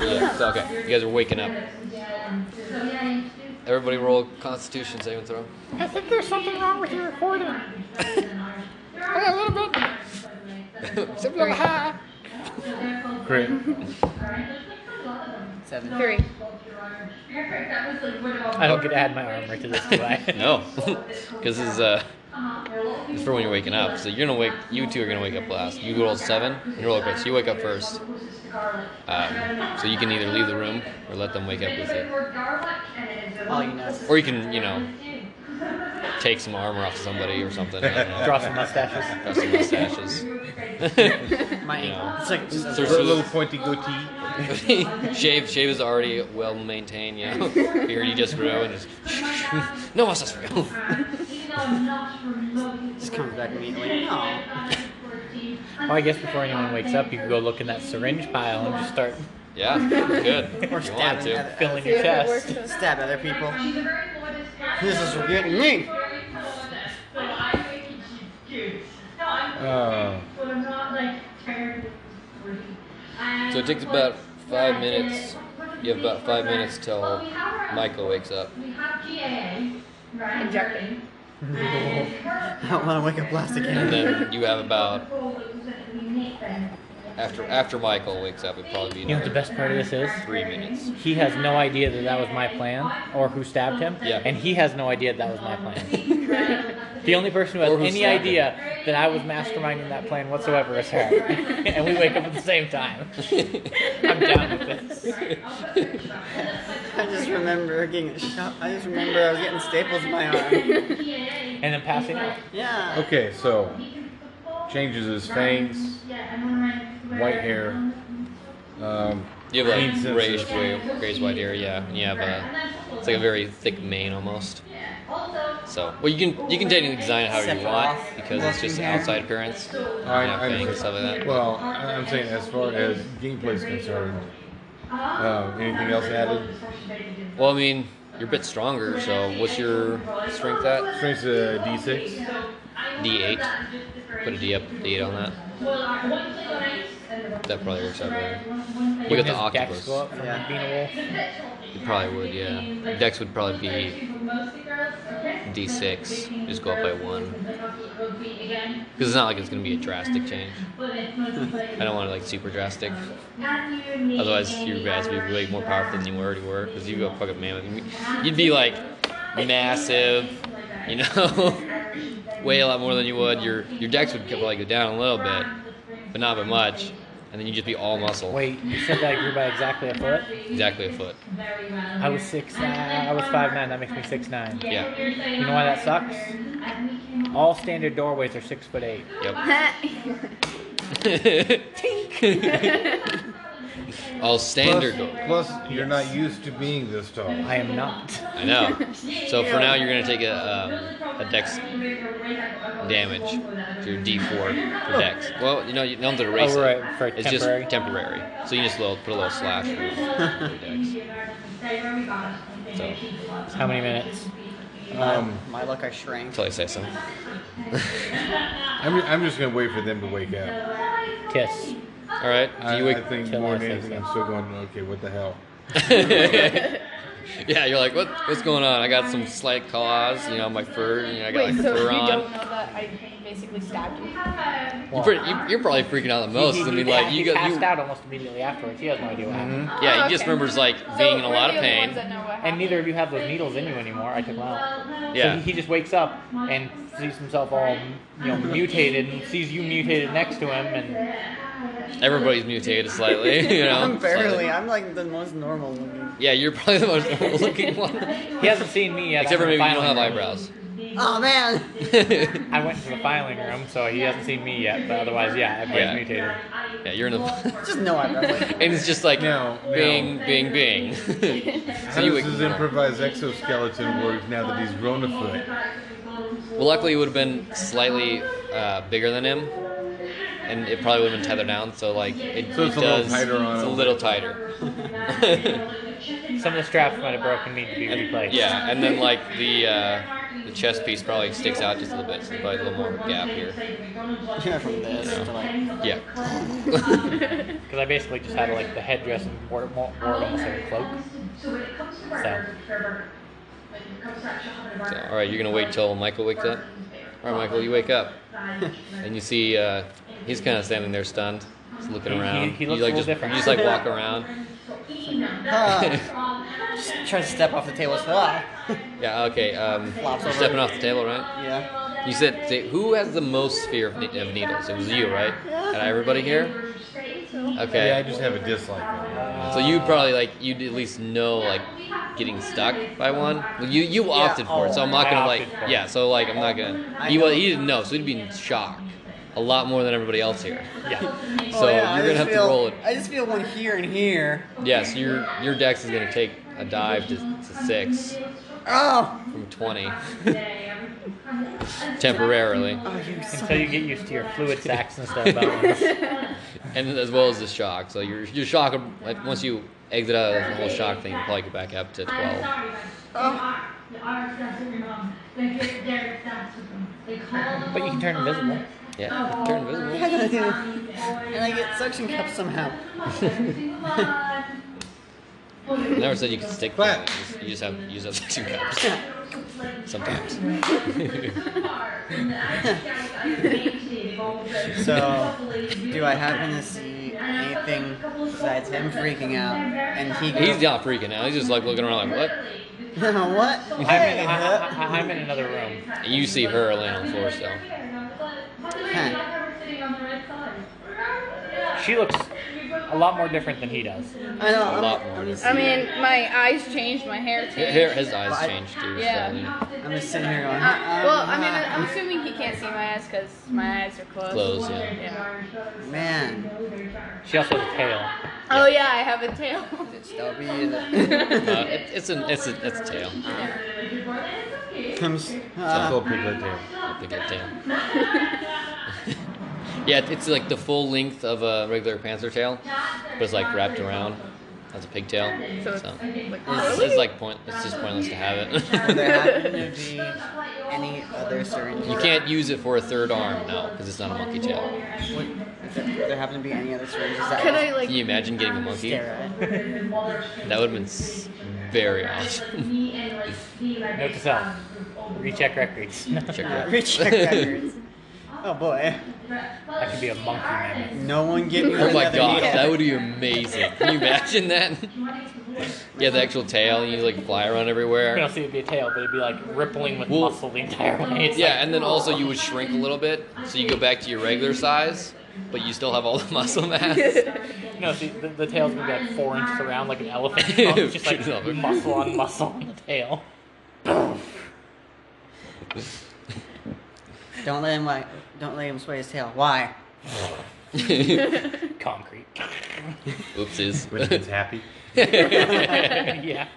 Yeah, so, okay. You guys are waking up. Everybody roll Constitution saving throw. I think there's something wrong with your recording. I got a little bit. Something a little high. Great. Seven. Three. I don't get to add my armor to this, do I? No, because this is uh, it's for when you're waking up. So you're gonna wake. You two are gonna wake up last. You roll seven. You roll okay. So you wake up first. Um, so you can either leave the room or let them wake up with you, All you know is or you can you know take some armor off somebody or something. I don't know. Draw some mustaches. Drop some mustaches. my You know. ankle. It's like Sir, Or a little pointy goatee. shave shave is already well maintained, you know. Here you just grow and just no mustache. just comes back immediately. No. Well, I guess before anyone wakes up, you can go look in that syringe pile and just start yeah, good. Or If you wanted stabbing to. other, filling See your if it works. chest. stab other people. This is getting me. Oh. So it takes about five minutes. You have about five minutes till Michael wakes up. Injecting. I don't want to wake up last And again. then you have about after after Michael wakes up, it'd probably be You know what the another best part of this is? three minutes. He has no idea that that was my plan or who stabbed him. Yeah. And he has no idea that was my plan. the only person who has Or who any stabbed idea that I was masterminding that plan whatsoever is her. and we wake up at the same time. I'm down with this. I just remember getting shot. I just remember I was getting staples in my arm. And then passing out. Yeah. Okay, so changes his fangs, white hair. Um, You have like Means it's grayish, a- gray, grayish white hair, yeah. And you have a it's like a very thick mane almost. So well, you can you can technically design it however you want Sephiroth because it's just an walking hair. outside appearance. I, You know, I'm, fangs and stuff like that. well, I- I'm saying as far as gameplay is concerned, uh, anything else added? Well, I mean, you're a bit stronger. So what's your strength at? Strength's uh, a D6. D8. Put a D up, D8 on that. That probably works out better. You got Wouldn't the his Dex octopus. go up from Yeah. being a wolf? It probably would, yeah. Dex would probably be D6. Just go up by one. Because it's not like it's going to be a drastic change. I don't want it like super drastic. Otherwise, you guys would be way more powerful than you already were. Because you go fucking mammoth. You'd be like massive, you know? Way a lot more than you would. Your your dex would probably go down a little bit, but not by much. And then you'd just be all muscle. Wait, you said that I grew by exactly a foot? Exactly a foot. I was six nine. I was five nine. That makes me six nine. Yeah. You know why that sucks? All standard doorways are six foot eight. Yep. all standard. Plus, plus you're not used to being this tall. I am not. I know. So for now, you're gonna take a um, a dex damage. So your D4 for dex. Well, you know you don't have to erase Oh, it. right, for it's temporary. just temporary. So you just little, put a little slash for your dex. So How many minutes? Um, My luck, I shrank. until I say so. I'm, I'm just gonna wait for them to wake up. Kiss. All right. I, Do you wake? I think till more I than say anything, I'm so. still going, okay, what the hell? yeah, you're like, what? What's going on? I got some slight claws. You know, my fur. You know, I got Wait, like so if fur you on. don't know that I basically stabbed you. You're, pretty, you- you're probably freaking out the most. I mean, like he you got passed you. Mm-hmm. out almost immediately afterwards. He has no idea what happened. Yeah, he Oh, just okay. remembers like So being in a we're lot the of only pain. ones that know what And happened. neither of you have those needles in you anymore. I took them out. So Yeah. he, he just wakes up and sees himself all, you know, mutated, and sees you mutated next to him, and Everybody's mutated slightly, you know. I'm barely. slightly. I'm like the most normal looking. Yeah, you're probably the most normal looking one. he hasn't seen me yet. Except for I'm in maybe the you don't have filing room. eyebrows. Oh man. yeah, I went to the filing room, so he hasn't seen me yet. But otherwise, yeah, everybody's Yeah. mutated. you're in the. Just no eyebrows. Like, and it's just like Now- now- bing, bing, bing. How so you does would, his improvised exoskeleton work now that he's grown a foot? well, luckily you would have been slightly uh, bigger than him, and it probably would have been tethered down. So like it, So it's it a little does. tighter on it's a him. little tighter. Some of the straps might have broken, need to be replaced. Yeah, and then like the uh, the chest piece probably sticks out just a little bit. So probably a little more of a gap here. Yeah, from this to like. Yeah. Because I basically just had like the headdress and wore, wore, wore it almost like a cloak. So So, all right, you're gonna wait till Michael wakes up. All right, Michael, you wake up, and you see uh, he's kind of standing there stunned, just looking He- he- around. he looks you like a little just different. you just like walk around. Ah, just try to step off the table. So, ah. Yeah. Okay. Um, Flops you're over. stepping off the table, right? Yeah. You said say, who has the most fear of, ne- of needles? It was you, right? Out of everybody here. Okay. Yeah, I just have a dislike. of it. So you Uh, probably like you'd at least know like getting stuck by one. Well, you you opted for it, so I'm not oh, I gonna like opted for it. yeah. So like I'm not gonna. I He was know. he didn't know, so he'd be in shock a lot more than everybody else here. yeah, So Oh, yeah, I you're gonna just have feel, to roll it. I just feel one here and here. Yes, your your dex is gonna take a dive to, to six Oh! from twenty temporarily, Oh, you until you get used to your fluid sacks and stuff. About and as well as the shock. So your your shock will- like once you exit out of the whole shock thing, you'll probably get back up to twelve. Oh. but you can turn invisible. Yeah, turn invisible. and I get suction cups somehow. I never said you could stick Clap. with it. You just have you just have two cups sometimes. So, do I happen to see anything besides him freaking out and he goes, He's not freaking out. He's just like looking around like what? what? I'm Hey, in, I, huh? I, I'm in another room. And you see her laying on the floor still. She looks a lot more different than he does. I know. I'm, lot more I'm just, I mean, my eyes changed, my hair changed. Here, his eyes But- changed too. Yeah. So, I'm just sitting here going. Uh, huh, well, um, I mean, huh. I'm assuming he can't see my eyes because my eyes are closed. Closed, yeah. man, She also has a tail. Oh yeah, I have a tail. that'll be it. uh, it, it's an it's a it's a tail. I'm s- That's uh, all piglet tail. I think a tail. yeah, it- it's like the full length of a regular panther tail, but it's like wrapped around as a pigtail. So it's Oh, So like it's, it's like point. It's just pointless to have would it. there happen to be any other syringe? you can't use it for a third arm now because it's not a monkey tail. Would, if there, would there happen to be any other syringes that Could I I like? Can you imagine getting a monkey? That stare would have been s- very awesome. Note to self: recheck records. that Check at? that. Uh, recheck records. Oh boy, could be a monkey mammoth. no one get me Oh my another gosh, needle. that would be amazing. Can you imagine that? yeah, the actual tail, and you like fly around I don't everywhere. see it'd be a tail, but it'd be like rippling with Well- muscle the entire way. It's Yeah, and then also you would shrink a little bit, so you go back to your regular size, but you still have all the muscle mass. like, no, see, the, the tail's gonna be like four inches around, like an elephant. It's just like Sure. muscle on muscle on the tail. Don't let him like, don't let him sway his tail. Why? Concrete. Which Oopsies. means happy. yeah.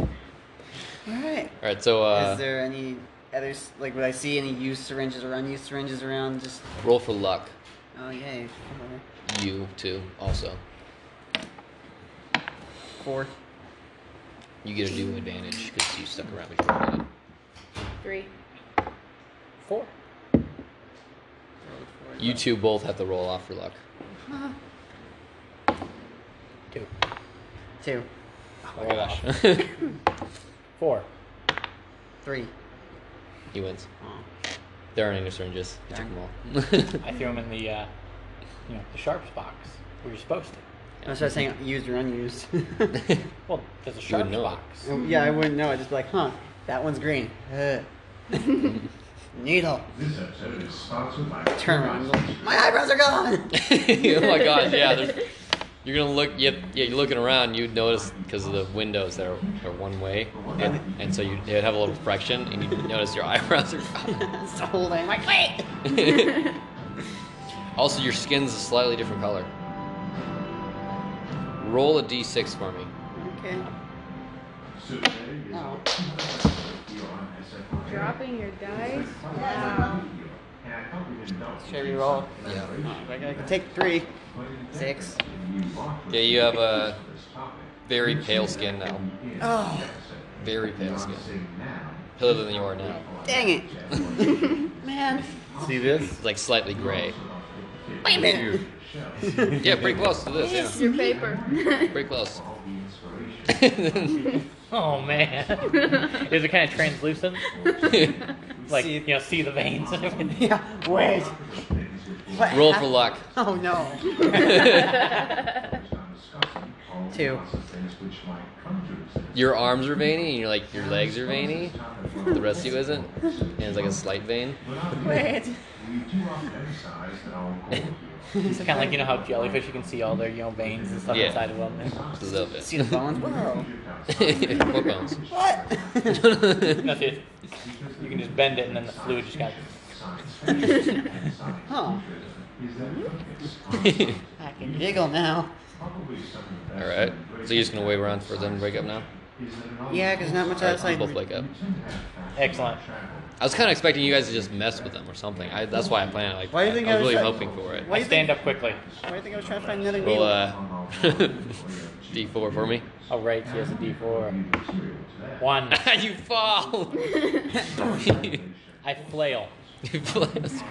All right. all right, so uh, Is there any other s- like? Would I see any used syringes or unused syringes around? Just roll for luck. oh yay, You too, also. four. You get a new advantage because you stuck around before. I did. Three. Four. You two both have to roll off for luck. Two. Two, Oh my gosh. Four. three. he wins. There aren't any syringes. He took them all. I threw them in the, uh, you know, the sharps box where you're supposed to. I was saying used or unused. Oh, Well, there's a You would sharps know it. box. yeah, I wouldn't know. I'd just be like, huh, that one's green. Ugh. Needle. This episode is sponsored by Turn around. My eyebrows are gone. oh my gosh, yeah. There's, you're gonna look. Yep, yeah. You're looking around. You'd notice because of the windows that are, are one way, and, and so you'd, you'd have a little friction, and you'd notice your eyebrows are. it's the whole thing. Like, wait. also, your skin's a slightly different color. Roll a d6 for me. Okay. So today is Oh. Dropping your dice. Should we roll? Yeah. Like, I can take three, six. Yeah, you have a very pale skin now. Oh, Very pale skin. Pillier than you are now. Dang it. Man. See this? It's like slightly gray. Wait a minute. Yeah, pretty close to this. Your paper. Yeah, pretty close. Oh man. Is it kind of translucent? Like you know, see the veins and everything. Yeah, wait. What Roll hap- for luck. Oh no. Two. Your arms are veiny, and you're like your legs are veiny. The rest of you isn't, and it's like a slight vein. Wait. It's kind of like you know how jellyfish you can see all their you know veins and stuff Yeah. inside of them. Just a little bit. See the bones? Whoa. What bones? What? That's it. You can just bend it and then the fluid just got. huh. I can jiggle now. All right. So you're just gonna wave around for them to break up now. Yeah, because not much All right, else I you can both wake up. Excellent. I was kind of expecting you guys to just mess with them or something. I, that's why I planned it like Why do you that. think I I was was really like- hoping for it. Why I do you stand up quickly. Why do you think I was trying to find another Roll needle? uh, D4 for me. Oh right, she has a D four. One. you fall. I flail. you blast.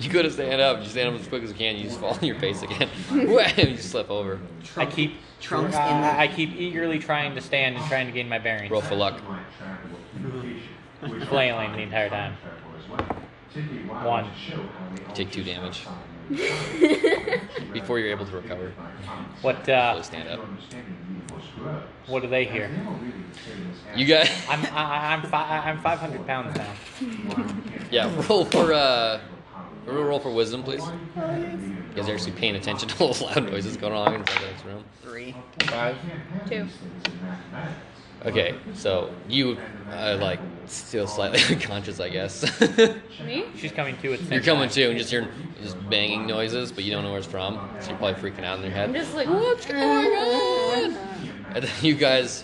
You go to stand up. You stand up as quick as you can. You just fall on your face again. Wham! You slip over. I keep Trunks uh, in the. I keep eagerly trying to stand and trying to gain my bearings. Roll for luck. Flailing the entire time. One. Take two damage before you're able to recover. What Really uh, stand up. what do they hear? You got. I'm I, I'm fi- I'm 500 pounds now. Yeah. Roll for uh. Roll roll for wisdom, please. You guys are actually paying attention to all the loud noises going on inside the next room. Three. Five. Two. Okay, so you uh, like still slightly unconscious, I guess. Me? She's coming to at the same You're coming time. to, and just hearing just banging noises, but you don't know where it's from. So you're probably freaking out in your head. I'm just like, what's going on? Uh, And then you guys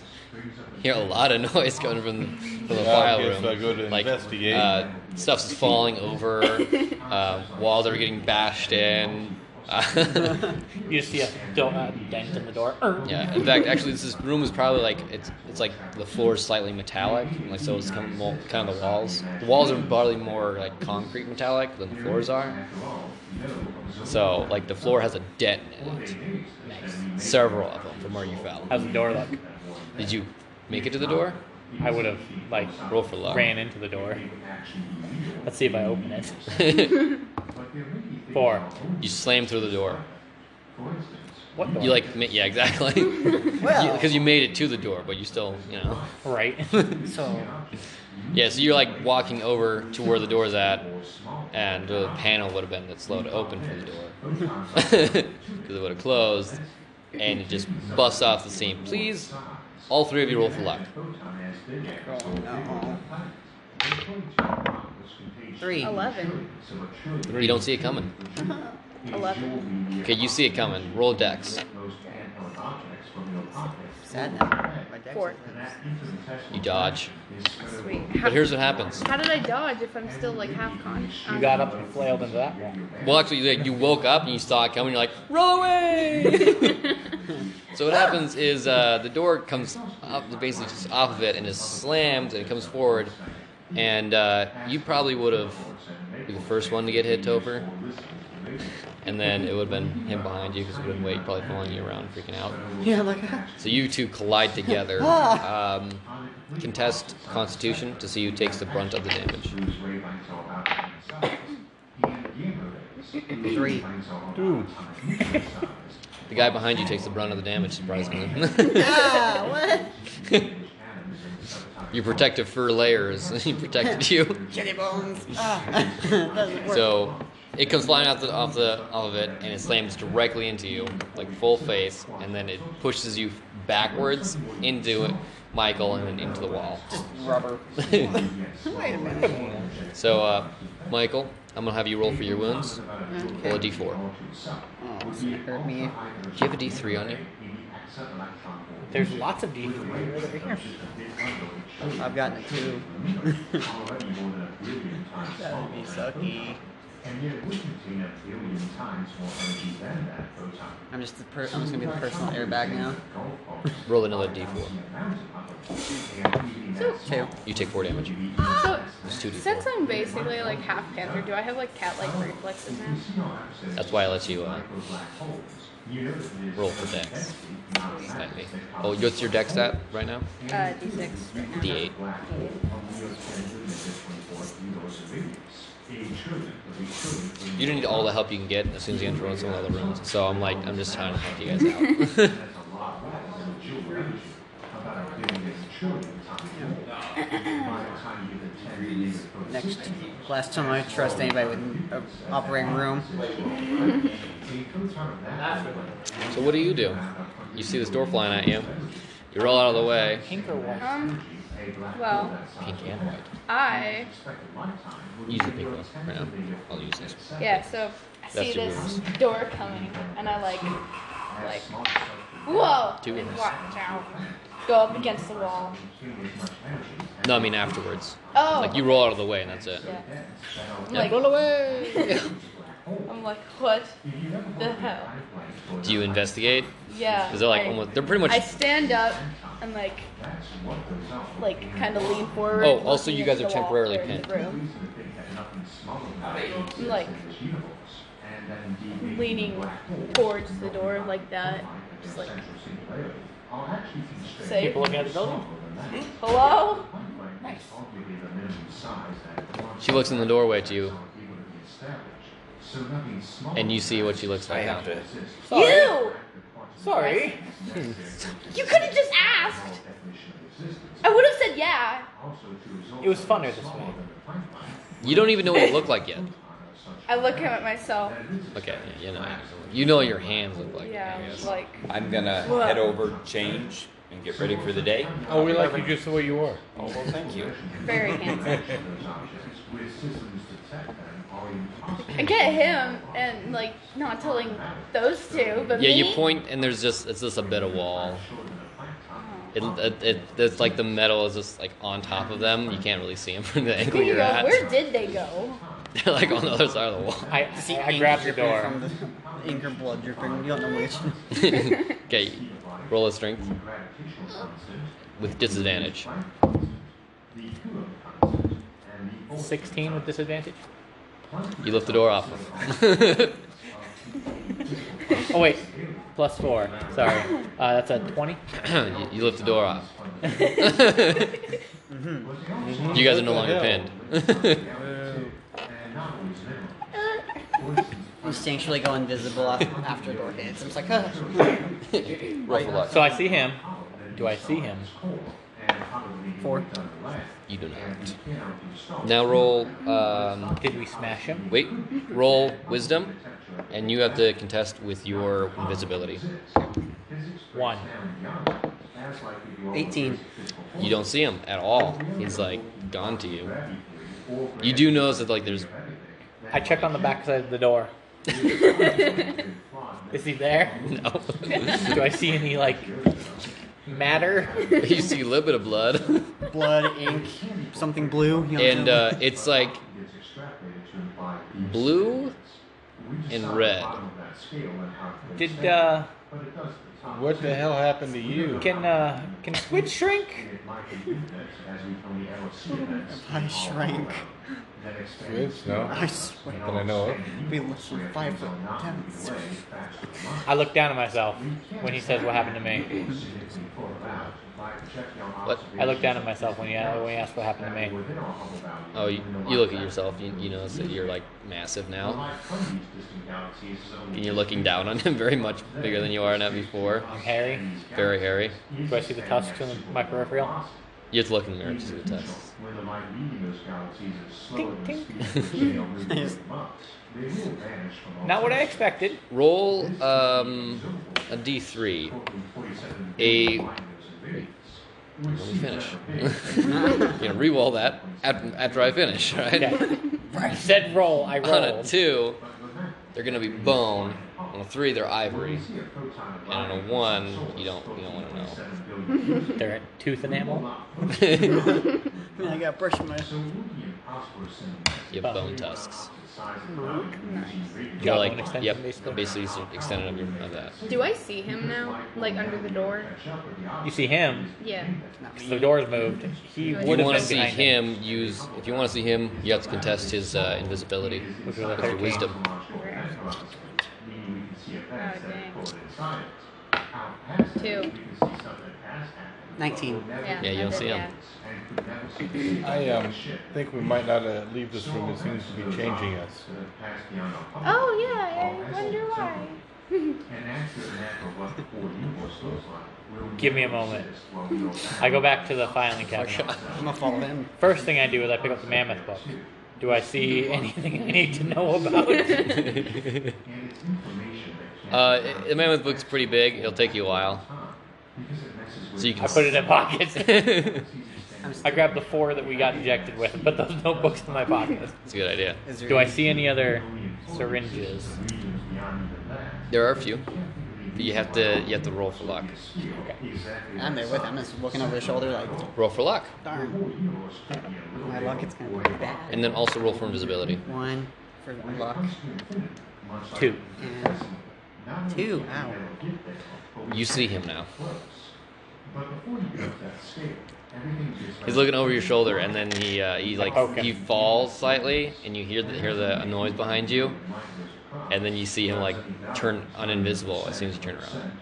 hear a lot of noise coming from the, from the file guess room. I go to like investigate. Uh, stuff's falling over, uh, walls are getting bashed in. Uh, You just see a do- uh, dent in the door. Er. Yeah. In fact, actually, this is- room is probably like it's it's like the floor is slightly metallic, and like so it's kind of, more, kind of the walls. The walls are probably more like concrete metallic than the floors are. So like the floor has a dent in it, several of them from where you fell. How's the door look? Did you make it to the door? I would have like Roll for luck. ran into the door. Let's see if I open it. you Four. slammed through the door. What door? You like ma- yeah exactly Well, because you made it to the door, but you still you know. right? so Yeah, so you're like walking over to where the door's at, and the panel would have been that slow to open for the door. Because it would have closed, and it just busts off the scene. Please, all three of you roll for luck. No. Three. Eleven. You don't see it coming. Mm. Eleven. Okay, you see it coming. Roll dex. Sad now. My dex Four. is- You dodge. Sweet. But here's what happens. How did I dodge if I'm still like half con? Um, You got up and flailed into that one. Well, actually, like, you woke up and you saw it coming. You're like, roll away. so what happens is uh, the door comes up, basically just off of it, and is slammed, and it comes forward. And uh, you probably would have been the first one to get hit over, and then it would have been him behind you because would have been Wade probably following you around, freaking out. Yeah, like ah, So you two collide together. Um, contest Constitution to see who takes the brunt of the damage. three. Two. The guy behind you takes the brunt of the damage, surprisingly. Ah, what? Your protective fur layers protected you. Jelly bones. Ah, doesn't work. So it comes flying off the off the off of it and it slams directly into you, like full face, and then it pushes you backwards into it, Michael and then into the wall. rubber. Wait a minute. So uh, Michael, I'm gonna have you roll for your wounds. Roll a Okay. D4. Oh, it's gonna hurt me. Do you have a D3 on you? There's lots of D over here. I've gotten a two. That'd be sucky. And yet it would contain a billion times more energy than that proton. I'm just the per- I'm just gonna be the personal airbag now. Roll another d4. Two. You take 4 damage. So, Ah! It's 2d4. since I'm basically like half panther, do I have like cat-like reflexes now? That's why I let you uh, roll for dex. Slightly. Oh, what's your dex at right now? Uh, d6 right now. D8. You don't need all the help you can get as soon as you enter on some of the other rooms. So I'm like, I'm just trying to help you guys out. Next, last time I trust anybody with an operating room. so what do you do? You see this door flying at you. You roll out of the way. Pink or white? Um, well, Pink and white. I Use the pink one right now. I'll use this. yeah. So I see your this moves. door coming, and I like like whoa Two and moves. watch out, go up against the wall. No, I mean afterwards. Oh, Like you roll out of the way and that's it. Yeah. Yeah. Like, roll away. I'm like, what the hell? do you investigate? Yeah. Because they're like I- almost. They're pretty much. I stand up and like, like kind of lean forward. Oh, also looking you guys into are the wall temporarily or in pinned. The room, I'm like leaning towards the door like that, just like say, People looking at "Oh, the building? hello. she looks in the doorway to you, and you see what she looks like now. You, Sorry. you could have just asked. I would have said yeah. It was funner this way. You don't even know what it looked like yet. I look at myself. Okay, yeah, you know, you know what your hands look like. Yeah, I guess. like I'm gonna What? head over, change, and get ready for the day. Oh, we like you just the way you are. Oh, well, thank you. very handsome. I get him and like not telling those two, but yeah, me. you point, and there's just it's just a bit of wall. It, it, it it's like the metal is just like on top of them. You can't really see them from the angle Here you you're go. at. Where did they go? They're like on the other side of the wall. I, I, I grabbed the dripping door. From the ink or blood dripping. You don't know which. Okay, roll a strength with disadvantage. 16 with disadvantage. You lift the door off. Oh, wait. Plus four. Sorry. Uh, that's a 20. you, you lift the door off. you guys are no longer pinned. Instinctually go invisible af- after the door hits. I'm just like, huh. Rough luck. So I see him. Do I see him? Four. you do not. Now roll. Um, Did we smash him? wait. Roll wisdom, and you have to contest with your invisibility. One. 18. You don't see him at all. He's like gone to you. You do notice that like there's I check on the back side of the door. Is he there? no. Do I see any, like, matter? you see a little bit of blood, Blood, ink, something blue. You don't and know. uh, it's like blue and red. Did, uh, What the hell happened to you? can, uh, can Squid shrink? I shrank. uh, It's no. I swear. That I know of. We lost from five to ten. I look down at myself when he says what happened to me. What? I look down at myself when he, when he asks what happened to me. Oh, you, you look at yourself. You, you notice that you're like massive now, and you're looking down on him very much bigger than you are now before. I'm hairy. Very hairy. Do I see the tusks in my peripheral? You have to look in the mirror to see the tusks. Tink, tink. Not what I expected. Roll um, a d3. A. Wait. Let me finish. you know, re-roll that after, after I finish, right? Okay. I said roll. I On a rolled. two, they're gonna be bone. On a three, they're ivory. And on a one, you don't you don't want to know. They're a tooth enamel. I got brush in my. You have bone tusks. Got They're one like, extension, yep, basically. basically it's an extension of, your, of that. Do I see him now? Like under the door? You see him. Yeah. The door's moved. He If would you have want been to see behind him, use. If you want to see him, you have to contest his uh, invisibility with Which was a your 13. wisdom. Two. 19. Yeah. Yeah, you don't I did, see him. I um, think we might not uh, leave this room. It seems to be changing us. Oh yeah, I wonder why. Give me a moment. I go back to the Oh filing cabinet. I'm gonna follow him. First thing I do is I pick up the mammoth book. Do I see anything I need to know about? Uh, it- the mammoth book's pretty big. It'll take you a while. So you I can. put it in pockets. It's I grabbed the four that we got ejected with, and put those notebooks in my pockets. a good idea. Is there Do I see any other syringes? There are a few, but you have to you have to roll for luck. I'm there with him. I'm just looking over his shoulder like, Roll for luck, darn. My luck is gonna be bad. and then also roll for invisibility. One for luck. Two. And two. Ow. You see him now. He's looking over your shoulder, and then he uh, he like Okay. he falls slightly, and you hear the, hear the noise behind you, and then you see him like turn uninvisible as soon as you turn around.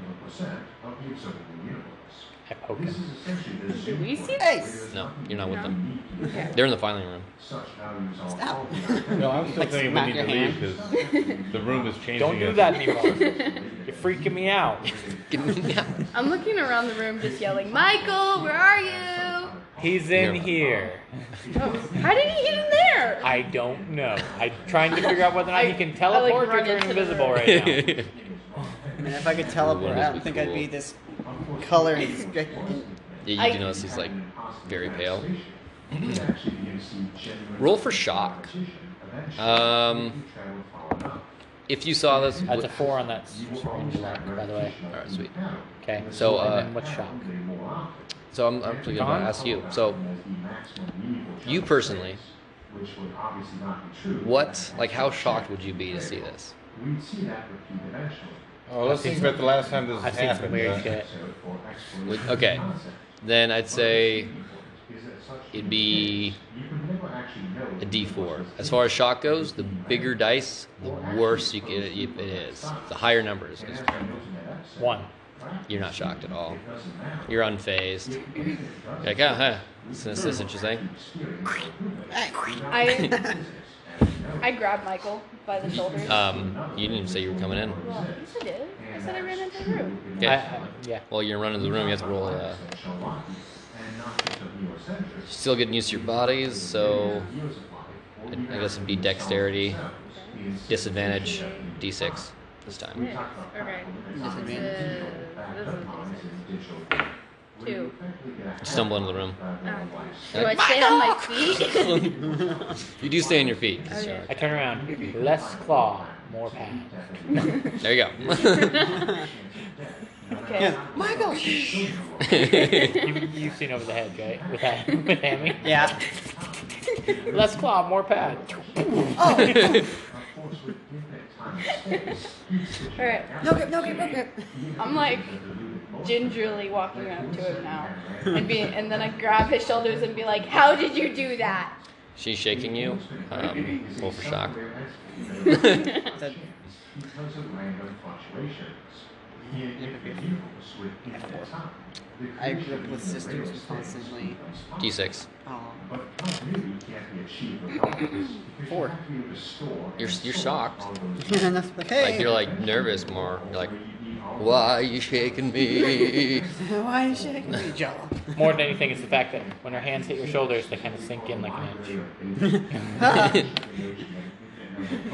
I poke him. Do we see Hey! No, you're not with them. They're in the filing room. Stop. No, I'm still Like, thinking we smack need to your leave because the room is changing. Don't do us. that anymore. You're freaking me out. I'm looking around the room just yelling, Michael, where are you? Oh, He's in Yeah. here. How did he get in there? I don't know. I'm trying to figure out whether or not he can I, like, teleport or run turn into the invisible room. right now. I mean, if I could teleport, I don't think I'd be this color restricted. Yeah, I- you do notice he's like very pale. Roll for shock. Um, if you saw this, That's a four on that syringe lock, by the way. all right, sweet. Okay. So, uh, and then what's shock? So I'm, I'm actually gonna Don? ask you. So you personally, what like how shocked would you be to see this? Oh, let's think about the last time this I've seen some happened. weird uh, shit. Would- okay, then I'd say it'd be a D4. As far as shock goes, the bigger dice, the worse you get, it is. The higher numbers, is- One. you're not shocked at all. You're unfazed. You're like, oh, huh, this is this is interesting. I I grabbed Michael by the shoulders. Uh, Um, you didn't even say you were coming in. well, yes, I did. I said I ran into the room. Okay. I, I, yeah. Well, you're running to the room. You have to roll. Uh, still getting used to your bodies, so I I guess it'd be dexterity, disadvantage, d6 this time. Yes, Okay. Disadvantage. Uh, Two. You stumble into the room. Oh. Do I stay on my feet? You do stay on your feet. uh, Okay. I turn around. Less claw, more pad. There you go. okay. Michael! You, you've seen over the hedge, right? With, that, with Hammy. Yeah. Less claw, more pad. All right. No grip, no grip, no grip. I'm like gingerly walking up to him now, and be, and then I grab his shoulders and be like, "How did you do that?" She's shaking you. Um, roll for shock. It's a- I grew up with sisters constantly. d6. Oh, Four. You're, you're shocked. and that's like, hey, Like you're like nervous more. You're like, why are you shaking me? why is she shaking me, Jello? More than anything, it's the fact that when her hands hit your shoulders, they kind of sink in like an inch.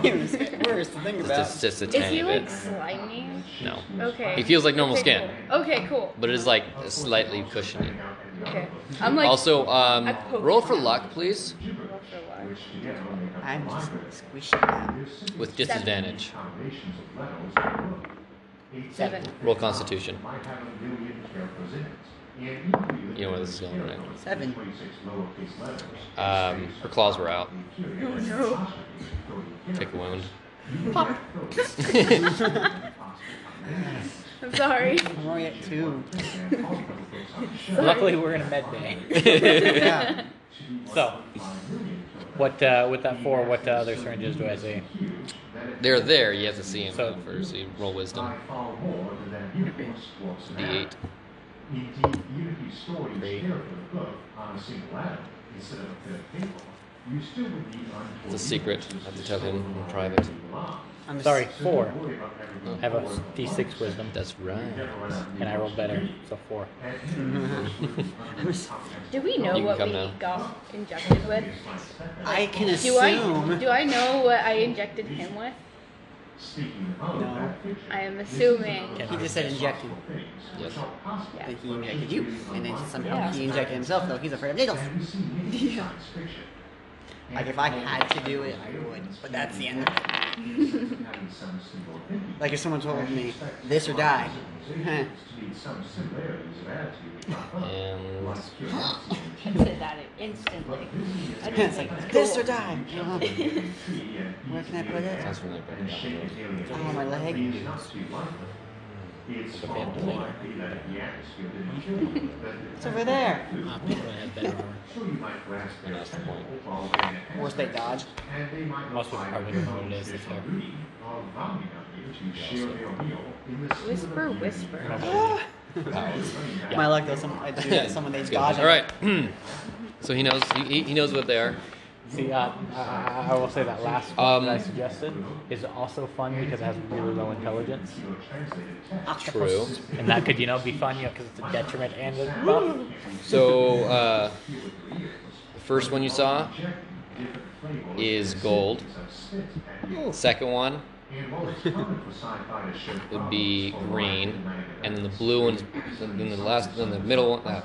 It was worse to think It's about. just, just a Is tiny he bit. like slimy? No. Okay. He feels like normal okay, skin, Cool. Okay, cool. but it is like slightly cushiony. Okay. I'm like Also, I um, poke roll for luck, please, Roll for luck. I'm just squishing them. with disadvantage. seven. Roll Constitution. You know where this is going, right? Seven. Um, her claws were out. Take a wound. Pop. I'm sorry. I'm only at two. Luckily, we're in a med bay. Yeah. So, what uh, with that four? What uh, other syringes do I see? They're there. You have to see him So- first. You roll wisdom. D8. Indeed, even if you stored each character book on a single atom instead of a bit of paper, you still would need on It's a secret. I have to tell him in private. I'm Sorry, four. I have a D6 wisdom, That's right. and I rolled better, so four. Do we You know can what come we now. got injected with? I can assume. Do I do I know what I injected him with? Speaking of No. that picture, I am assuming. He just said injected. Yes. Yeah. That he injected you, and then somehow Yeah. he injected himself though. He's afraid of needles. Have you seen any science fiction? Like if I had to do it, I would. But that's the end. of it. Having some single opinion. Like if someone told me this or die. Heh. To need some similarities of attitude. And One's curiosity and I said that instantly. I it's just, like this or die. Uh-huh. curiosity and Where can I put it? sounds familiar. but and shape not of alien Oh, my leg. is not to be likely. It's a far bad more thing. likely that the atmosphere didn't kill you than It's over there. Ah, people that have better armor. so you might grasp really. That's the point. Or they dodge. and they might Most people probably don't know what it is if they're. agree or vowing on you to share their meal in this whisper, whisper. My luck though. Some I do that. Someone they dodge. All right. so he knows. He, he- he knows what they are. See, uh, I I will say that last one Um, that I suggested is also fun because it has really low intelligence, True. and that could you know be fun, you know, because it's a detriment and a buff. So uh, the first one you saw is gold. Second one would be green, and then the blue one, is, then the last, then the middle one, uh,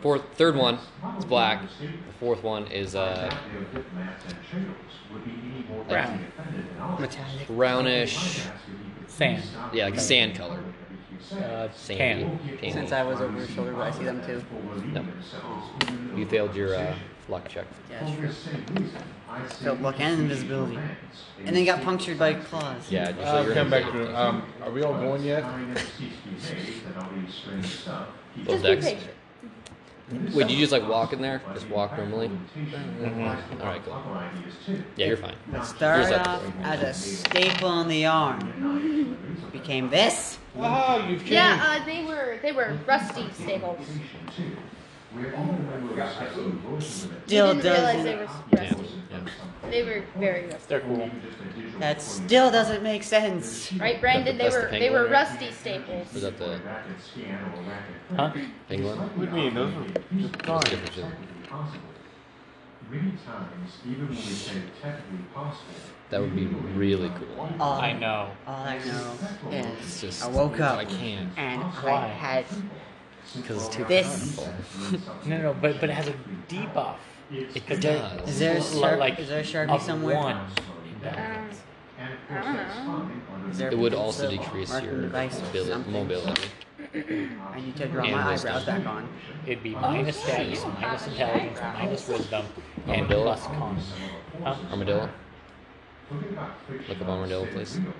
fourth, third one is black. The fourth one is uh, Brown, Metallic. brownish, sand, yeah, like sand color, uh, sandy. tan. tangy. Since I was over his shoulder, but I see them too. No. You failed your uh, luck check. Yeah, sure. Felt luck and invisibility, and then got punctured by claws. Yeah, usually Uh, you're come back invisible. to. Um, are we all going yet? Those Just be decks. patient. Would you just like walk in there? Just walk normally? All right, cool. Yeah, you're fine. Here's Started that off boy. as a staple on the arm, became this. Oh, you've changed. Yeah, uh, they were they were rusty staples. We Still didn't realize doesn't. they were Yeah, rusty. yeah. They were very rusty. They're cool. That still doesn't make sense. Right, Brandon? They That's the were they were penguin, right? rusty staples. Was that the Huh? penguin? What do you mean? Those are just That's fine. different, isn't it? Many times, even when we say technically possible, That would be really cool. All I know. All I know It's is just I Oh, "Oh, woke up I can't and Why? I had because it's too This- No, no, but but it has a debuff. Because they're- does. Is there a Like- shark? like is there a sharpie of somewhere? One. in that. Um, and of I course don't that's know. fine under Is there It would a also pencil, decrease marking your device, or abili- something? mobility. I need to draw And my wisdom. eyebrows back on. Oh. It'd Oh, be minus yeah, you status, don't minus have any intelligence, eyebrows. minus wisdom, and Armadillo? plus con. Huh? Armadillo? Forget about friction Look up on a Armadillo, spinning please. wheel.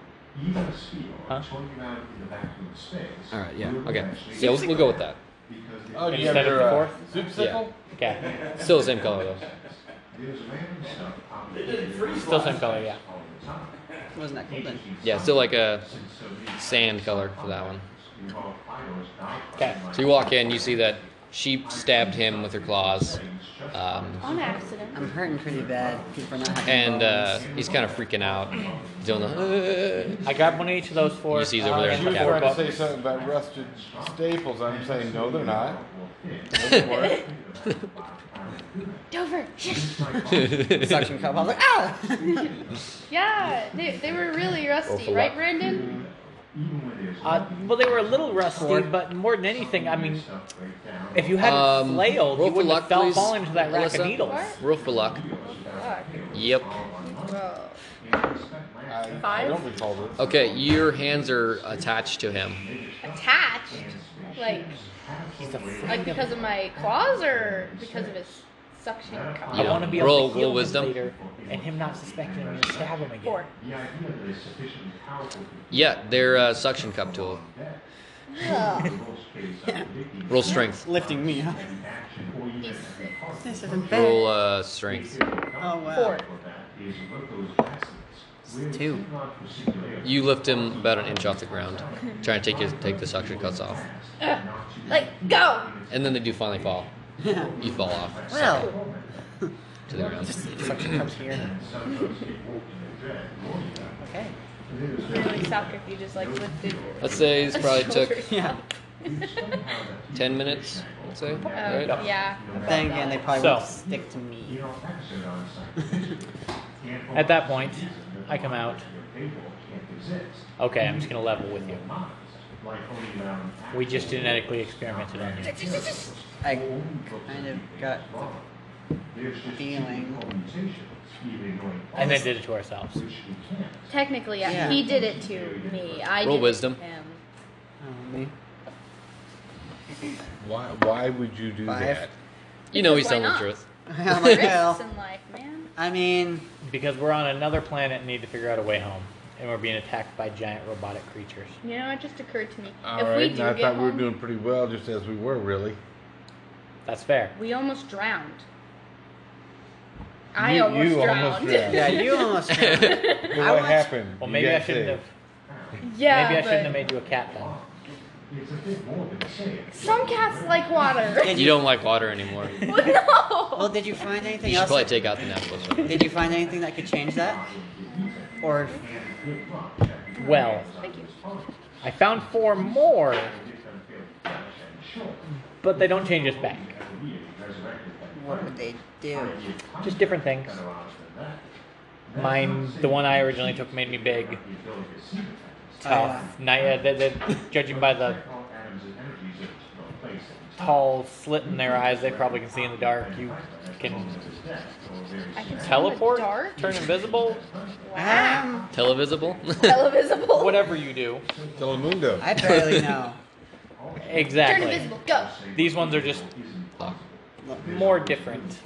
Even a speed Huh? twenty nine in the vacuum of space. Alright, yeah, will okay. eventually- Yeah, we'll, we'll go with that. Because the- Oh, do you Instead have of your the uh, fourth? soup Yeah. sickle? Okay. Still the same color though. there's random stuff out there Still same color, yeah. all the time. Wasn't that cool then? Yeah, still like a Since so many sand color for that one. involved idols die Okay. So you walk in, you see that she stabbed him with her claws, um, on accident. I'm hurting pretty bad for not having and uh, bones. he's kind of freaking out. He's doing the. I grab one of each of those four. You see he's over uh, there. and She was Yeah. four trying to say bucks. something about rusted staples. I'm saying no, they're not. Doesn't work. Dover. uh, suction cup. I was like, ah! Yeah, they, they were really rusty, for right, what? Brandon? Uh, well, they were a little rusty, Four. but more than anything, I mean, if you hadn't Um, flailed, roll you for wouldn't luck, have fell, please, fallen into that rack Alyssa. of needles. What? Roll for luck. Fuck. Yep. Whoa. I, I Five? don't recall this. Okay, your hands are attached to him. Attached. Like, He's a like because of my claws or because of his suctioning You I know, Yeah. want to be able roll- roll to heal his wisdom. later and him not suspecting him and stab him again. Four. The idea that it's sufficiently powerful to Yeah, their uh, suction cup tool. that Ugh. Roll strength. Lifting me up. action or even These six. This isn't bad. Roll uh, strength. Oh wow. Four. is what those vaccines. Two. You lift him about an inch off the ground, trying to take his, take the suction cuts off, Like, go! and then they do finally fall. You fall off Well, to the ground. suction comes here. Okay. It would suck if you just like lifted Um, your Let's say this probably took shoulders Yeah. ten minutes. Let's say, up. right? Yeah. Then again, they probably So. won't stick to me. At that point, I come out. Okay, I'm just gonna level with you. We just genetically experimented on you. I kind of got the feeling. And then did it to ourselves. Technically, yeah. Yeah. He did it to me. I Roll did wisdom. It to him. Oh, me. Why, why would you do Five. that? You know he's Because why telling the not? truth. I'm like, Risks well, in life, man. I mean, Because we're on another planet and need to figure out a way home. And we're being attacked by giant robotic creatures. You know, it just occurred to me. All if right, we do and I get thought we were home, doing pretty well, just as we were, really. That's fair. we almost drowned. I You- almost you drowned. almost drowned. yeah, you almost. drowned. Well, I what watched- happened? Well, You maybe I got shouldn't saved. have. yeah, maybe I but shouldn't have made you a cat then. It's a bit more than a saying. Some cats like water. Did You you? don't like water anymore. Well, no. Well, did you find anything You should else? probably take out the natural stuff. Did you find anything that could change that? Or Well, Thank you. I found four more, but they don't change us back. what would they do? Just different things. Mine, the one I originally took, made me Oh, big, tough. Not, yeah, they, they, judging by the tall slit in their eyes, they probably can see in the dark. You can I can teleport, swim in the turn invisible, dark. Wow. Um, Televisible? Televisible. whatever you do. Telemundo. I barely know. Turn Exactly. invisible. Go. These ones are just more different.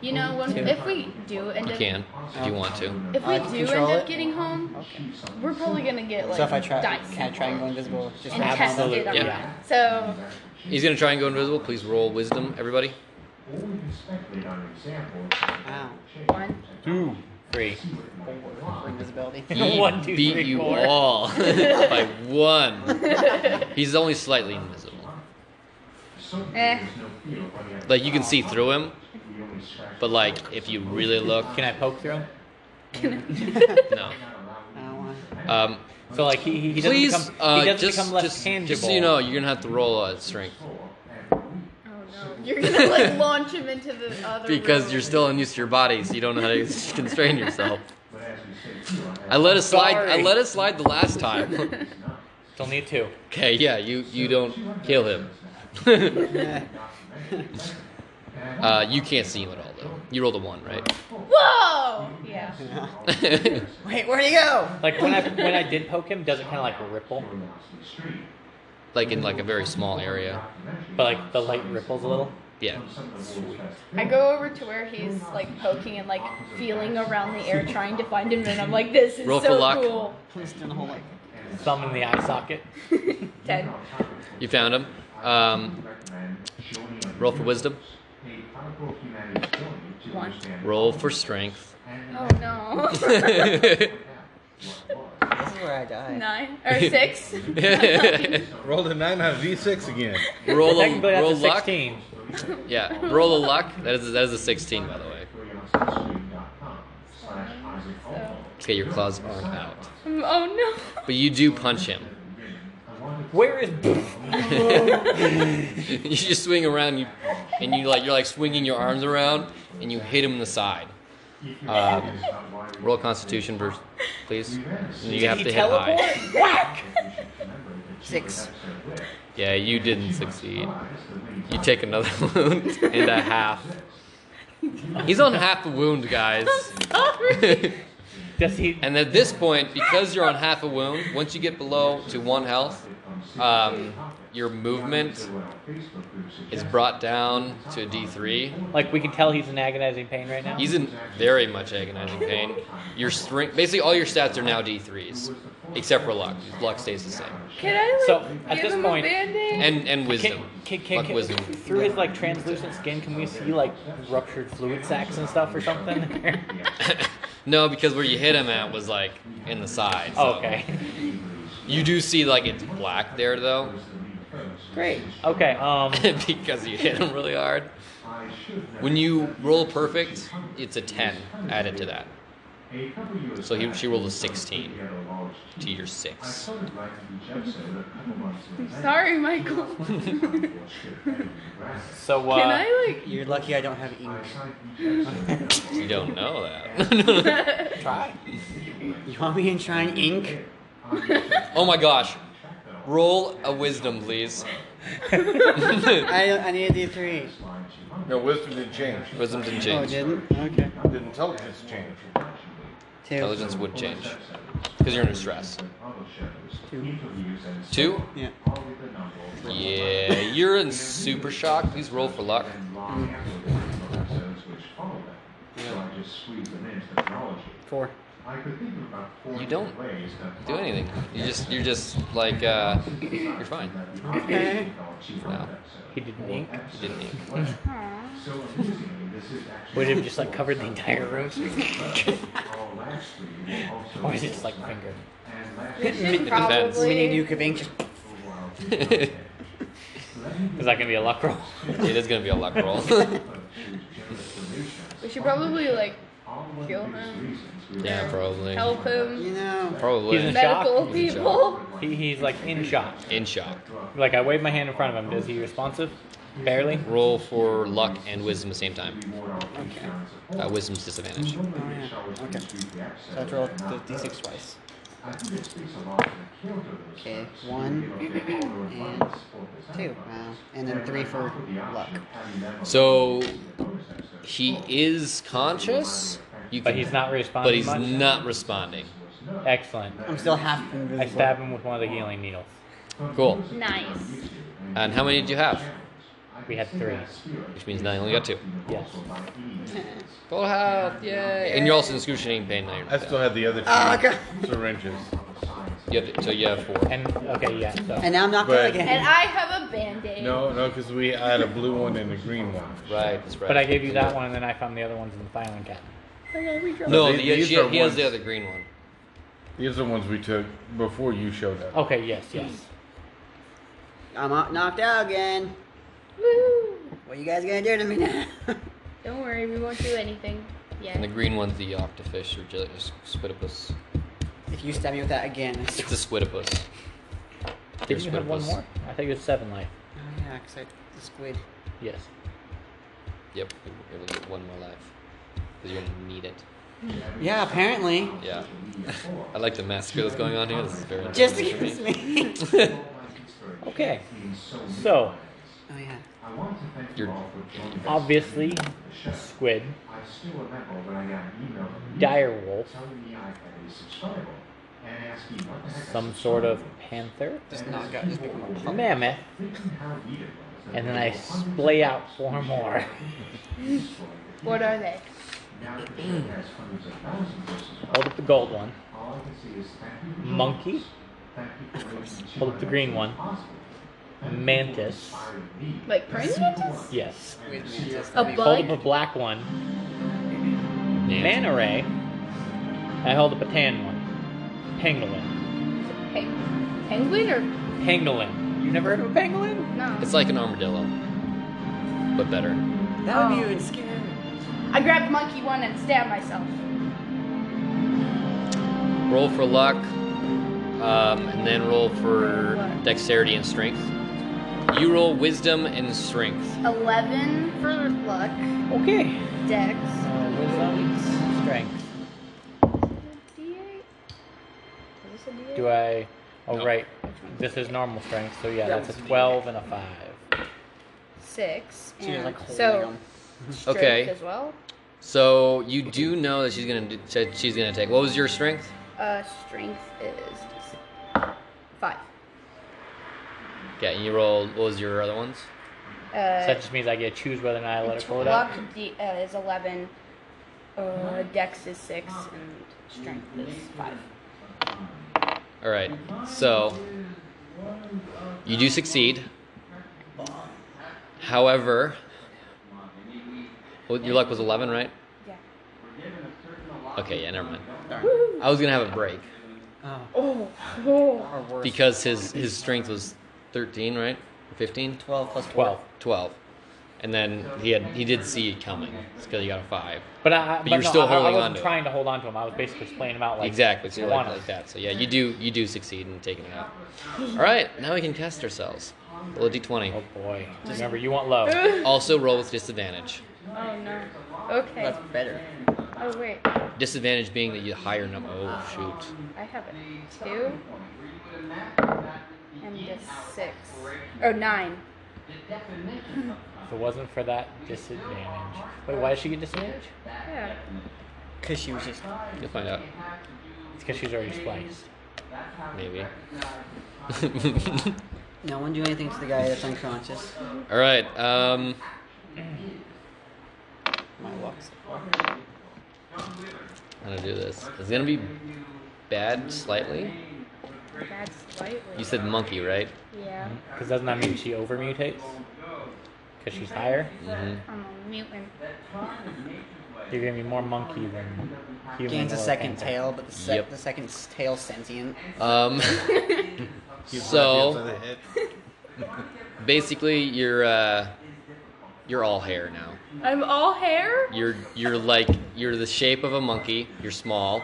You know, when, if we do end You up, can, if you want to. if I we can do end control up it. getting home, Okay. we're probably gonna get like So if I try, dice can I try and go invisible? Just and wrap tested myself- on Yeah. that. So He's gonna try and go invisible. Please roll wisdom, everybody. Wow. one. Two. Three. For invisibility. He One, two, beat three, you four. all by one. He's only slightly invisible. Eh. Like you can see through him, but like if you really look, Can I poke through him? no. I don't want. Um, So like he he, he doesn't please, become uh, he doesn't just, become less just, tangible. just so you know, you're gonna have to roll a strength Oh no. You're gonna like launch him into the other because room. you're still unused to your body, so you don't know how to constrain yourself. I let it slide. I Sorry. let it slide the last time. Still need two. okay, yeah, you you don't kill him. uh, you can't see him at all though. You rolled a one, right? Whoa! Yeah. Wait, where'd he go? Like when I when I did poke him, does it kind of like ripple? like in like a very small area. But like the light ripples a little. Yeah. I go over to where he's like poking and like feeling around the air trying to find him, and I'm like, this is Roll for so luck. cool. I'm just doing a whole like. Thumb in the eye socket. Ten. You found him. Um, roll for wisdom. One. Roll for strength. Oh no. This is where I die. Nine or six. roll Rolled a nine on a D6 again. a Technically, that's roll a luck. sixteen. Yeah. Roll a luck. That is that is a sixteen by the way. Okay, your claws aren't out, Um, oh no. but you do punch him. Where is? you just swing around, you, and you like you're like swinging your arms around, and you hit him in the side. Um, roll Constitution, vers- please. And you have Did to he hit teleport? high. Whack! Six. Yeah, you didn't succeed. You take another wound and a half. He's on half a wound, guys. and Does he? at this point, because you're on half a wound, once you get below to one health, um, your movement is brought down to a D3. Like we can tell he's in agonizing pain right now. He's in very much agonizing pain. Your strength, basically, all your stats are now D3s, except for luck. Luck stays the same, Can I like So, at give this him point- a band-aid? and and wisdom. Can, can, luck can, wisdom. through his like translucent skin, can we see like ruptured fluid sacs and stuff or something? no, because where you hit him at was like in the side. so- Oh, okay. You do see like it's black there though, Great. Okay. Um. because you hit him really hard. When you roll perfect, it's a 10 added to that. So he, she rolled a 16 to your 6. I'm sorry, Michael. So uh, Can I You're lucky I don't have ink. You don't know that. like? try? You want me to try and ink? oh my gosh. Roll a wisdom, please. I, I need a D3. No, wisdom didn't change. Wisdom didn't Oh, it change. didn't? Okay. Did intelligence change? Two. Intelligence would change. Because you're under stress. Two? Yeah. Yeah, you're in super shock. Please roll for luck. Four. You don't do anything. You just you're just like uh, you're fine. Okay. No, He didn't ink. you didn't need. Would it have just like covered the entire room? or is it just like finger? We should It depends. probably- We need new ink. Is that gonna be a luck roll? It is gonna be a luck roll. We should probably like kill him, yeah, probably. help him, You know. Probably He's medical He's in people. He, he's like in shock. in shock. Like I wave my hand in front of him. Does he responsive? Barely. Roll for luck and wisdom at the same time. Okay. Uh, wisdom's disadvantage. Oh, yeah. Okay. So I have to roll the d6 twice. Okay. One. And two. Wow. And then three for luck. So he is conscious. You But can- he's not responding. But he's much? not responding. Excellent. I'm still half I invisible. stab him with one of the healing needles. Cool. Nice. And how many did you have? We had three. Which means now you only got two. Yes. Full health, yay! And you're also in excruciating pain now. You're I not still dead. have the other two Oh, God. syringes. You have so you have four. And okay, yeah. So And now I'm knocked out But- again. And I have a band-aid. No, no, because we I had a blue one and a green one. Right, that's right. But I gave you that one, and then I found the other ones in the filing cabinet. No, These- the, these she, are he has ones- the other green one. These are the ones we took before you showed up. Okay, yes, yes. I'm out- knocked out again. Woo. What you guys gonna do to me now? Don't worry, we won't do anything yet. And the green one's the octofish or uh, jelly, s- squidopus. if you stab me with that again. I swear- It's a squidopus. They're Did you have one squidopus. more? I think it was seven life. Oh, yeah, 'cause I the squid. Yes. Yep, you're gonna get one more life because you're gonna need it. Yeah, apparently. Yeah. I like the massacre that's going on here. This is very Just interesting against me. for me. Okay. So oh yeah. you're obviously, squid, dire wolf, some sort of panther, Just knock out. Just become a puppet. mammoth, and then I splay out four more. What are they? Hold up the gold one. Monkey. Hold up the green one. Mantis. Like praying mantis? Yes. Squid mantis. A That'd be- Hold up a Bug? black one. Nancy. Manta ray. I hold up a tan one. Pangolin. Peng- penguin or Pangolin. You never heard of a pangolin? no? It's like an armadillo, but better. That would be Oh. even scary. I grabbed monkey one and stabbed myself. Roll for luck, um, and then roll for dexterity and strength. You roll wisdom and strength. Eleven for luck. Okay. Dex. Uh, wisdom, strength. D8. Is this a D8? Do I? Oh No. right, this is normal strength. So yeah, that's a twelve and a five. Six. She was and like holding so them. strength Okay. as well. So you do know that she's gonna do, that she's gonna take. What was your strength? Uh, strength is five. Okay, and you rolled. What was your other ones? So Uh, that just means I get to choose whether or not I let her pull it up. luck D, uh, is 11, uh, dex is 6, and strength is 5. All right. So you do succeed. However, well, your luck was 11, right? Yeah. Okay, yeah, never mind. Darn. I was gonna have a break Oh, Oh, oh. or worse. because his his strength was 13, right? 15, 12 plus 12. 12, and then he had he did see it coming because he got a five. But, I, I- But you're no, still I, I holding wasn't onto it. trying to hold on to him. I was basically just playing him out like exactly, so I you're like, want like that. So yeah, you do you do succeed in taking it out. All right, now we can cast ourselves. Roll a Oh d20. boy! Remember, you want low. Also roll with disadvantage. Oh, no. Okay. That's better. Oh, wait. Disadvantage being that you higher number. Oh shoot. I have a 2 and a Oh, 6. Or 9. If it wasn't for that disadvantage, wait, why did she get disadvantage? Yeah. Because she was just. You'll find out. It's because she's already spliced. Maybe. No one do anything to the guy that's unconscious. All right. Um, My luck's. how to do this? It's gonna be bad slightly. That's slightly. You said monkey, right? Yeah. Because doesn't that mean she over mutates? Because she's higher. Mm-hmm. I'm a mutant. You're gonna be more monkey than human. Gains a or second panther. tail, but the, sec- Yep. the second s- tail sentient. Um, so basically, you're uh, you're all hair now. I'm all hair? You're you're like you're the shape of a monkey. You're small.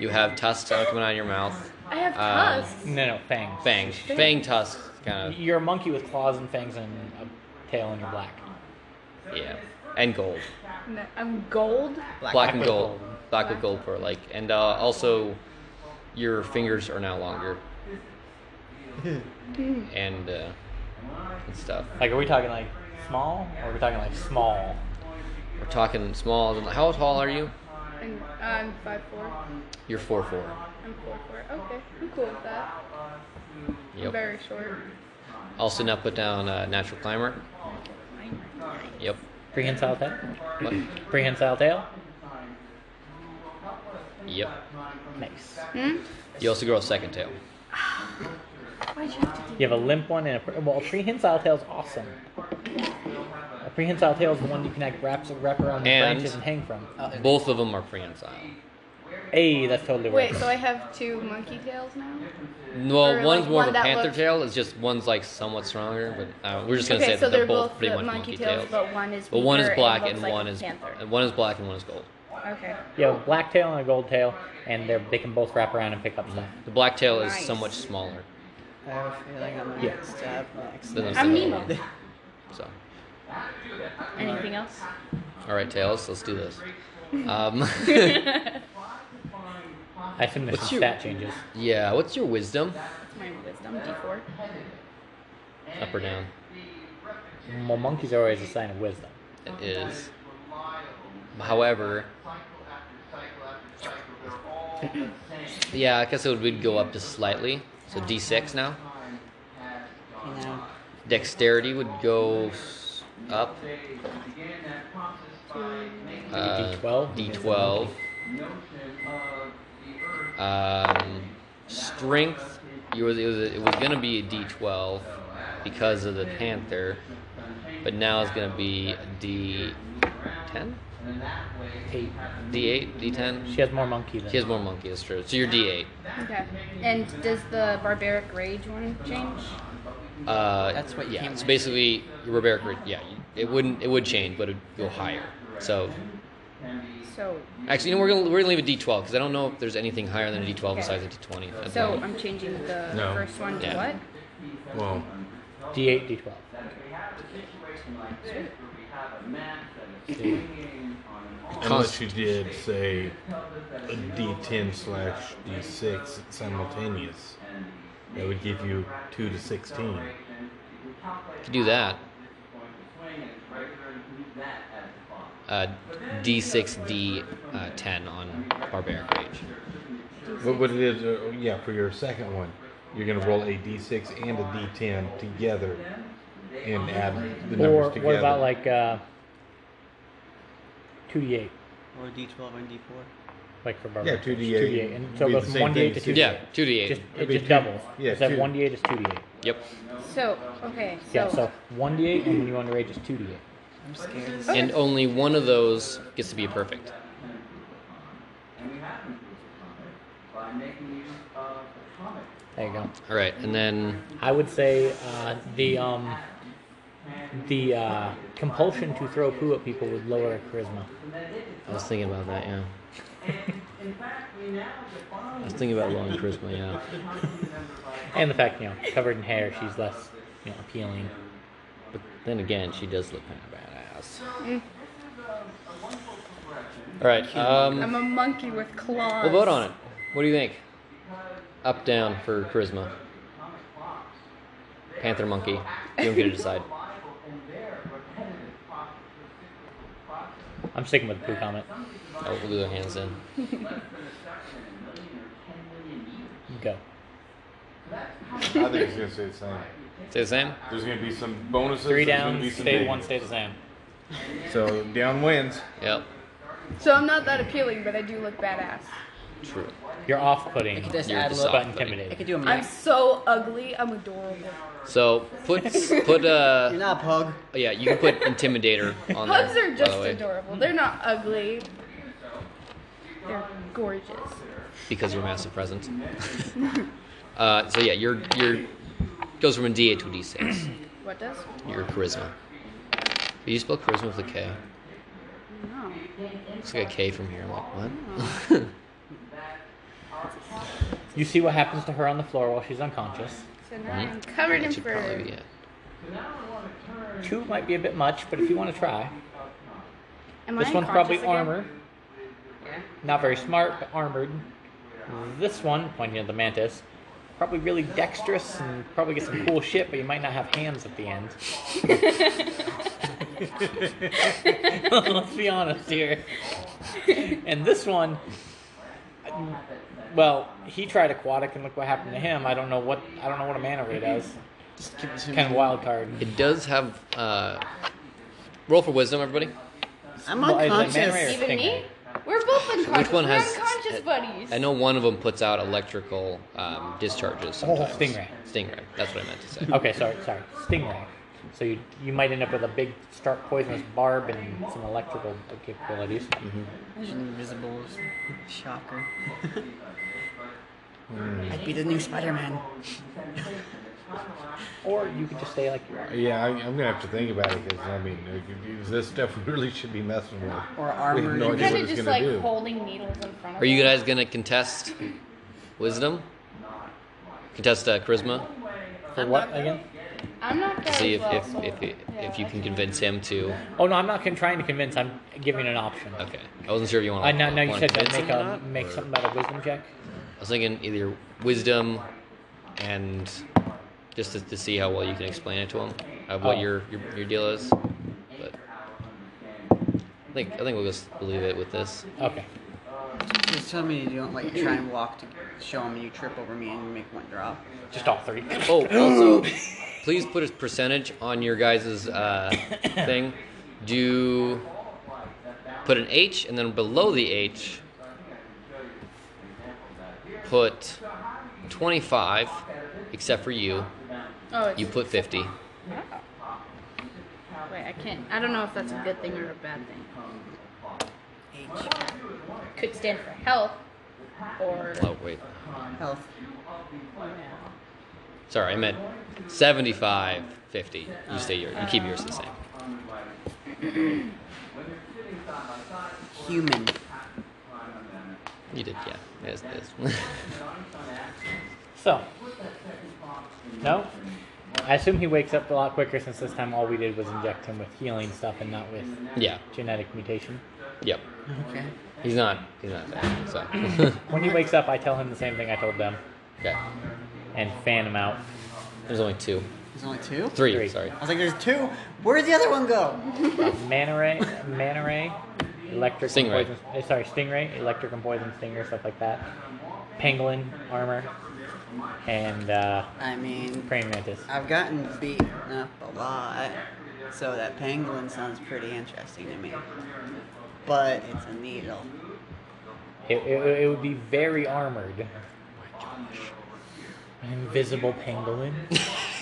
You have tusks out coming out of your mouth. I have Um, tusks. No, no, fangs. Fangs, fang tusks, kind You're a monkey with claws and fangs and a tail, and you're black. of yeah, and gold. No, I'm gold. black and with gold, gold. black with gold for like, and uh, also your fingers are now longer, and uh, and stuff. Like, are we talking like small, or are we talking like small? We're talking small. How tall are you? And uh, I'm five four. You're four four. I'm four four. Okay, I'm cool with that. I'm Yep. very short. Also now put down uh, natural climber. Yep. Prehensile tail. What? Prehensile tail. Yep. Nice. Hmm? You also grow a second tail. Why'd you have to You have a limp one and a pre- well. A prehensile tail is awesome. A prehensile tail is the one you can like wrap wrap around the And- branches and hang from. Oh, Both of them are prehensile. Hey, that's totally do? right. Wait, so I have two monkey tails now? Well, Or, one's like, more one of a that panther looks- tail. It's just one's like somewhat stronger, but uh, we're just gonna okay, say so that they're, both, both pretty the much monkey tails, but one is But one is weaker black looks and like one a is panther. one is black and one is gold. Okay. You have a black tail and a gold tail, and they're they can both wrap around and pick up stuff. The black tail is Nice. so much smaller I have a feeling I'm gonna Yeah. get stabbed next. than the I'm single Nemo. one. So, Anything else? all right, tails, let's do this. Um, I assume there's What's some your- stat changes. yeah, what's your wisdom? My wisdom, D4. Up or down? Well, monkeys are always a sign of wisdom. It is. However, yeah, I guess it would go up just slightly. So D6 now. You know, Dexterity would go s- up. Uh, D12? D12. Um, strength. You were, it was, it was going to be a D12 because of the panther, but now it's going to be a D10. Eight. D8, D10. She has more monkey than. She has more monkey. That's true. So you're D8. Okay. And does the barbaric rage one change? Uh, That's what you Yeah. came So with. basically, your barbaric. rate- Yeah. You, it wouldn't. It would change, but it'd go higher. So So, actually, you know, we're gonna we're gonna leave a D12 because I don't know if there's anything higher than a D12 Okay. besides a D20. at the so um, moment. I'm changing the No. first one to Yeah. what? Well, D8, D12. unless you did say a D10 slash D6 simultaneous, that would give you two to sixteen. You could do that. Uh, D6, D10 uh, on barbaric rage. But what it is, uh, yeah, for your second one, You're going to roll a d6 and a d10 together and add the or numbers together. what about like uh, 2d8, Or D12 and D4. like for barbarian? Yeah, 2d8. 2d8. And so Be it the goes from same 1d8 to thing 2d8. as Yeah, two D Just, eight. it be just two- doubles. yeah, Instead two. of 1d8 is 2d8. Yep. So okay. So, Yeah, so 1d8 and when you underage is 2d8. I'm scared. And only one of those gets to be perfect. There you go. All right, and then I would say uh, the um, the uh, compulsion to throw poo at people would lower charisma. I was thinking about that. Yeah. I was thinking about long charisma. Yeah. And the fact, you know, covered in hair, she's less, you know, appealing. But then again, she does look kind of badass. Mm. All right. Um, I'm a monkey with claws. we'll vote on it. What do you think? Up down for charisma. Panther monkey. You don't get to decide. I'm sticking with the poo comment. Oh, we'll do the hands in. Go. I think it's going to stay the same. Stay the same. There's going to be some bonuses. Three there's gonna down, be some stay big one, ones. stay the same. So down wins. Yep. So I'm not that appealing, but I do look badass. True. You're off-putting, I could just You're add a the little. soft but buddy. I intimidating. could do a I'm max. so ugly. I'm adorable. So put put You're uh not a pug. yeah you can put intimidator on there. Pugs are by just the way, adorable. They're not ugly. They're gorgeous. because you're massive presence. uh, so yeah, your your goes from a D eight to a D six. What does? Your charisma. Do you spell charisma with a K? No. Looks like a K from here. I'm Oh. like what? You see what happens to her on the floor while she's unconscious. So now I'm covered in that should probably be fur. it. Two might be a bit much, but if you want to try. Am I This one's unconscious probably again? armor. Not very smart, but armored. This one, pointing at the mantis, probably really dexterous and probably get some cool shit, but you might not have hands at the end. Let's be honest here. And this one, well, he tried aquatic, and look what happened to him. I don't know what I don't know what a mana ray does. Just give it to me. Kind of wild card. It does have uh, roll for wisdom, everybody. I'm Well, is it mana ray or unconscious. Even me? stingray? We're both unconscious. Which one We're has? unconscious buddies. I know one of them puts out electrical um, discharges. Sometimes. stingray. Stingray. That's what I meant to say. Okay, sorry, sorry. Stingray. So you you might end up with a big, stark poisonous barb and some electrical capabilities. Invisible shocker. I'd be the new Spider-Man. Or you could just stay like you are. Yeah, I, I'm gonna have to think about it because I mean, if- if this stuff we really should be messing Or with. We have armored. no I'm idea kind what of it's just gonna like do. holding needles in front of Are you us. guys gonna contest wisdom? Contest uh, charisma For what again? I'm not to that see if well, if, so- if, if, yeah, you I can convince him to. Oh no, I'm not con- trying to convince. I'm giving an option. Okay, I wasn't sure if you want. I know. Now you wanna said that convince make him or a not, make or- something about a wisdom check. I was thinking either wisdom and just to, to see how well you can explain it to him of what Oh. your, your your deal is. But I think I think we'll just leave it with this. Okay. Just tell me you don't like try and walk to show him you trip over me and make one drop. Just all three. Oh, also, please put a percentage on your guys' uh, thing. Do put an H, and then below the H, put 25, except for you. Oh, it's, You put 50. wait, I can't. I don't know if that's a good thing or a bad thing. H could stand for health or Oh, wait. Health. Sorry, I meant 75, 50. You stay your, you keep yours the same. Human. You did, yeah. Yes, yes. So. No. I assume he wakes up a lot quicker since this time all we did was inject him with healing stuff and not with yeah. genetic mutation. Yep. Okay. He's not. He's not there. So. When he wakes up, I tell him the same thing I told them okay. and fan him out. There's only two. There's only two? Three, Three. sorry. I was like, there's two? Where'd the other one go? Manta Uh, ray, manta ray, electric and Stingray. poison. eh, Sorry, stingray, electric and poison stinger, stuff like that. Pangolin armor, and uh, I mean, praying mantis. I've gotten beaten up a lot, so that pangolin sounds pretty interesting to me. But it's a needle. It, it, it would be very armored. An invisible pangolin.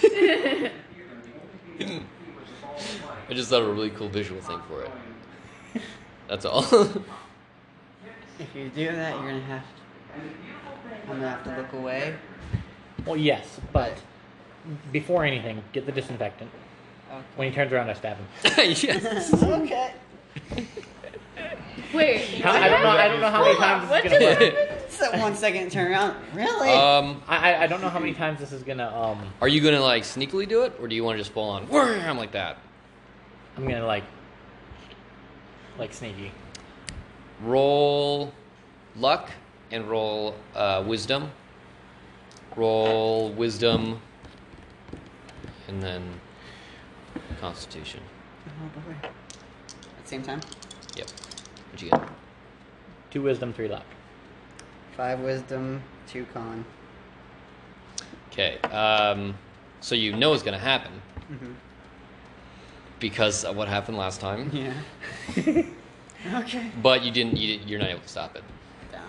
I just thought of a really cool visual thing for it. That's all. If you do that, you're gonna have I'm gonna have to look away. Well, yes, but before anything, get the disinfectant. When he turns around, I stab him. yes. Okay. Wait. How- I don't know. I don't know how many times What this is gonna did work. So one second, turn around. Really? Um, I, I- I don't know how many times this is gonna. Um, are you gonna like sneakily do it, or do you want to just fall on wham like that? I'm gonna like, like sneaky. Roll luck and roll uh, wisdom. Roll wisdom, and then Constitution. Oh, boy. At the same time. Yep. What you got? Two wisdom, three luck. Five wisdom, two con. Okay. Um, so you know it's gonna happen Mhm. because of what happened last time, Yeah. okay. but you didn't. You, you're not able to stop it. Down.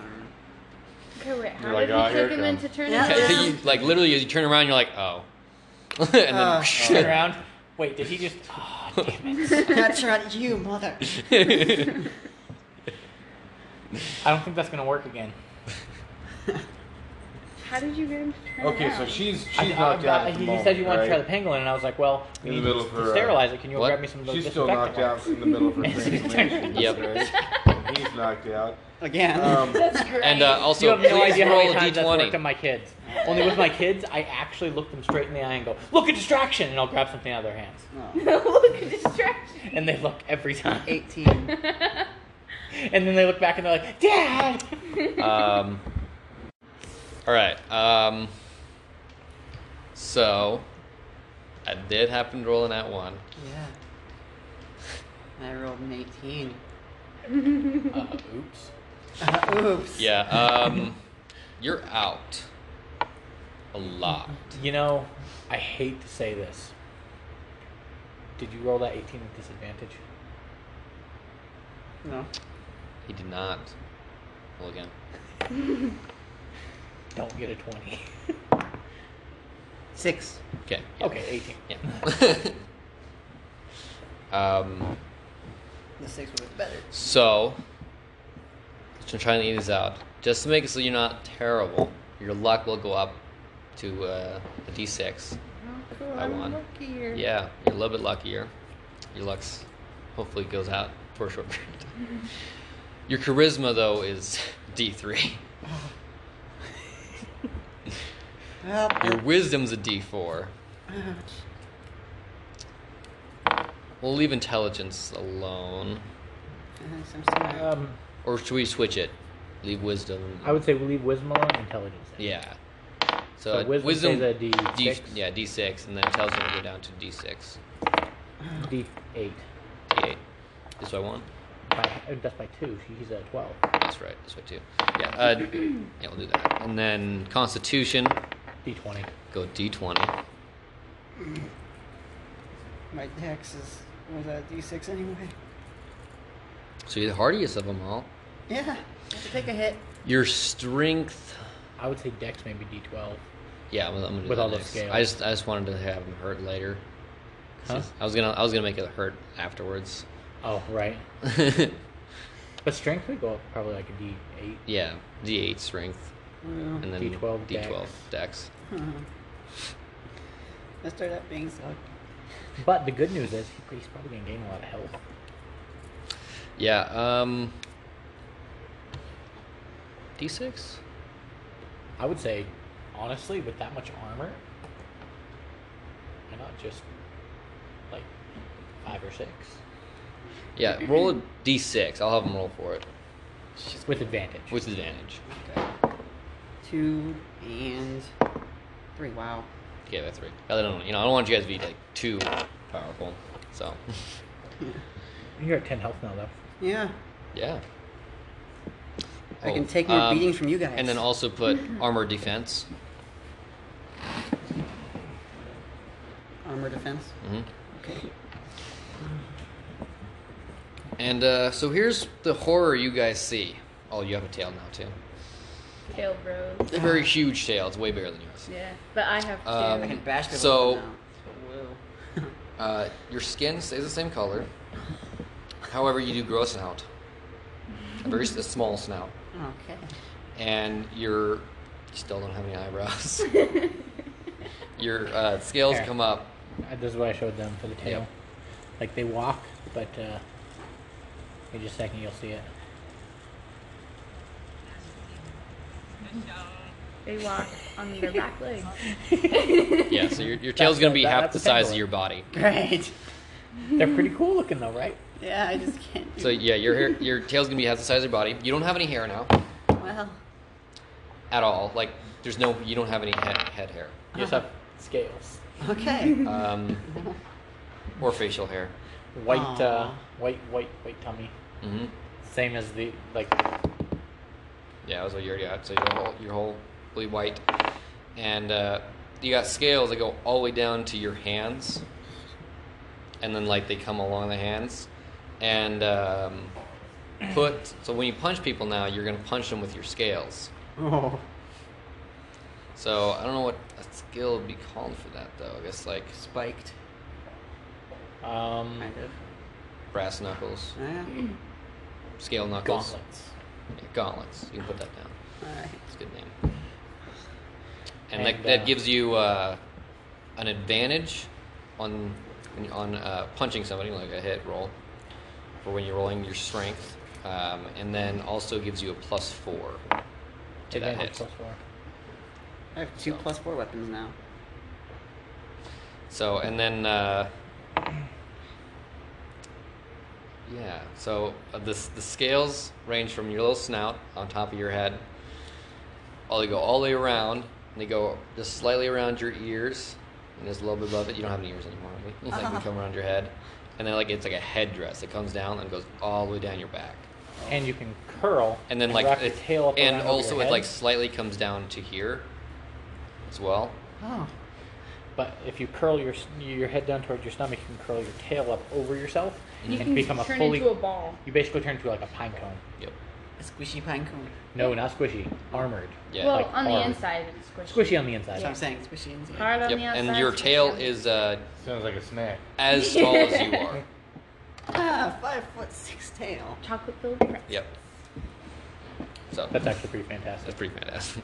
Okay, wait. How You're like, did "Ah, we here trick it him comes." into turning Yeah. Okay, so down? you, like literally, you turn around, you're like, oh, and then Oh. Turn around. Wait, did he just? Oh, damn it! That's right, you mother. I don't think that's gonna work again. How did you get him to turn Okay, so around? she's she's I- I- knocked I- out at the he moment, said you wanted to try right? the pangolin, and I was like, well, we In the need middle to of her, uh, sterilize it. Can you What? grab me some of those She's still knocked out disinfectant in the middle of her transformation. Yep. right? He's knocked out. Again. Um, That's great. and uh, You also, have no please idea how roll many a times that's worked on d20. my kids. Only with my kids, I actually look them straight in the eye and go, "Look at distraction," and I'll grab something out of their hands, Oh. uh, Look, a distraction. and they look every time. 18. And then they look back and they're like, "Dad." Um, all right. Um, so I did happen to roll in that one. Yeah. I rolled an 18. Uh, oops. Uh, oops. Yeah. Um, you're out a lot. You know, I hate to say this. Did you roll that 18 with disadvantage? No. He did not. Roll again. Don't get a 20. Six. Okay. yeah, okay, 18. Yeah. um. The six would have been better. So, I'm trying to eat this out. Just to make it so you're not terrible, your luck will go up to uh, a d6. cool. I I'm won. luckier. Yeah, you're a little bit luckier. Your luck's hopefully goes out for a short period of time. Your charisma, though, is d3. Well, Your wisdom's a d4. We'll leave intelligence alone. some stuff. Um, Or should we switch it? Leave wisdom. I would say we leave wisdom alone, intelligence. in. Yeah. So So, wisdom wisdom stays at D6? D, yeah, D6, and then intelligence will go down to D6. D8. D8. This way one. By, uh, that's by 2. He's at 12. That's right. This way two. Yeah. Uh, yeah, we'll do that. And then Constitution. D20. Go D20. My dex is was that d6 anyway. So you're the hardiest of them all. Yeah. Just take a hit. Your strength. I would say dex maybe D12. Yeah, I'm, I'm gonna do With that all the next. scales. I just I just wanted to have him hurt later. Huh? I was gonna I was gonna make it hurt afterwards. Oh, right. But strength would go up probably like a D8. yeah, D8 strength, Well, and then D12 D12 dex. let's start up being sucked. But the good news is he- he's probably going to gain a lot of health. Yeah. Um. D6. I would say, honestly, with that much armor, why not just like five or six Yeah. Roll a D6. I'll have him roll for it with advantage? with advantage. Two and three. Wow. Okay, that's three. I don't know. You know, I don't want you guys to be like too powerful. So, You're at ten health now, though. Yeah. yeah. I Oh, can take more um, beating from you guys. And then also put armor defense. armor defense? Mhm. Okay. And uh, so here's the horror you guys see. Oh, you have a tail now too. Tail bros. A very huge tail. It's way bigger than yours. Yeah, but I have two. Um, I can bash people So- now. Whoa. Uh, your skin stays the same color. However, you do grow a snout, a very s- a small snout, okay. and you're you still don't have any eyebrows. your uh, scales Fair. come up. Uh, This is what I showed them for the tail. Yep. Like they walk, but uh, in just a second you'll see it. they walk on their back legs. Yeah, so your, your tail's gonna be That's- half the that's a size of pendulum. your body. Great. Hmm. They're pretty cool looking though, right? Yeah, I just can't. Do So yeah, your hair, your tail's gonna be half the size of your body. You don't have any hair now well. at all. Like there's no, you don't have any head, head hair You just have Uh-huh. scales, Okay. um, or facial hair. white, uh, Aw. white, white, white tummy. hmm Same as the like. Yeah, that was what you already got. So your whole, your whole really white, and uh, you got scales that go all the way down to your hands, and then like they come along the hands, and um, put. So when you punch people now, you're gonna punch them with your scales. Oh. So I don't know what a skill would be called for that though. I guess like Spiked, Um, kind of. brass knuckles, Yeah. scale knuckles, gauntlets. Yeah, gauntlets. You can put that down. All right. It's a good name. And, that, And, uh, that gives you uh, an advantage on on uh, punching somebody, like a hit roll, for when you're rolling your strength, um, and then also gives you a plus four to that Advantage hit. plus four. I have two So. plus four weapons now. So and then uh, yeah, so uh, the the scales range from your little snout on top of your head. All they go all the way around, and they go just slightly around your ears, and just a little bit above it. You don't have any ears anymore. Right? It's like they come around your head, and then like it's like a headdress. It comes down and goes all the way down your back, And you can curl. and then like wrap your it- tail up and around over also your it head. like slightly comes down to here, as well. Oh. But if you curl your s- your head down towards your stomach, you can curl your tail up over yourself You and can become a turn fully. into a ball. You basically turn into like a pine cone. Yep. A squishy pine cone. No, not squishy. Armored. Yeah. well, like on the hard. inside, it's squishy. Squishy on the inside. That's what I'm saying. Squishy inside. Hard on Yep. the outside. And your squishy tail on the- is uh, Sounds like a snack. as tall as you are. Ah, five foot six tail. chocolate filled pretzel. Yep. So That's actually pretty fantastic. that's pretty fantastic.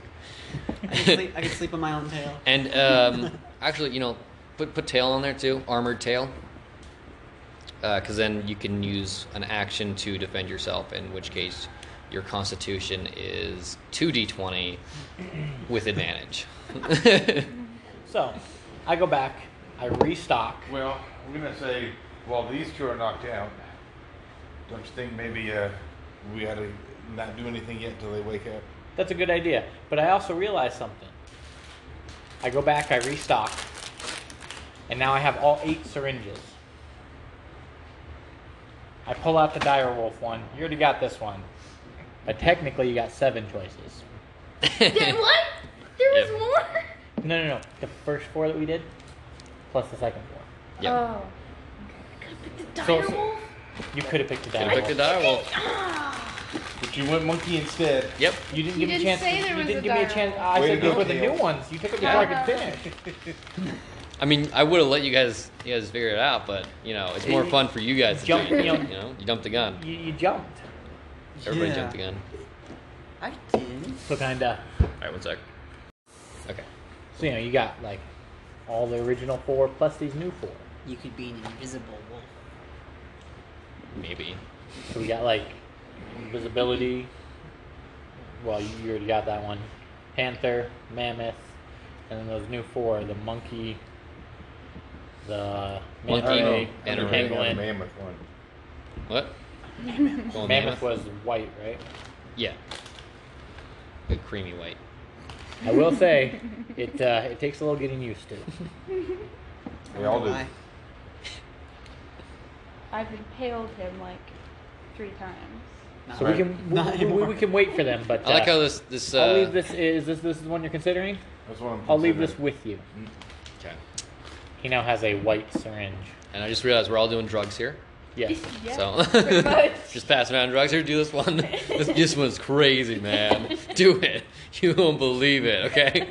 I can sleep, I can sleep on my own tail. and um, actually, you know, put put tail on there too, armored tail, because then you can use an action to defend yourself. In which case, your Constitution is two d twenty with advantage. So, I go back. I restock. Well, I'm gonna say, while these two are knocked out, don't you think maybe uh, we ought to not do anything yet until they wake up? That's a good idea. But I also realized something. I go back. I restock. And now I have all eight syringes. I pull out the dire wolf one. You already got this one. But technically, you got seven choices. Did what? There was Yep. more? No, no, no. The first four that we did, plus the second four. yep. Oh. I could have picked the So- dire wolf. You could have picked a Could dire have picked a wolf. direwolf. But you went monkey instead. Yep. You didn't give You me didn't a chance. say there you was didn't a Uh-huh. give me a dire chance. wolf. I Way said to these were the go. new ones. You took them Yeah. before I could finish. I mean, I would have let you guys you guys figure it out, but you know, it's more fun for you guys to Jump, do. it, you know. You know, you dumped the gun. You, you jumped. Everybody Yeah. jumped the gun. I did. So kinda. All right, one sec. Okay. So you know you got like all the original four plus these new four. You could be an invisible wolf. Maybe. So we got like invisibility. Well, you you already got that one. Panther, mammoth, and then those new four: the monkey, the Monkey, manta, and the a Hang on, pangolin. the mammoth one. What? Going Mammoth was white, right? Yeah. Good creamy white. I will say, it uh, it takes a little getting used to. They all do. Why? I've impaled him like three times. Not So we can we- Not we, we, anymore. can wait for them, but I like uh, how this this. Uh, I'll leave this. Is this this is the one you're considering? That's what I'm. I'll leave this considering. with you. Okay. He now has a white syringe. And I just realized we're all doing drugs here. Yes. Yeah, pretty so much. just pass around drugs here. Do this one. This, this one's crazy, man. Do it. You won't believe it. Okay.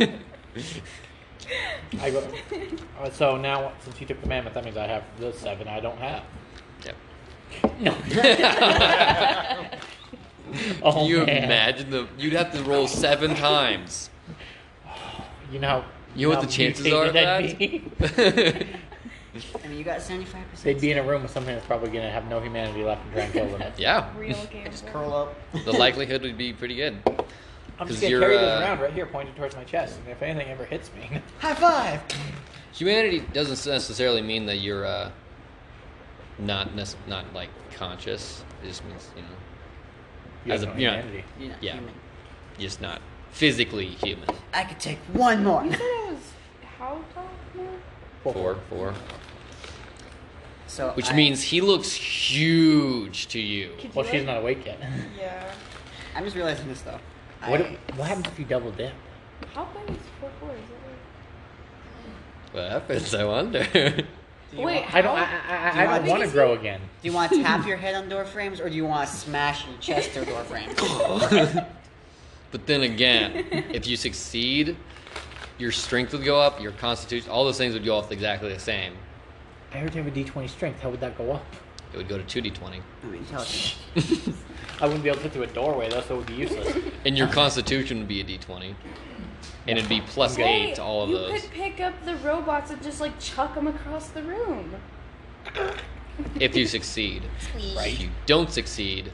I go, uh, so now, since he took the mammoth, that means I have the seven I don't have. Yep. No. Can oh, you man. imagine the? You'd have to roll seven times. You know, how- You know what how the chances mutated are of that'd that? be? I mean, you got 75%. They'd be in a room with someone that's probably going to have no humanity left and try and kill them. yeah. Real game. Just Curl up. The likelihood would be pretty good. I'm 'Cause just going to you're, carry this uh, around right here, pointed towards my chest. And if anything ever hits me, High five! Humanity doesn't necessarily mean that you're uh, not nece- not like conscious. It just means you know you As have a- no yeah. humanity. You're not Yeah. human. you're just not physically human. I could take one more. You said it was how tall? now? Four, four. So Which I- means he looks huge to you. Could you Well, she's like- not awake yet. Yeah. I'm just realizing this though. What, I, if- what happens if you double dip? How big is four four? Is it What happens? I wonder. do like... you Wait, want, I don't. I, how- I, Do you I, I want- don't want to grow again. do you want to tap your head on door frames or do you want to smash your chest through door frames? but then again, if you succeed, your strength would go up, your constitution, all those things would go up exactly the same. I heard you have a D20 strength. How would that go up? It would go to 2d20. I mean, intelligence. I wouldn't be able to fit through a doorway though, so it would be useless. And your constitution would be a d20. And it'd be plus Wait, 8 to all of you those. could pick up the robots and just like chuck them across the room. If you succeed. If you don't succeed,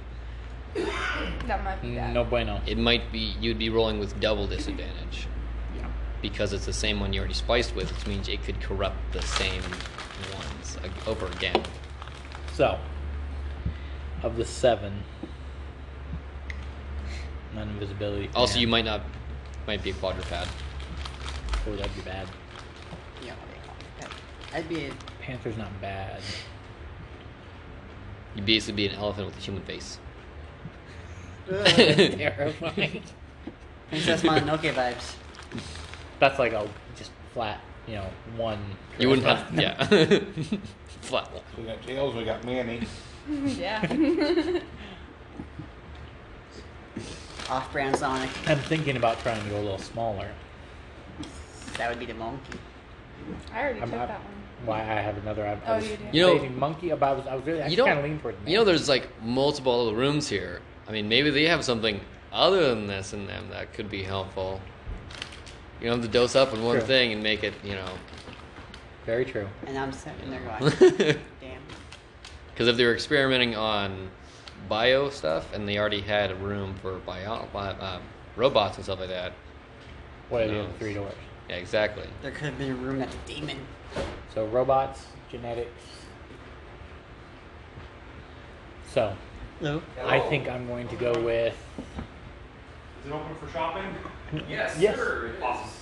That might be bad. no bueno. it might be you'd be rolling with double disadvantage. Because it's the same one you already spliced with, which means it could corrupt the same ones ag- over again. So, of the seven, not invisibility. Also, yeah. you might not might be a quadruped. Oh, that'd be bad. Yeah, I'd be a Panther's not bad. You'd basically be an elephant with a human face. Terrifying. Princess Mononoke vibes. That's like a just flat, you know, one. you wouldn't have, yeah. Flat. We got tails. We got Manny. yeah. Off brand Sonic. I'm thinking about trying to go a little smaller. That would be the monkey. I already I'm took not- that one. Why I have another. I, I Oh, was you did. You know- stating monkey, but I was, I was really, I You kind of don't. lean toward. You know, there's like multiple other rooms here. I mean, maybe they have something other than this in them that could be helpful. You don't have to dose up on one True. thing and make it, you know. very true. And I'm sitting there going, Because damn. if they were experimenting on bio stuff and they already had a room for bio bi- uh, robots and stuff like that, What are the No. other three doors? yeah, exactly. There could have been a room that's a demon. So robots, genetics. So No. I think I'm going to go with Is it open for shopping? Yes, Yes. sir. it is.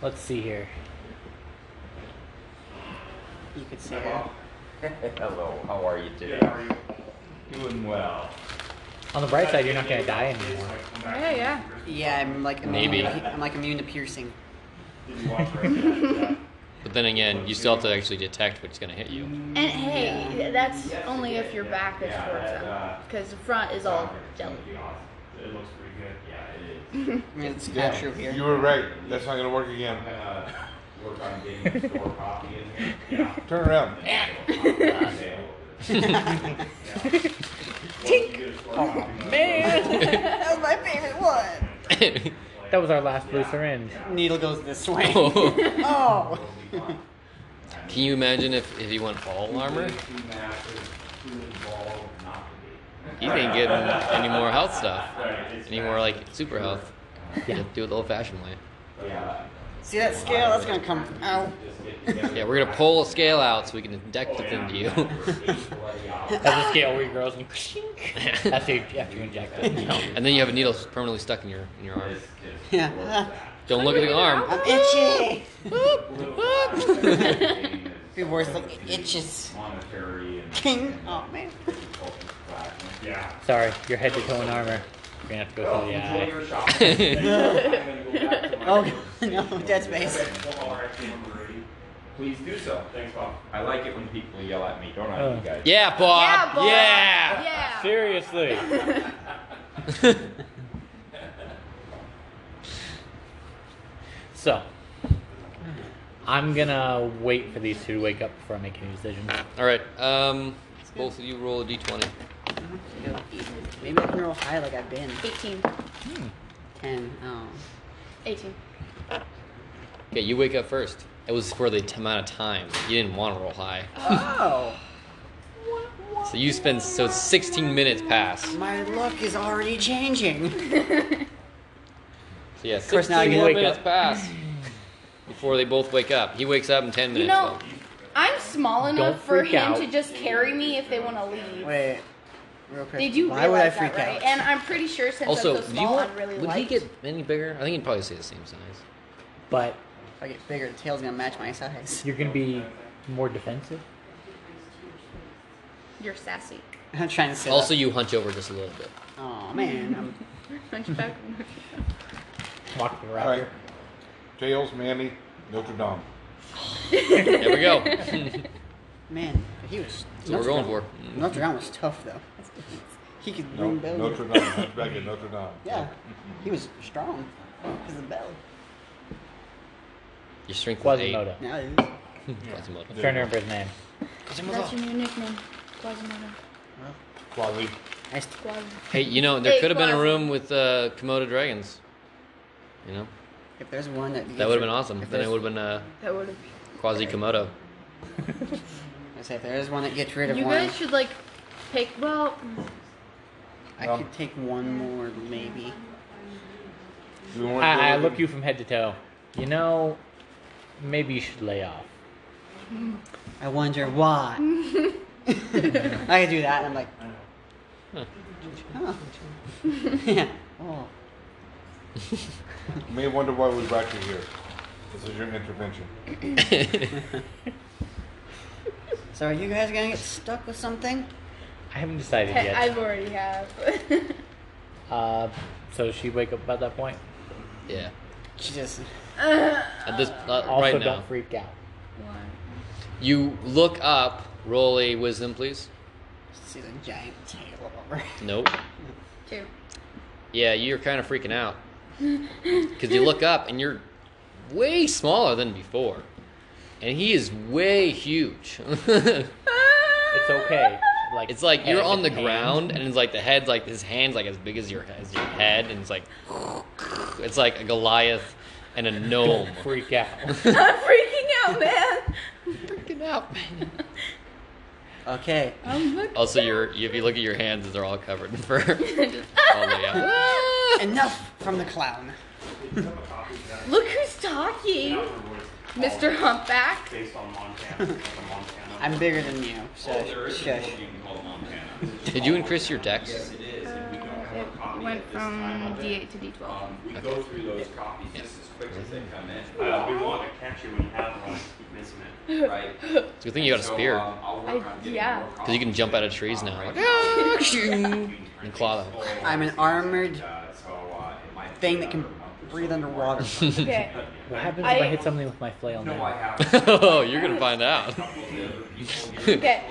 let's see here. You could say that. Hello, how are you today? Yeah, how are you? Doing well. On the bright side, you're not going to die anymore. Come back. Yeah, yeah. Yeah, I'm like immune Maybe. To, I'm like immune to piercing. Did you watch right? But then again, you still have to actually detect what's going to hit you. And hey, th- that's only if your back is towards them, because the front is all jelly. It looks pretty good. Yeah, it is. I mean, it's Yeah, not true here. You were right. That's not gonna work again. Uh, work on getting a store copy in here. Yeah. Turn around. Oh, Man, That was my favorite one. Mm. that was our last blue syringe. Needle goes this way. Oh. oh. Can you imagine if, if he went all armor? He didn't get any more health stuff. Any more like super health. You have to do it the old fashioned way. See that scale? That's gonna come out. Yeah, we're gonna pull a scale out so we can inject it into you. That's the scale where it grows and after you, after you inject it. and then you have a needle permanently stuck in your in your arm. Yeah. Don't look at the arm. I'm itchy. Whoop, whoop. Be worse like it itches. Monetary and King. Oh man. yeah. Sorry, you're head to toe in armor. You're gonna have to go through the Enjoy eye. your shopping. I'm gonna go back to my Oh, no, Dead Space. Please do so. Thanks, Bob. I like it when people yell at me, don't I, Oh. you guys? Yeah, Bob. Yeah, Bob. Yeah. Yeah. Seriously. so, I'm gonna wait for these two to wake up before I make any decisions. All right. Um, both of you roll a d20. I don't have to go eat. Maybe I can roll high like I've been. 18. 10. Oh. 18. Okay, you wake up first. It was for the t- amount of time. You didn't want to roll high, Oh! so you spend so 16 minutes pass. So My luck is already changing. yeah, course, 16 now I get to more wake minutes up. pass before they both wake up. He wakes up in 10 minutes. You know, I'm small enough for freak him out. to just carry me if they want to leave. Wait. Real quick. They do Why would I realize freak that, right? out? And I'm pretty sure since also, I'm so do you small, want? I'd really would he like. get any bigger? I think he'd probably stay the same size. But if I get bigger, the tail's gonna match my size. you're gonna be more defensive. You're sassy. I'm trying to sit Also, up. you hunch over just a little bit. Oh man, I'm Hunchback. Walk the raptor. All right. Tails, Manny, Notre Dame. There we go. man. He was. That's what we're going for. Notre Dame was tough though. He could No, ring bells. Notre Dame. Hunchback at Notre Dame. Yeah, he was strong. Cause of the bell. Your strength was eight. Quasimodo. Now it is. Quasimodo. I'm trying to remember his name. That's your new nickname. Quasimodo. Quasi. Nice. t- Quas- Hey, you know there Hey, could have been a Quasi. room with uh, Komodo dragons. You know If there's one that that would have been awesome. Then it would have been uh, That would have. Quasi Komodo. I say if there is one that gets rid of You one, guys should like pick. Well, I Oh. Um, could take one more maybe. Do you want to I, I look you from head to toe. You know, maybe you should lay off. I wonder why. I could do that, and I'm like, huh? yeah. Oh. You may wonder why we brought you here. This is your intervention. So are you guys gonna get stuck with something? I haven't decided I- yet. I've already have. Uh, so she wake up at that point. Yeah. She just. At this uh, Also, right don't now, freak out. you look up. Roll a wisdom, please. See the giant tail over. Nope. Two. Yeah, you're kind of freaking out because you look up and you're way smaller than before, and he is way huge. Ah! It's okay. Like it's like you're head on the and hand. ground, and it's like the head's like his hands like as big as your as your head, and it's like it's like a Goliath and a gnome. Freak out. I'm freaking out, man. freaking out. Okay. I'm hooked. Also, your if you look at your hands, they're all covered in fur. all the uh, way up. Oh. Enough from the clown. Look who's talking, Mr. Humpback. Based on Montana. like a Montana. I'm bigger than you, so Oh, There is a shush. you can call Montana. Did you increase your dex? It is, and we don't have a Uh, It copy went at this time from of it. D8 to D12. Um, we go through those copies just as quick as they come in. Uh, we want to catch you when you have one. Keep missing it. right? It's a good thing you got a So, spear uh, um, I'll work I- on getting yeah. more because you can copies jump out it. of trees now. Like, and claw them. I'm an armored Uh, so, uh, it might be thing that can another month or breathe so. underwater. Okay. What happens if I- I hit something with my flail No, I now? have. oh, you're gonna find out. Okay.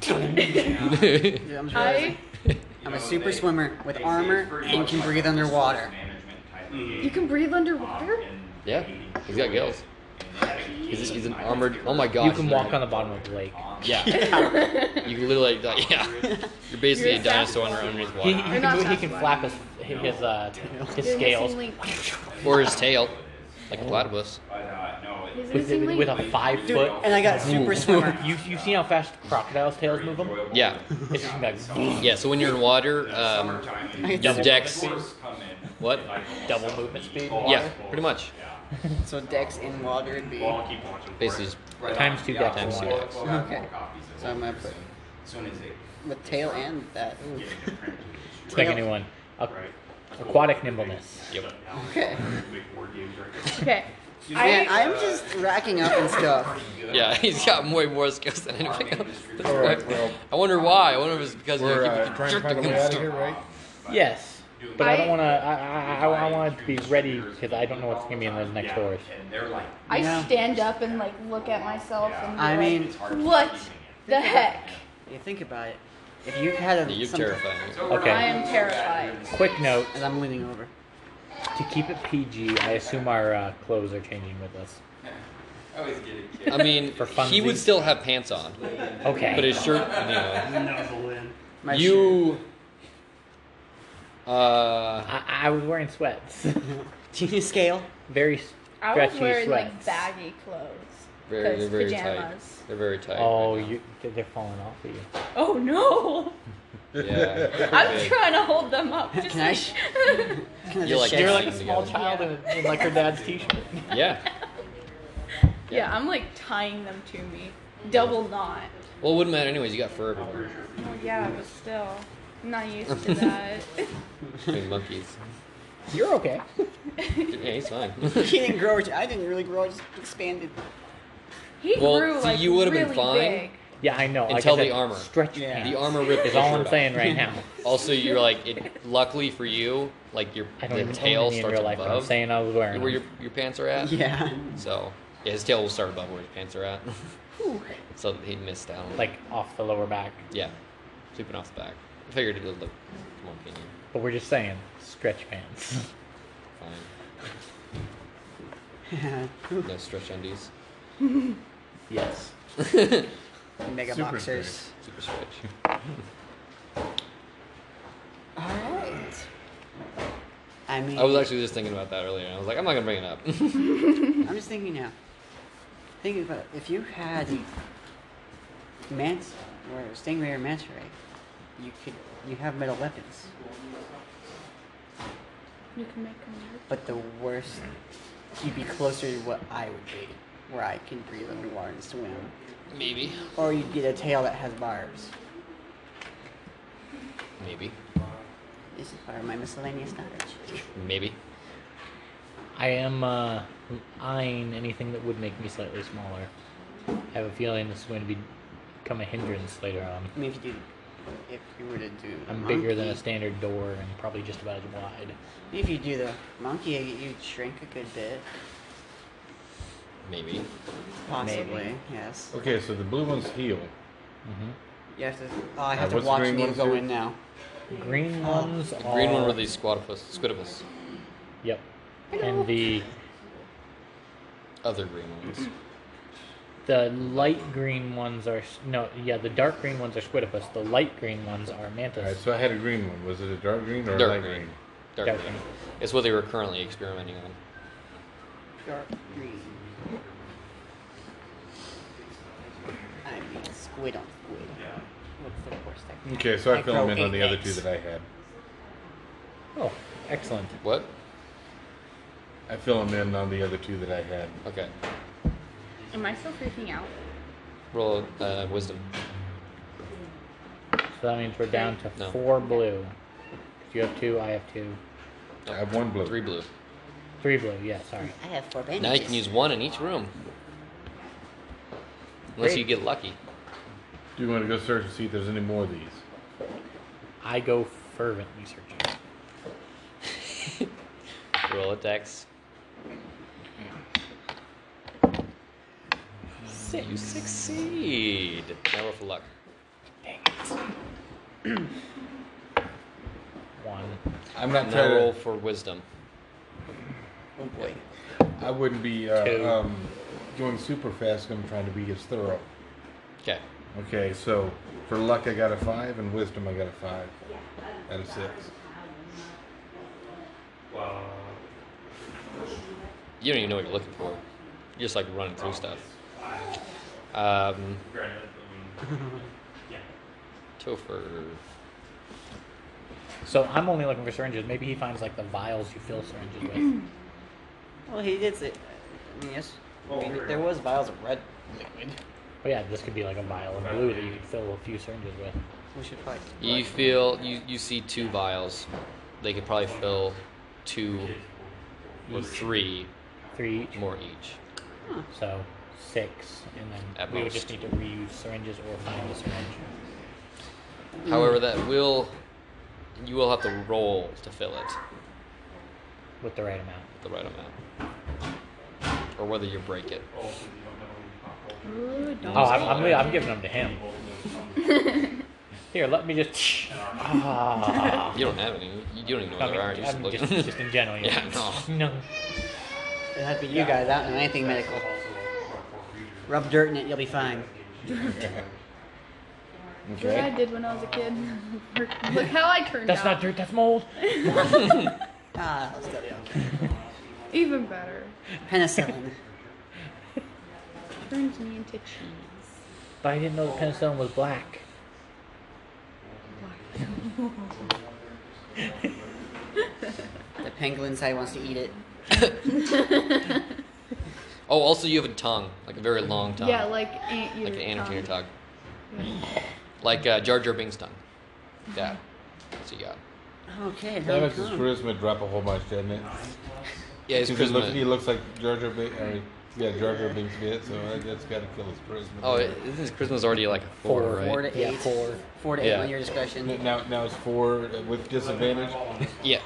Dude, I'm, just I. realizing I'm a super swimmer with armor and can breathe underwater. You can breathe underwater. yeah, he's got gills. He's, he's an armored. Oh my god. You can walk on the bottom of the lake. Yeah. you can literally like yeah. You're basically You're a a dinosaur under underneath He, he, water. can, not move- he can satisfied. flap his his uh, his You're scales missing link. Or his tail, like a platypus. But, uh, no, it- He's with, missing with link. a five foot. And I got super swimmer. You you seen how fast crocodiles' tails move them? Yeah. It's just like Yeah. So when you're in water, um, summertime. your dex. Come in. What? double movement speed. Oh, Yeah, pretty much. So Dex in water would be. Well, I'll keep watching. for Basically, it. just- Right Times on. two Yeah, dex we'll- times two we'll- dex. we'll have more Okay. copies of So I'm it. gonna put As soon as they with tail and that. Ooh. Take a new one. A- aquatic nimbleness. Yep. Okay. Make board games right now. Okay. Man, I, I'm just racking up and stuff. Yeah, he's got way more skills than anything else. All right, well, I wonder why. I wonder if it's because you we're keep uh, trying to find a jerking way him out of stuff. here, right? Yes. But I, I- don't want to. I I, I, I want to be ready because I don't know what's gonna be in those next Yeah, doors. And they're like, I Yeah. stand up and like look at myself and be I like, mean, what the heck? you think about it. If you had a You're some- terrifying. Okay. I am terrified. Quick note as I'm leaning over. to keep it PG. I assume our uh, clothes are changing with us. I always get a kick. I mean, For he would funsies. still have pants on, Okay. but his shirt, you know. Nuzzle in. My shirt. you. Uh, I, I was wearing sweats. Do you scale? Very I stretchy was wearing like sweats. baggy clothes. very, they're 'cause very tight. pajamas. They're very tight. Oh, right you, they're falling off of you. Oh no! now. yeah. I'm Okay. trying to hold them up. Just Can I like- sh- Can I You're just like- shake? You're You're like like a Yeah. small child in, in like her dad's t-shirt. Yeah. yeah, I'm like tying them to me, double knot. Well, it wouldn't matter anyways. You got fur everywhere. Oh yeah, but still, I'm not used to that. Big monkeys. You're okay. Yeah, he's fine. he didn't grow. it. I didn't really grow. I just expanded. he Well, grew see, like you would've been really fine. big. Yeah, I know. Like I Until said, the armor. Stretch Yeah. pants The armor ripped is your all shirt I'm off. saying right now. Also, you're like, it, luckily for you, like your I don't the even tail mean in starts real life. but I'm above saying I was wearing. where your them. your pants are at. Yeah. So yeah, his tail will start above where his pants are at. Whew. so he missed out. on- like off the lower back. yeah, sweeping off the back. I figured it would look monkey. But we're just saying stretch pants. Fine. Mega No stretch undies. yes. Super boxers. Super stretch. All right. I mean, I was actually just thinking about that earlier. I was like, I'm not gonna bring it up. I'm just thinking now. Thinking about it, if you had manta or stingray or manta ray, you could you have metal weapons. You can make them. But the worst, you'd be closer to what I would be, where I can breathe underwater and swim. maybe. Or you'd get a tail that has barbs. Maybe. This is part of my miscellaneous knowledge. Maybe. I am uh, eyeing anything that would make me slightly smaller. I have a feeling this is going to be, become a hindrance later on. I mean, if you do, if you were to do, the I'm bigger than a monkey- standard door and probably just about as wide. If you do the monkey, you'd shrink a good bit. Maybe. Possibly, yes. Okay, so the blue one's heel. You have to. Oh, I have Uh, to what's the watch green me one go do? in now. Green ones The green one are- were the squadopus, squidopus, Yep. And the other green ones. the light green ones are s- no, yeah, the dark green ones are squidopus. The light green ones are All right, mantis. so I had a green one. Was it a dark green or Dark a light green. green? Dark Dark green. green. It's what they were currently experimenting on. Dark green. I mean, squid on squid. What's the worst I can Okay, so I I fill them grow in on the eight other two eggs. that I had. Oh, excellent. What? I fill them in on the other two that I had. Okay. Am I still freaking out? Roll uh, wisdom. So that means we're down to No. four blue. You have two. I have two. No, I have one blue. Three blue. Three blue. Yeah, sorry. I have four bandages. Now you can use one in each room. Unless Great. you get lucky. Do you want to go search and see if there's any more of these? I go fervently searching. Roll attacks. You succeed. Now roll for luck. One. I'm not Now roll trying to. for wisdom. Oh boy. I wouldn't be Two. uh, um, going super fast. I'm trying to be as thorough. Okay. Okay, so for luck I got a five, and wisdom I got a five out of six. Wow. You don't even know what you're looking for. You're just like running through stuff. Um, Granted, I mean, yeah. Topher. So I'm only looking for syringes. Maybe he finds like the vials you fill syringes with. Well, he did say. I mean, yes. Oh, I mean, here we there go. was vials of red liquid. But yeah, this could be like a vial of blue that you could fill a few syringes with. We should probably. You feel you, you see two vials. They could probably fill two or three Three each. more each. So six, and then At we would most. just need to reuse syringes or find a syringe. However, that will you will have to roll to fill it with the right amount. with the right amount, or whether you break it. Ooh, don't Oh, I'm, I'm, I'm giving them to him. Here, let me just. Ah. You don't have any. You, you don't even know where I mean, they are. I You're just mean, looking. just, just in general. you Yeah, know. no. It had to be you guys. I don't know anything medical. Rub dirt in it, you'll be fine. That's what I did when I was a kid. Look how I turned That's not out. dirt. That's mold. Ah, that'll still be okay. Even better. Penicillin. Turns me into cheese. But I didn't know the penicillin was black. the penguin side wants to eat it. Oh, also you have a tongue, like a very long tongue, Yeah, like ant eater. like an anteater tongue. tongue, like uh, Jar Jar Binks' tongue. Yeah, that's what you got. Okay, That Hong makes his Kong. charisma drop a whole bunch, doesn't it? Yeah, his He just look- he charisma. looks like Jar Jar Binks. Or, yeah, Jar Jar Binks bit, so that- that's got to kill his charisma. Oh, it- his charisma's already like a four, right? Four to Yeah, eight. four. Four to eight Yeah. on your discretion. N- now, now it's four uh, with disadvantage. Yeah.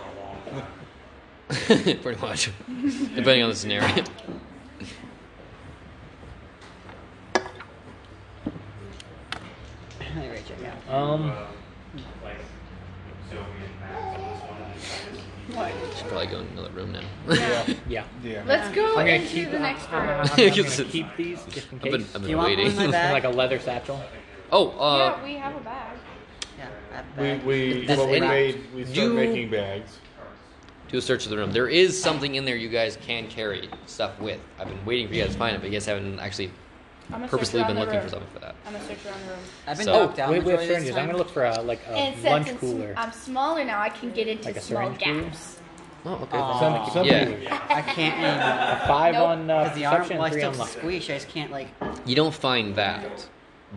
Pretty much. Depending on the scenario. Let me reach it out. Um. Should probably go in another room now. Yeah. Yeah. Let's go I'm gonna into keep- Uh, the next room. I'm, I'm Yes. gonna keep these just in I've been, case. I've Do been you want one in my waiting. bag? like a leather satchel. Oh, uh, yeah, we have a bag. Yeah, that We bag. we Does well, we any- made we started You- making bags. do a search of the room. There is something in there you guys can carry stuff with. I've been waiting for you guys to find it, but you guys haven't actually I'm gonna search purposely been around the looking for room. something for that. I'm gonna search around the room. I've been So- knocked Oh, down. wait, we have majority of this syringes. I'm time. gonna look for a like a And lunch since cooler. I'm smaller now, I can get into Like a small syringe cooler? gaps. Oh, okay. Some, some Yeah. people- I can't aim Five Nope. on uh, because the arm. perception, Well, I three still on luck. squish. I just can't like. You don't find that,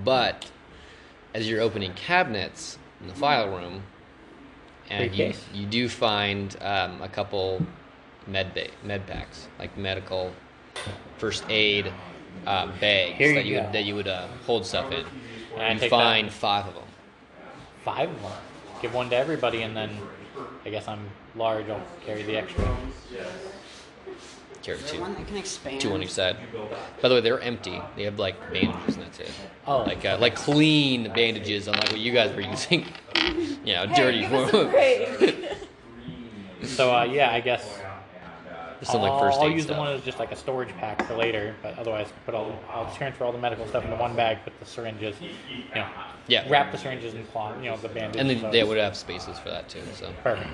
but as you're opening cabinets in the file room, and you, Briefcase? you do find um, a couple med ba- med packs, like medical first aid uh, bags Here you that you go. would, that you would uh, hold stuff in. And I you take find five of them. that. five of them. Give one to everybody, and then I guess I'm large. I'll carry the extra. Carry Is there two, one that can expand? two on each side. By the way, they're empty. They have like bandages and that's it. Oh. like uh, like clean bandages, unlike what you guys were using. you know, Hey, dirty. give us a break. So uh, yeah, I guess Just some I'll, like first I'll aid use stuff. the one that's just like a storage pack for later. But otherwise, put all I'll transfer all the medical stuff into one bag. Put the syringes, you know, yeah. wrap the syringes in cloth, you know, the bandages. And so- then they would have spaces for that too. So perfect.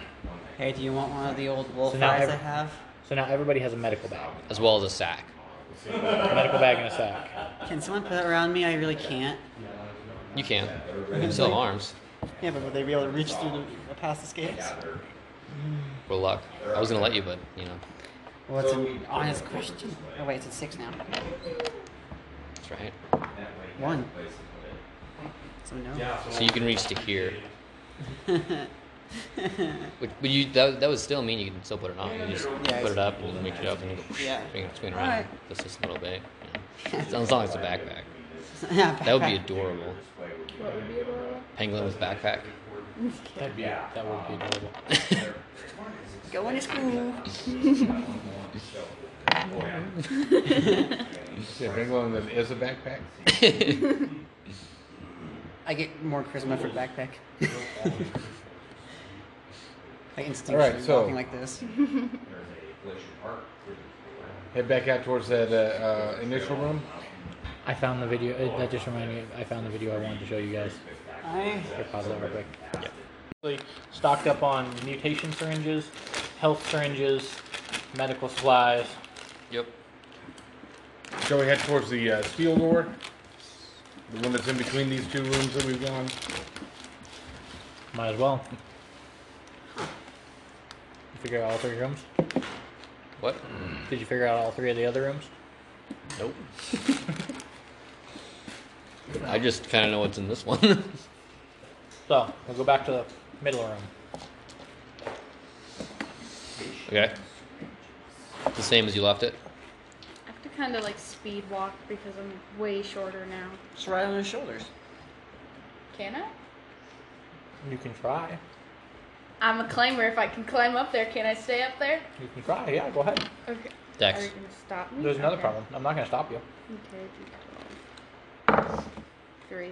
Hey, do you want one of the old wolf So now eyes I every- have? So now everybody has a medical bag, as well as a sack. a medical bag in a sack. Can someone put it around me? I really can't. You can. You still have arms. Yeah, but would they be able to reach through the, the past escapes? Good luck. I was gonna let you, but you know, Well, it's an honest question. Oh wait, it's at six now. that's right. One. So no. So you can reach to here. But, but you that, that would still mean you can still put it on. You just Yeah, put it up and make it up and go Yeah. swing, it- swing it Alright. around just, just a little bit. You know. As long as long as it's a backpack. yeah, That would be backpack. adorable. Penguin with backpack. That'd be that would be adorable. going to school. Yeah, Penguin that is a backpack. I get more charisma for backpack. I instinctually Alright, so- walking like this. Head back out towards that uh, uh, initial room. I found the video. It, that just reminded me. I found the video I wanted to show you guys. I Here, pause that real quick. Really Stocked up on mutation syringes, health syringes, medical supplies. Yep. Shall we head towards the uh, steel door? The one that's in between these two rooms that we've gone. Might as well. You figure out all three rooms? What? Did you figure out all three of the other rooms? Nope. I just kind of know what's in this one. So we'll go back to the middle room. okay. The same as you left it. I have to kind of like speed walk because I'm way shorter now. just right on his shoulders. Can I? You can try. I'm a climber. If I can climb up there, can I stay up there? You can try. Yeah, go ahead. Okay. Dex. Are you gonna stop me? There's another Okay. problem. I'm not gonna stop you. Okay. D12. Three.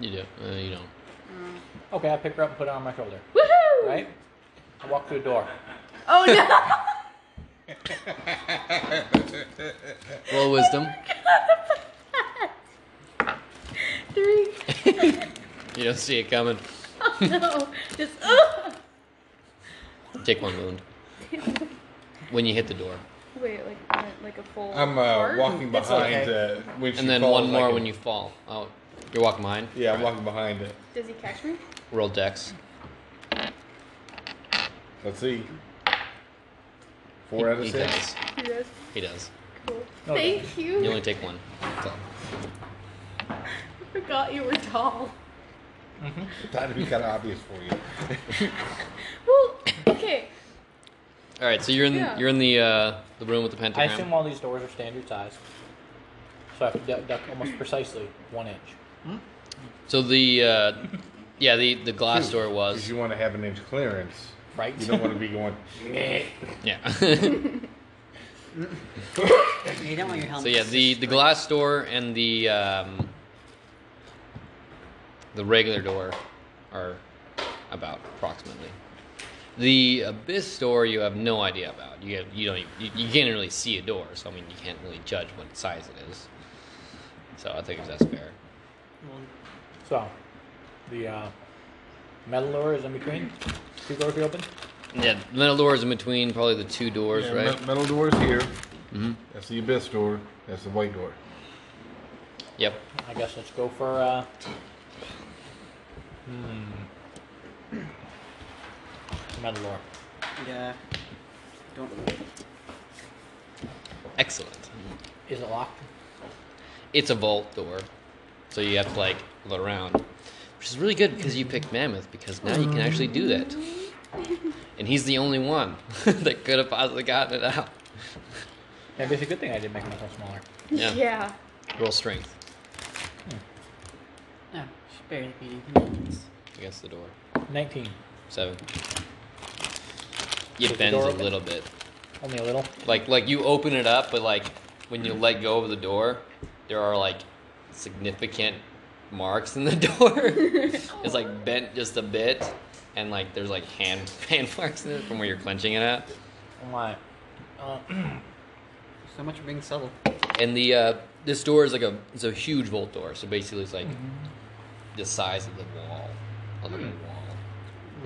You do. Uh, you don't. Oh. Okay, I pick her up and put her on my shoulder. Woohoo! Right? I walk through the door. Oh no! Roll wisdom. Three. You don't see it coming. Oh no! Just. Oh. Take one wound when you hit the door, Wait, like like a full. I'm uh, heart? walking It's behind okay. uh, when she and then falls, one I more can- when you fall. Oh, you're walking behind. Yeah, I'm walking behind it. Does he catch me? Roll dex. Let's see. Four out of he does. six. He does. He does. Cool. No, Thank you. You only take one. That's all. I forgot you were tall. That'd be kind of obvious for you. Well, okay. All right, so you're in Yeah. you're in the uh, the room with the I pentagram. assume all these doors are standard size. So I have to duck, duck almost precisely one inch. so the uh, yeah the the glass door Because was you want to have an inch clearance. Right? You don't want to be going. yeah. You don't want your helmet. so yeah, the the glass door and the um, the regular door are about approximately. The abyss door you have no idea about. You have, you don't you, you can't really see a door, so I mean you can't really judge what size it is. So I think that's fair. so the uh, metal door is in between. Two doors are open. Yeah, the metal door is in between probably the two doors, Yeah, right? me- Metal doors here. That's the abyss door. That's the white door. Yep. I guess let's go for. Uh, hmm. Metal door. Yeah. Don't. Excellent. Is it locked? It's a vault door, so you have to like look around, which is really good because you picked Mammoth because now you can actually do that, and he's the only one that could have possibly gotten it out. Maybe it's a good thing I did make myself smaller. Yeah. yeah. Roll strength No, she's barely beating convenience. against the door. 19. Seven. It Is the bends door a open? little bit, Only a little. like like you open it up, but like when you let go of the door, there are like significant marks in the door. It's like bent just a bit, and like there's like hand hand marks in it from where you're clenching it at. I'm like, uh, So much for being subtle. And the uh, this door is like a it's a huge vault door, so basically it's like the size of the wall, of the wall.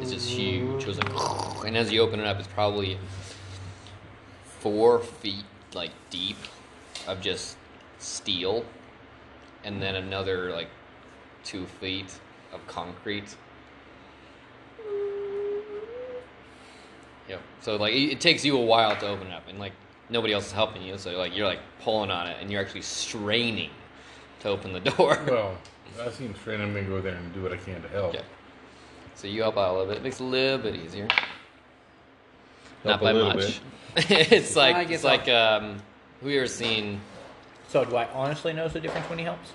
It's just huge. It was like, and as you open it up, it's probably four feet like deep of just steel, and then another like two feet of concrete. Yep. So like it, it takes you a while to open it up, and like nobody else is helping you, so like you're like pulling on it, and you're actually straining to open the door. Well, I seem straight. I'm gonna go there and do what I can to help. Yeah. So you help out a little bit. It makes it a little bit easier. Not Help a by little much. it's I like guess it's like um, we were seeing so do I honestly notice the difference when he helps?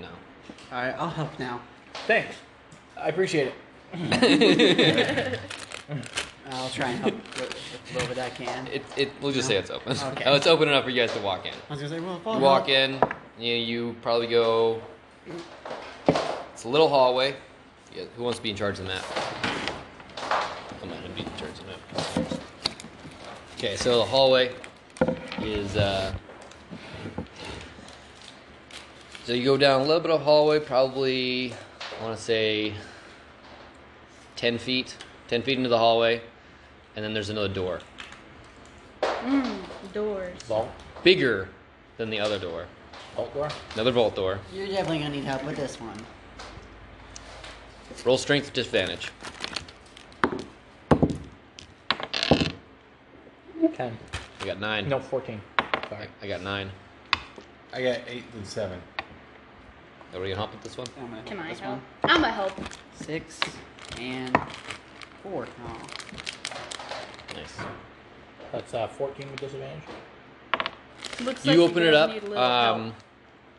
no. Alright, I'll help now. Thanks. I appreciate it. I'll try and help with, with a little bit I can. It it we'll just say it's open. Okay. oh, it's open enough for you guys to walk in. I was gonna say, well, if I'll You walk help- in. You you probably go. It's a little hallway. Yeah, who wants to be in charge of the map? I'm not gonna be in charge of the map. Okay, so the hallway is. Uh, so you go down a little bit of hallway, probably I want to say ten feet, ten feet into the hallway, and then there's another door, Doors. Vault. bigger than the other door, Vault door. another vault door. You're definitely gonna need help with this one. Roll strength with disadvantage. 10. I got nine. No, 14. Sorry. I, I got nine. I got eight and seven. Are we gonna help with this one? I'm gonna help Can I this help? one. I'm a help. Six and four. Oh. Nice. That's uh, 14 with disadvantage. Looks like you open it guys up, need a little um, help.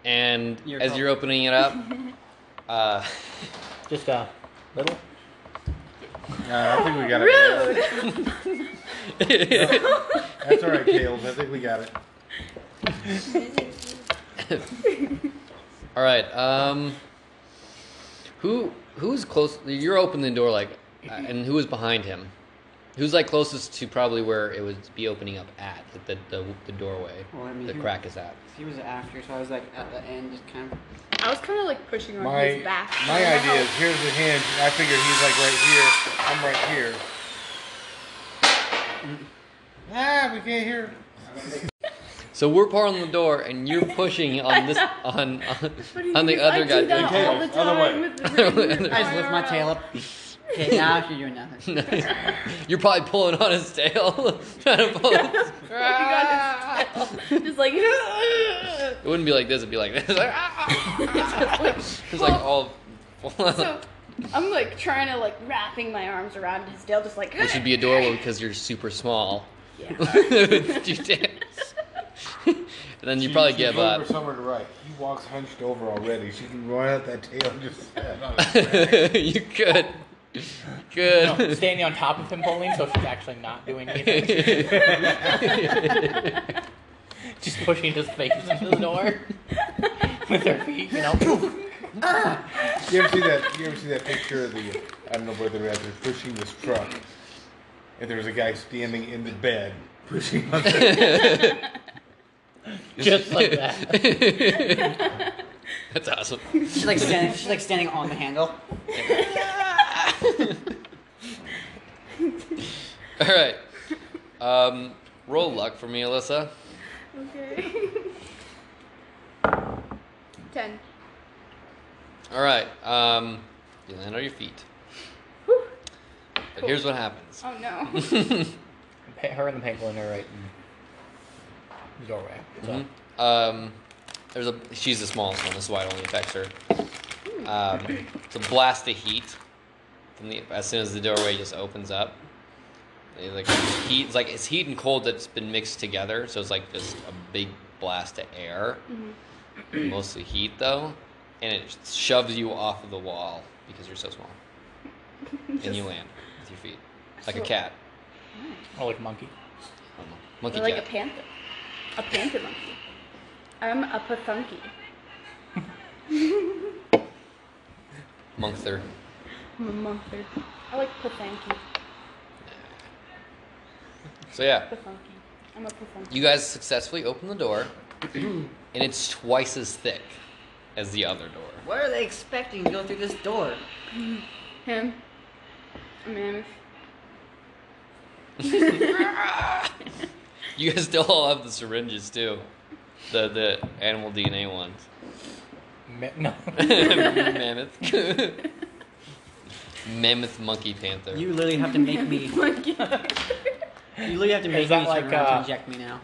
and Your as help. you're opening it up, uh, Just a little. I think we got Rude. it. No, that's all right, Caleb. I think we got it. All right. Um, who who's close? You're opening the door like, uh, and who is behind him? Who's like closest to probably where it would be opening up at, like the the, the doorway, Well, I mean, the who- crack is at. He was after, so I was like at the end, just kind of. I was kind of like pushing on My his back. my idea is here's the hinge. I figure he's like right here. I'm right here. Ah, we can't hear. So we're pouring the door, and you're pushing on this on on, What do you on the mean? I other do guy. that Okay. all the time with the Other I just lift my tail up. Okay, now you're doing nothing. Nice. You're probably pulling on his tail, trying to pull. It. Ah. Just like it wouldn't be like this. It'd be like this. it's like all. so, I'm like trying to like wrapping my arms around his tail, just like. Which would be adorable because you're super small. Yeah. You dance. and then you probably She's give over up. Somewhere to right. He walks hunched over already. She can run out that tail and just stand on it. you could. Good. No, standing on top of him bowling, so she's actually not doing anything. Just pushing his face into the door with her feet, you know. You ever see that? You ever see that picture of the? I don't know where they're at. They're pushing this truck, and there's a guy standing in the bed pushing on the Just like that. That's awesome. She's like standing. She's like standing on the handle. All right. Um, roll luck for me, Alyssa. okay. Ten. All right. Um, you land on your feet. But here's what happens. Oh no. Pa- Her and the penguin are right in the doorway. So. Hmm. Mhm. Um, there's a she's the smallest one. This is why it only affects her. Um, it's a blast of heat. From the, as soon as the doorway just opens up, It, like heat. It's like it's heat and cold that's been mixed together. So it's like just a big blast of air, Mm-hmm. mostly heat though, and it shoves you off of the wall because you're so small, and you land with your feet like a So- cat, Or like a monkey. monkey Or like a cat. panther. A panther monkey. I'm a pathunky. Monkster. I'm a monkey. I like pathanky. So yeah. Pathunky. I'm a pathunky. You guys successfully open the door, and it's twice as thick as the other door. What are they expecting to go through this door? Him. A mammoth. You guys still all have the syringes too, the the animal DNA ones. Ma- no. Mammoth, mammoth, monkey, panther. You literally have to make me. You Monkey. literally have to make Is me that like, turn around uh, to inject me now.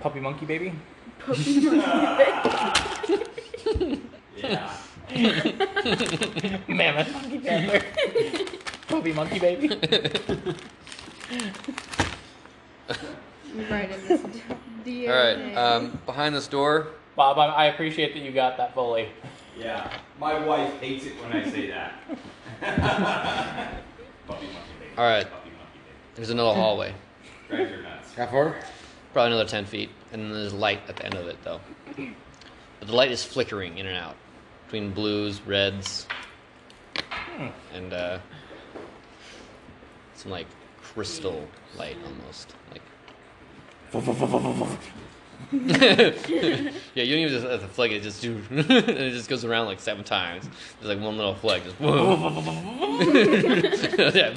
Puppy monkey baby? Puppy monkey. Yeah. Mammoth monkey panther. Puppy monkey baby? right in this DNA. all right, um, behind this door. Bob, I, I appreciate that you got that fully. Yeah. My wife hates it when I say that. Puppy monkey baby. All right. Puppy monkey baby. There's another hallway, Drives her nuts. How far? probably another ten feet, and then there's light at the end of it though. But the light is flickering in and out between blues, reds, and uh, some like crystal light almost like yeah you don't even just have to flick it just do and it just goes around like seven times there's like one little flick just yeah.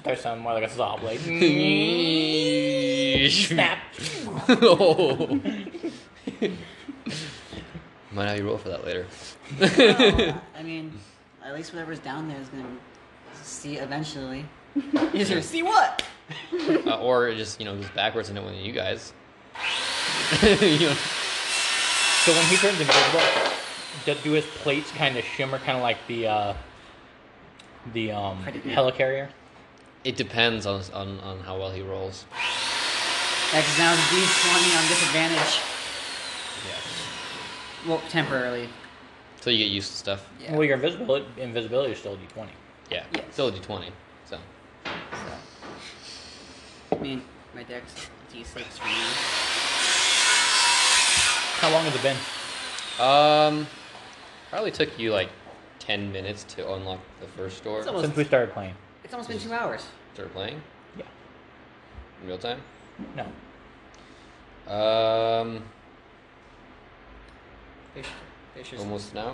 Starts sounding more like a saw blade. Snap. Snap. oh. Might have you roll for that later. Well, I mean, at least whatever's down there is gonna see eventually. Is there see what? Uh, or it just, you know, goes backwards into one of you guys. you know, So when he turns invisible, do, do his plates kind of shimmer, kind of like the uh, the um, helicarrier? it depends on, on, on how well he rolls. Yeah, 'cause now it's D twenty on disadvantage. Yeah. Well, temporarily. So you get used to stuff. Well, your invisibility invisibility is still D twenty. Yeah. Still a D twenty. So I mean, my deck's D6 for now. How long has it been? um probably took you like ten minutes to unlock the first door. It's almost- Since we started playing. It's almost been two hours. Start playing? Yeah. In real time? No. Um Picture, pictures. Almost. almost an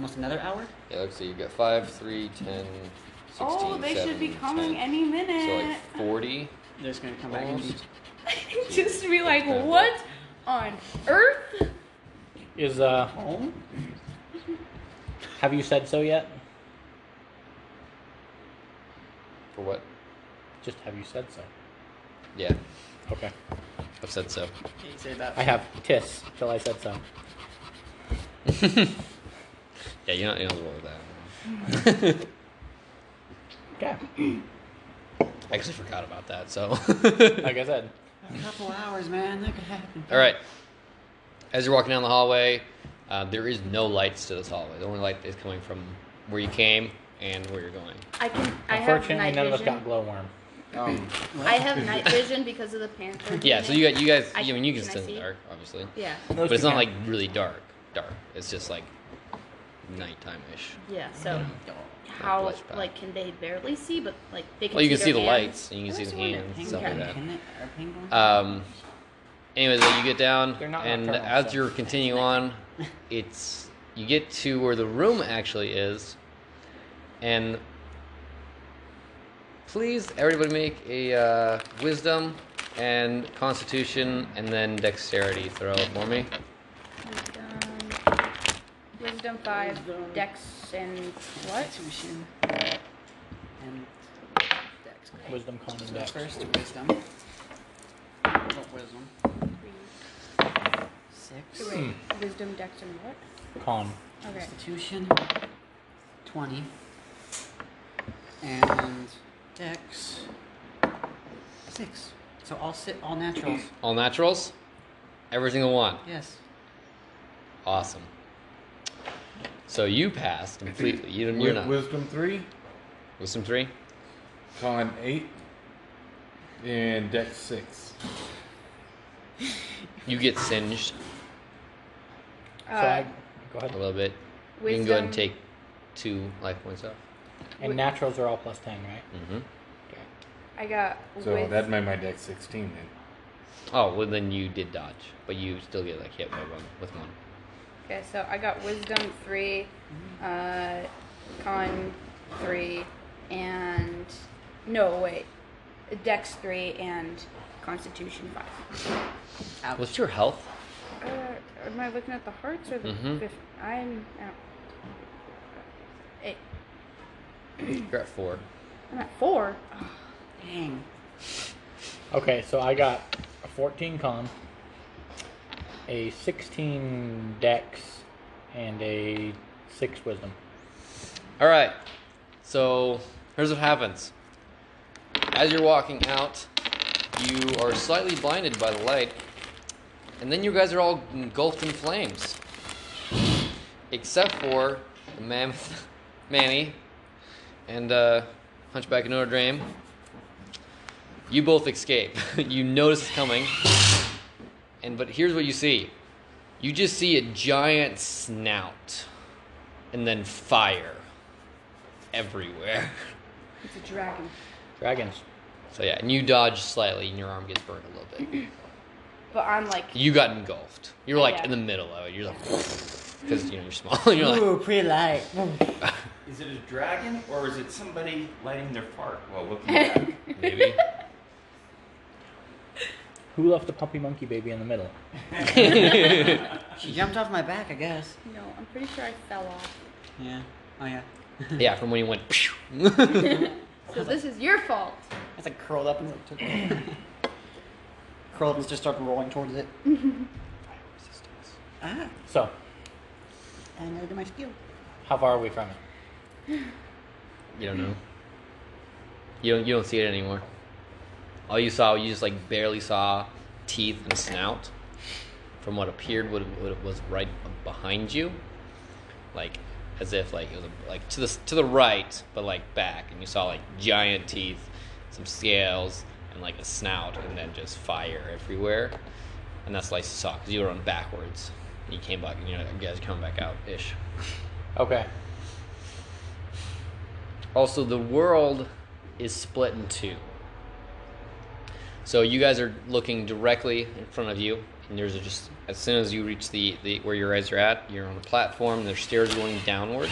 hour. another hour? Yeah, let's see, you got five, three, ten, sixteen. oh, they should be 7, coming 10. any So minute. like forty. They're just gonna come back and Almost. Just be like, what on earth? Is uh home? have you said so yet? For what? Just have you said so? Yeah, Okay. I've said so. Can you say that? I have tis till I said so. Yeah, you're not you're not the one with that. Okay. I actually forgot about that, so Like I said. A couple hours, man. That could happen. All right. As you're walking down the hallway, uh, there is no lights to this hallway. The only light is coming from where you came and where you're going. I can. I have Unfortunately night none of us got vision. glowworm. Um, I have night vision because of the panther. Yeah, so you got you guys. I- I mean, you can can I sit in the see? dark, obviously, Yeah. but it's not like really dark. Dark. It's just like nighttime-ish. Yeah. So how flashback. like can they barely see? But like they can. Well, you see can see the their hands. lights and you can see the hands and stuff like that. Can it, are penguins? Um, anyways, you get down, They're not and nocturnal, as so- you're continuing on, it's you get to where the room actually is, and please, everybody, make a uh, wisdom and constitution, and then dexterity throw for me. Wisdom, wisdom five, dex and what? Constitution. And Dex. Great. Wisdom con and So dex. first, wisdom. What wisdom? Six. Wait, Hmm. wisdom, dex, and what? Con. Okay. Constitution. Twenty. And Dex. Six. So all sit all naturals. All naturals, every single one. Yes. Awesome. So you passed completely. You don't. You're Wi- not. Wisdom three, Wisdom three. con eight, and deck six. You get singed So Uh, I, go a ahead. little bit. You can go ahead and Wisdom. take two life points off. And naturals are all plus ten, right? Mm-hmm. I got So wis- that made my deck sixteen then. Oh, well, then you did dodge, but you still get like hit by one with one. Okay, so I got wisdom three, uh, con three, and no wait, dex three and constitution five. Ouch. What's your health? Uh, am I looking at the hearts or the Mm-hmm. Mhm. fifth? I'm at eight. You're at four. I'm at four. Oh, Ugh, Dang. Okay, so I got a 14 con, a 16 dex, and a 6 wisdom. All right. So here's what happens. As you're walking out, you are slightly blinded by the light, and then you guys are all engulfed in flames, except for the mammoth, Manny, and uh, Hunchback of Notre Dame. You both escape. you notice it's coming, and but here's what you see: you just see a giant snout, and then fire everywhere. It's a dragon. Dragons. So yeah, and you dodge slightly, and your arm gets burned a little bit. But I'm like, You got engulfed. You're like Yeah. in the middle of it. You're like, because you know you're small. and you're like, Ooh, pretty light. Is it a dragon or is it somebody lighting their fart while looking at it? maybe. Who left the puppy monkey baby in the middle? She jumped off my back, I guess. no, I'm pretty sure I fell off. Yeah. Oh yeah. Yeah, from when you went. So this is your fault. It's like curled up and like took curled up and just started rolling towards it. Mm-hmm. ah, So, I know to my skill. how far are we from it? you don't know. You don't. You don't see it anymore. All you saw, you just like barely saw teeth and snout. from what appeared what, what was right behind you, like as if like it was like to the to the right, but like back, and you saw like giant teeth, some scales, and like a snout, and then just fire everywhere, and that's like saw because you were on backwards. You came back, and you know, guys come back out ish. Okay. Also, the world is split in two. So you guys are looking directly in front of you, and there's just as soon as you reach the, the where your eyes are at, you're on a platform. There's stairs going downwards,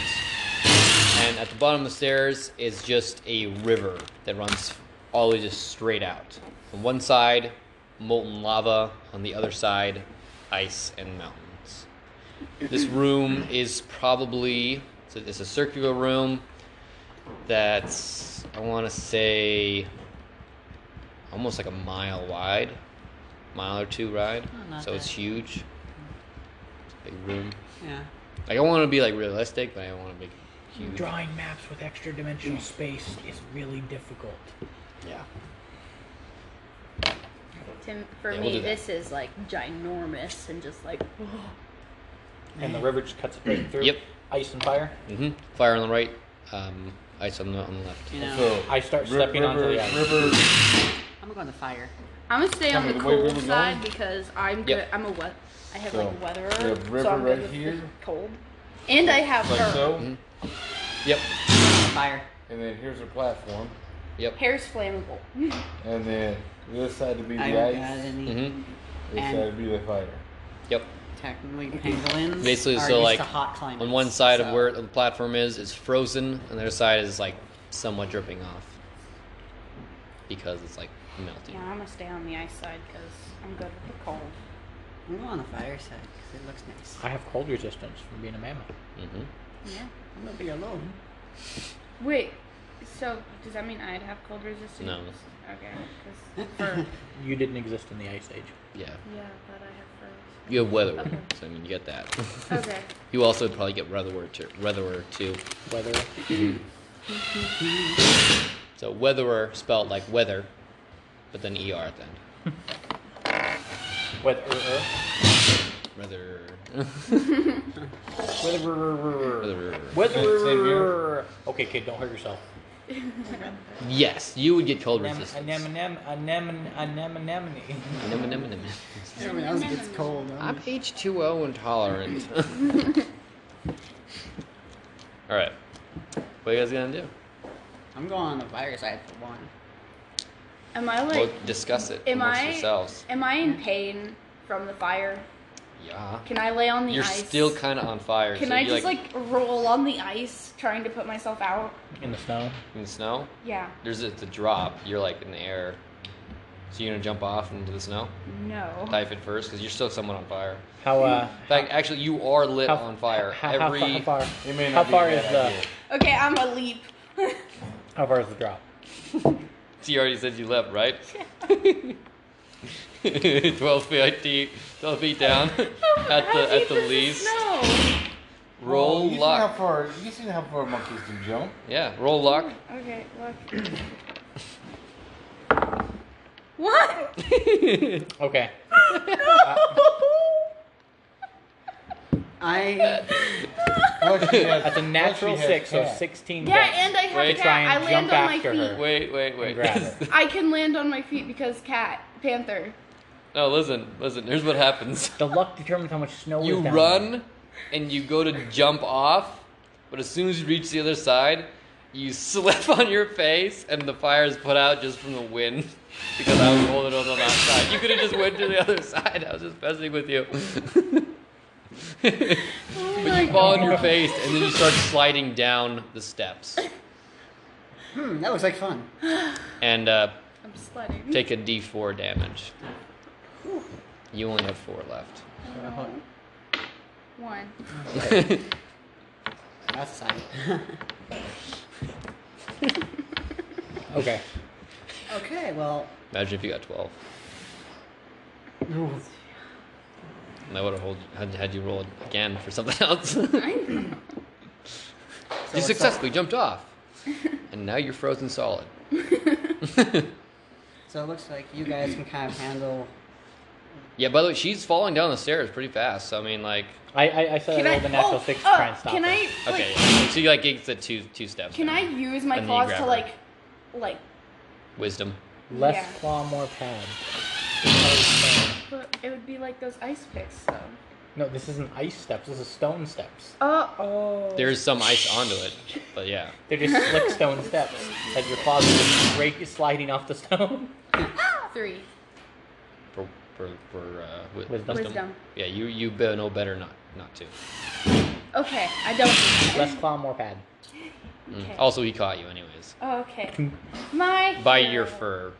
and at the bottom of the stairs is just a river that runs all the way just straight out. On one side, molten lava. On the other side, ice and mountains. This room is probably it's a, it's a circular room that's I want to say almost like a mile wide, mile or two wide. Oh, not so it's bad. huge. It's a big room. Yeah. Like I want to be like realistic, but I don't want to be huge. Drawing maps with extra dimensional space is really difficult. Yeah. Tim, for Yeah, we'll me, do that. this is like ginormous and just like. And the river just cuts it right through. Yep. Ice and fire. hmm Fire on the right, um, ice on the on the left. You know. So, I start ri- stepping onto river- the ice. river- I'm gonna go on the fire. I'm gonna stay on Kinda the the way we cold were side going. because I'm good. Yep. I'm a wet. I have So, like weatherer, the river so I'm good right with the here. cold, and I have Like her. so. Mm-hmm. Yep. Fire. And then here's a platform. Yep. Hair's flammable. And then this side would be the I don't got ice. any. hmm This And- side would be the fire. Yep. Technically, pangolins. Basically, are so used like to hot climates, on one side so- of where the platform is, it's frozen, and the other side is like somewhat dripping off because it's like melting. Yeah, I'm gonna stay on the ice side because I'm good with the cold. I'm going on the fire side because it looks nice. I have cold resistance from being a mammal. hmm Yeah. I'm gonna be alone. Wait. So does that mean I'd have cold resistance? No. Okay. 'cause fur. You didn't exist in the ice age. Yeah. yeah, but I You have weather, Okay. so I mean you get that. have fur. Okay. you also would probably get weather too. Weatherer too. Weather. So weatherer spelled like weather, but then er at the end. Weather. Weather. Weather. weather. Weather. Okay, kid, don't hurt yourself. Yes, you would get cold Anem- resistance. anem- anem- anem- anemone. Anem- anem- anem. Everyone else gets cold. I'm H2O intolerant. All right. What are you guys gonna do? I'm going on the fire side for one. Am I like? Well, discuss it am amongst I- yourselves. Am I in pain from the fire? Yeah. Can I lay on the You're ice? still kind of on fire. Can so I you, just like, roll on the ice trying to put myself out? In the snow. in the snow? Yeah. There's a, the drop. You're like in the air. So you're gonna jump off into the snow? No. Dive in first because you're still somewhat on fire. How uh? In fact, actually, you are lit How- on fire. How, how, Every fa- how far? It may How not be a far bad is the? idea. Okay, I'm a leap. How far is the drop? So you already said you left, right? 12 feet, 18 12 feet down at How the at deep the is least. Snow. Roll you Seen how luck. far, you seen how far monkeys can jump? Yeah, roll luck. Okay, look. what? Okay. I Plus she has- That's a natural plus she has six, so cat. sixteen. Yeah, hits. and I have Wait, cat. try and I land jump on my after feet. her. Wait, wait, wait. Grab I can land on my feet because cat, panther. no, listen, listen. Here's what happens. the luck determines how much snow You is down run and you go to jump off, but as soon as you reach the other side, you slip on your face and the fire is put out just from the wind because I was holding on the last side. You could have just went to the other side. I was just messing with you. but you fall on your face and then you start sliding down the steps hmm, that looks like fun. and uh, I'm sledding. take a d4 damage. You only have four left. One. That's side. there. Okay. okay, well, Imagine if you got 12. And I would have had, had you roll again for something else. I know. you successfully jumped off. and now you're frozen solid. so it looks like you guys can kind of handle Yeah, by the way, she's falling down the stairs pretty fast. So, I mean, like. I, I, I said Can I I- rolled a natural oh, six to uh, try and stop can her. I, like- Okay, yeah. so you like gigs the two two steps. Can I use my And then you claws grab to her. like, like? Wisdom. Less Yeah. claw, more pad. But it would be like those ice picks, though. No, this isn't ice steps. This is stone steps. Uh oh. There's some ice onto it, but yeah. They're just slick stone steps. As your claws are just break, sliding off the stone. Three. For, for, for uh, wi- Wisdom. Wisdom. Yeah, you you be- know better not not to. Okay, I don't. Less claw, more pad. Mm. Okay. Also, he caught you anyways Oh, okay. My. by your Oh. fur.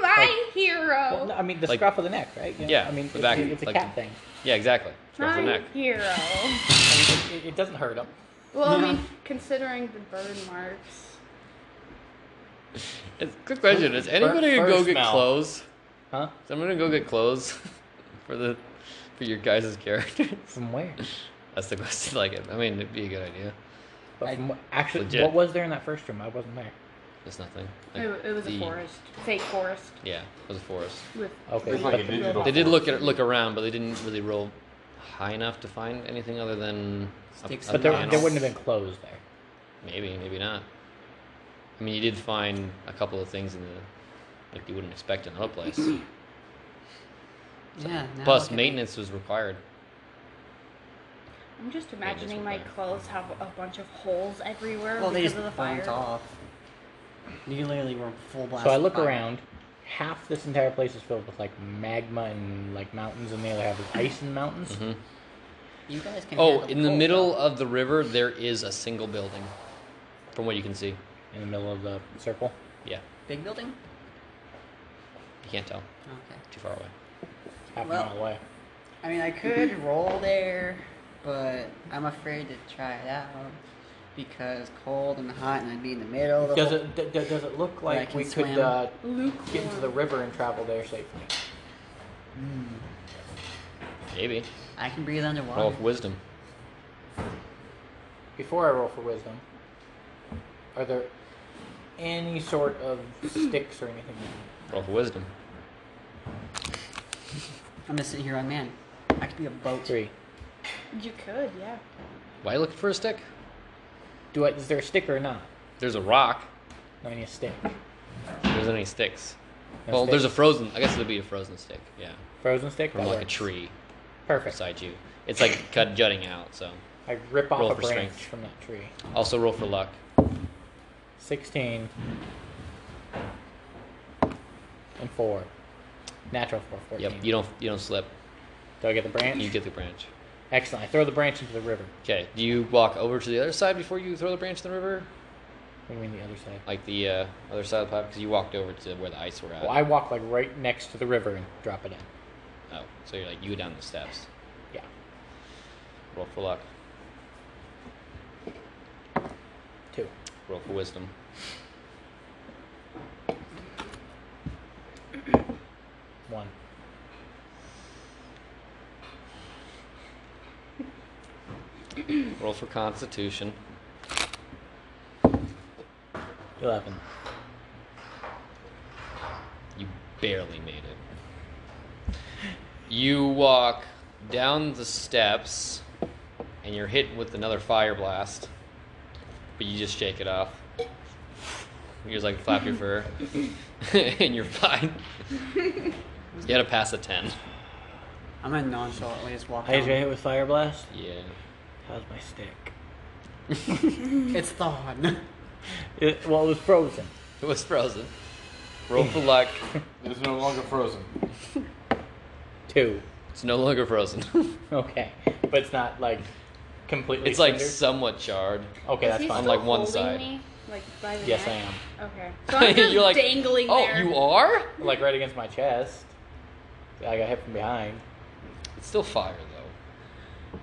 My hero. Well, no, I mean, the Like- scruff of the neck, right? You know, Yeah, I mean, the it's, back, it's a like- cat thing. Yeah, exactly. Scruff My of the neck. hero. I mean, it, it doesn't hurt them. Well, I mean, considering the burn marks. It's- Quick question: Is Fur- anybody gonna fur go get smell. clothes? Huh? Is anyone gonna go get clothes for the for your guys' characters? From where? That's the question. Like, I mean, it'd be a good idea. But from, what- actually, Legit. what was there in that first room? I wasn't there. There's nothing. It, wa- it was the- a forest, fake forest Yeah, it was a forest. with. Okay. with Like a the digital robot. They did look at, look around, but they didn't really roll high enough to find anything other than a, Sticks a and But there, Panels. there wouldn't have been clothes there. Maybe, maybe not. I mean, you did find a couple of things in the like you wouldn't expect in another place. Yeah. now Plus, look at- maintenance was required. I'm just that's imagining what my I- clothes have a bunch of holes everywhere Well, they because just of the burnt fire. off. You literally were full blast. So I look fire. around. Half this entire place is filled with like magma and like mountains, and the other half is ice and mountains. Mhm. You guys can. Oh, handle in the cold, middle though. of the river, there is a single building, from what you can see. In the middle of the circle. Yeah, Big building. you can't tell. Okay. Too far away. half Well- a mile away. I mean, I could roll there, but I'm afraid to try it out because cold and hot, and I'd be in the middle. Of the Does whole- it d- d- does it look I like can we could swim. uh, Luke. get into the river and travel there safely? Maybe. I can breathe underwater. Oh. Roll for wisdom. Before I roll for wisdom, are there any sort of sticks or anything? Roll for wisdom. I'm just sitting here on man. I could be a boat. Three. You could, yeah. Why are you looking for a stick? Do I? Is there a stick or not? There's a rock. No, I need a stick. There's any sticks. No well, there's a stick? frozen. I guess it'd be a frozen stick. Yeah, frozen stick. from That like a works. tree Perfect. beside you. It's like cut jutting out. So I rip off Roll a for branch strength. from that tree. also roll for luck. Sixteen. And four. Natural four. Fourteen. Yep. You don't you don't slip. Do I get the branch? You get the branch. Excellent. I throw the branch into the river. Okay. Do you walk over to the other side before you throw the branch in the river? What do you mean the other side? Like the uh, other side of the pipe? Because you walked over to where the ice were at. Well, I walk like right next to the river and drop it in. Oh, so you're like you go down the steps. Yeah. Roll for luck. Two. Roll for wisdom. One. Roll for constitution. Eleven. You barely made it. You walk down the steps and you're hit with another fire blast, but you just shake it off. You just like flap your fur and you're fine. you had to pass a 10. I'm gonna nonchalantly just walk. I just got down. hit with fire blast. Yeah. How's my stick? It's thawed. It, well, it was frozen. It was frozen. Roll for luck. It is no longer frozen. Two. It's no longer frozen. Okay, but it's not like completely. it's like cindered? somewhat charred. okay, Is that's he fine. on, still like, one holding side. Me? Like by the yes, I neck? am. Okay. So I'm just You're like, dangling Oh, there. you are? Like right against my chest. I got hit from behind. It's still fire though.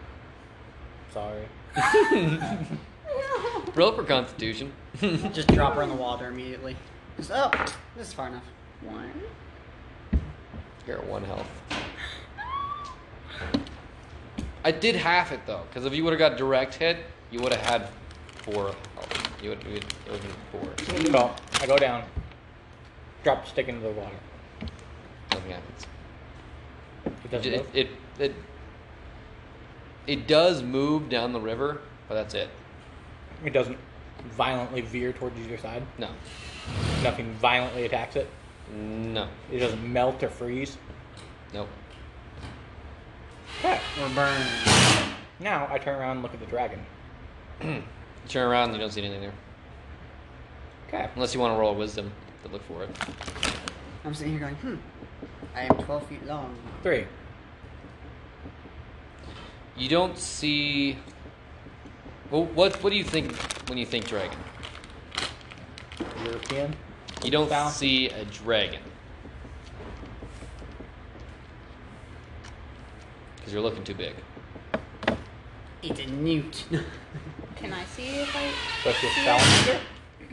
Sorry. Roll for constitution. just drop her in the water immediately. Just, oh, this is far enough. One. You're at one health. I did half it though, because if you would have got direct hit, you would have had four health. You would it would have been four. So I go down, drop the stick into the water. Nothing happens. It, doesn't it, move? it, it, it does move down the river, but that's it. It doesn't violently veer towards either side. No. Nothing violently attacks it. No. It doesn't melt or freeze. Nope. Okay. We're burning. Now I turn around and look at the dragon. Turn around and you don't see anything there. Okay. Unless you want to roll wisdom to look for it. I'm sitting here going, hmm. I am 12 feet long. Three. You don't see. Well, what what do you think when you think dragon? European. You don't Foul. see a dragon. Because you're looking too big. It's a newt. Can I see if I That's your see salamander? it?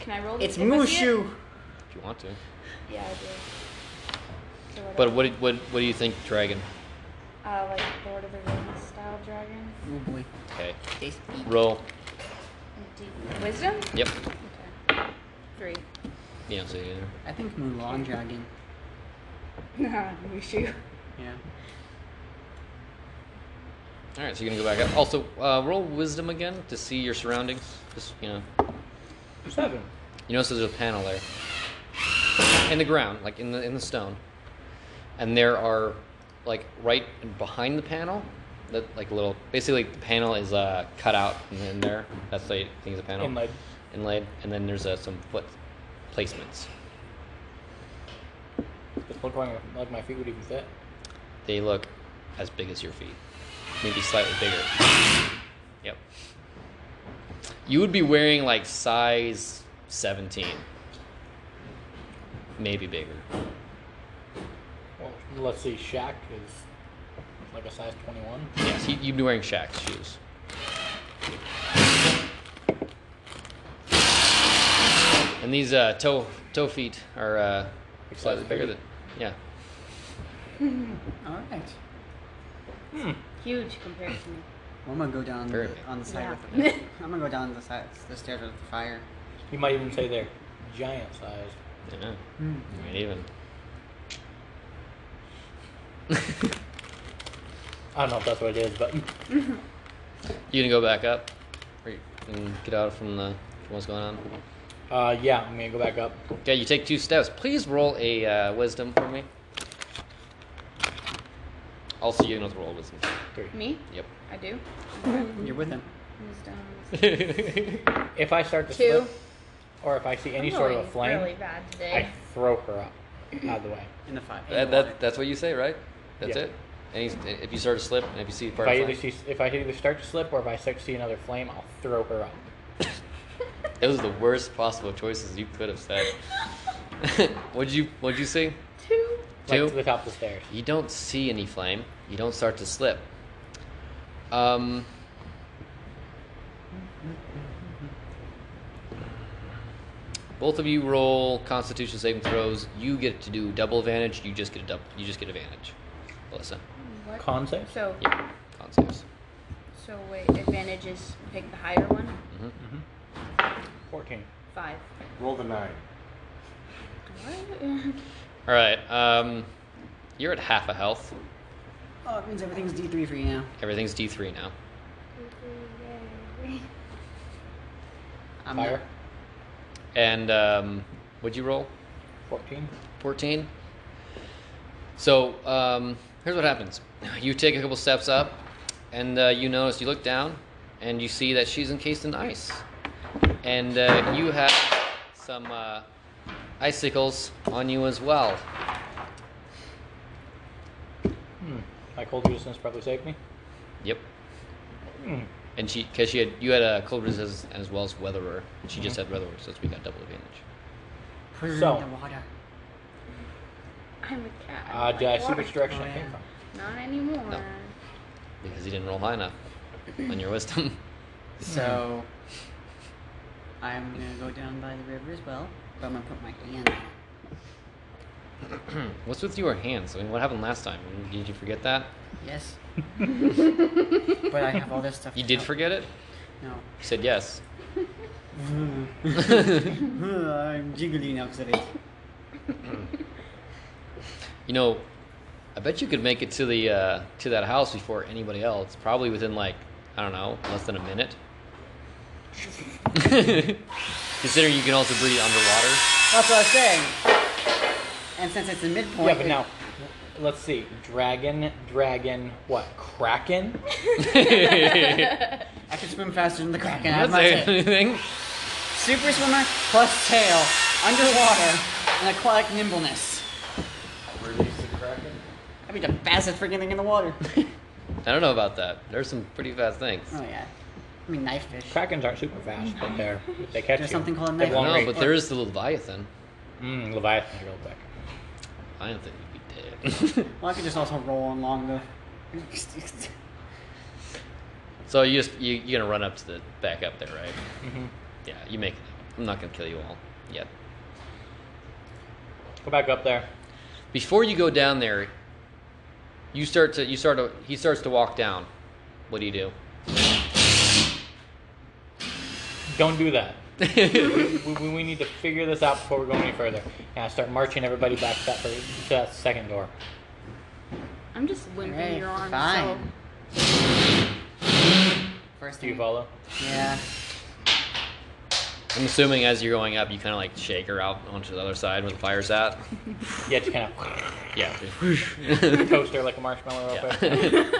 Can I roll? it's if I see it? Mushu. If you want to. Yeah, I do. So what But else? what did- what what do you think dragon? Uh, like Lord of the Rings style dragon. Oh boy. Okay. They speak. Roll. Do- Wisdom. Yep. Okay. Three. You don't see it either. I think Mulan dragon. Mushu. Yeah. All right, so you're gonna go back up. Also, uh, roll wisdom again to see your surroundings. Just you know, Seven. you notice there's a panel there in the ground, like in the in the stone, and there are like right behind the panel, that like little basically the panel is uh, cut out in, in there. That's the thing is a panel Inlaid. inlaid, and then there's uh, some foot placements. Just look like, like my feet would even fit. They look as big as your feet, maybe slightly bigger. Yep. You would be wearing like size 17, maybe bigger. Well, let's see. Shaq is like a size 21. Yes, you- you'd be wearing Shaq's shoes. And these uh, toe toe feet are uh, slightly bigger than yeah. All right. Huge compared to me. Well, I'm gonna go down Very the, big. on the side Yeah. with the. I'm gonna go down the side, the stairs with the fire. You might even say they're giant sized. Yeah, Hmm. right even. I don't know if that's what it is, but You gonna go back up, or you can get out from the from what's going on? uh, yeah, I'm gonna go back up. Okay, you take two steps. Please roll a uh, wisdom for me. Also, you know the roll wisdom. Three. Me? Yep. I do. You're with him. Wisdom. If I start to Two. slip, or if I see any I'm sort of going a flame, Really bad I today. throw her up out of the way. In the fire. that, that, that's what you say, right? That's Yeah. it. And he's, if you start to slip, and if you see If part I, of either the flame, see, if I either start to slip or if I start to see another flame, I'll throw her up. those are the worst possible choices you could have said. what'd you What'd you see? Two. Like Two. to the top of the stairs. You don't see any flame. You don't start to slip. Um. Both of you roll Constitution saving throws. You get to do double advantage. You just get a double. You just get advantage. Melissa, What? Con save? So, yeah, con saves. so wait. Advantage is pick the higher one. 14. Five. Roll the nine. What? All right. Um, you're at half a health. Oh, it means everything's D3 for you now. Everything's D three now. I'm Fire? And um, would you roll? 14. 14. So um, here's what happens you take a couple steps up, and uh, you notice, you look down, and you see that she's encased in ice. And uh, you have some uh, icicles on you as well. Hmm. My cold resistance probably saved me. Yep. Hmm. And she, because she had, you had a cold resistance as well as weatherer, and she Mm-hmm. just had weatherer, so we got double advantage. Put her So- in the water. I'm a cat. Uh, don't did I like see water. which direction Oh, I came yeah. from? Not anymore. No. Because you didn't roll high enough on your wisdom. So I'm gonna go down by the river as well, but I'm gonna put my hand. What's with your hands? I mean, what happened last time? Did you forget that? Yes. but I have all this stuff. You to did help- forget it? No. You said yes. I'm jiggly now because of it. you know, I bet you could make it to the uh, to that house before anybody else. Probably within like I don't know, less than a minute. Considering you can also breathe underwater. That's what I was saying. And since it's a midpoint, Yeah, but it- now, let's see. Dragon, dragon, what? Kraken? I can swim faster than the kraken. That's much anything. Super swimmer plus tail, underwater, and aquatic nimbleness. Release the kraken. I'd be the fastest freaking thing in the water. oh I don't know about that. There's some pretty fast things. yeah. I mean knife fish. Krakens aren't super fast, but they're, they catch There's you. something called a They knife. won't no, rate. but there is the Leviathan. Mm, Leviathan's real quick. I don't think you'd be dead. Well, I could just also roll along the. so you just you, you're gonna run up to the back up there, right? Mhm. Yeah, you make it. I'm not gonna kill you all yet. Go back up there. Before you go down there, you start to you start to he starts to walk down. What do you do? Don't do that. we, we, we need to figure this out before we go any further. Now start marching everybody back to that, fir- to that second door. I'm just limping Alright, your arm. fine. First Do you thing. follow? Yeah. I'm assuming as you're going up, you kind of like shake her out onto the other side where the fire's at. Yeah, just kind of Yeah. toast her like a marshmallow real Yeah. quick.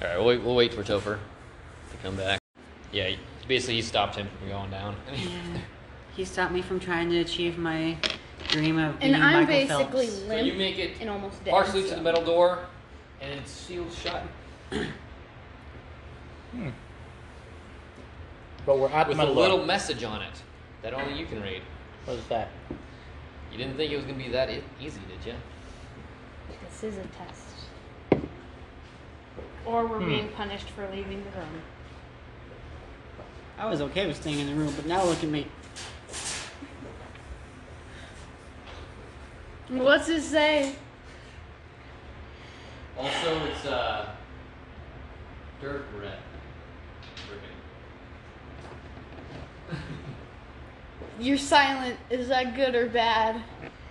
All right, we'll wait, we'll wait for Topher to come back. Yeah, basically he stopped him from going down. Yeah. He stopped me from trying to achieve my dream of And being I'm Michael basically Phelps. limp you make it and almost dead. Partially to so- the metal door, and it's sealed shut. But we're at With my a little little. message on it that only you can read. What is that? You didn't think it was going to be that e- easy, did you? This is a test. Or we're Hmm. being punished for leaving the room. I was okay with staying in the room, but now look at me. What's it say? Also, it's uh, dirt red. You're silent. Is that good or bad?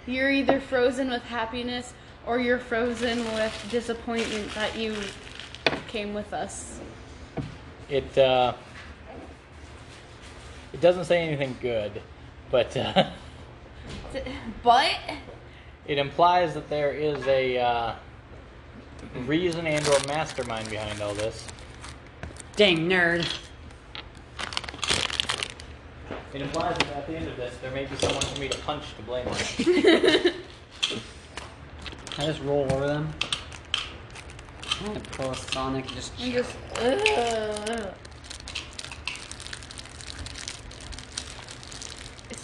You're either frozen with happiness or you're frozen with disappointment that you came with us. It uh, it doesn't say anything good, but uh, But it implies that there is a uh, reason and/or mastermind behind all this. Dang nerd. It implies that at the end of this, there may be someone for me to punch to blame on. I just roll over them. I'm gonna pull a Sonic and just. I'm just. Ugh.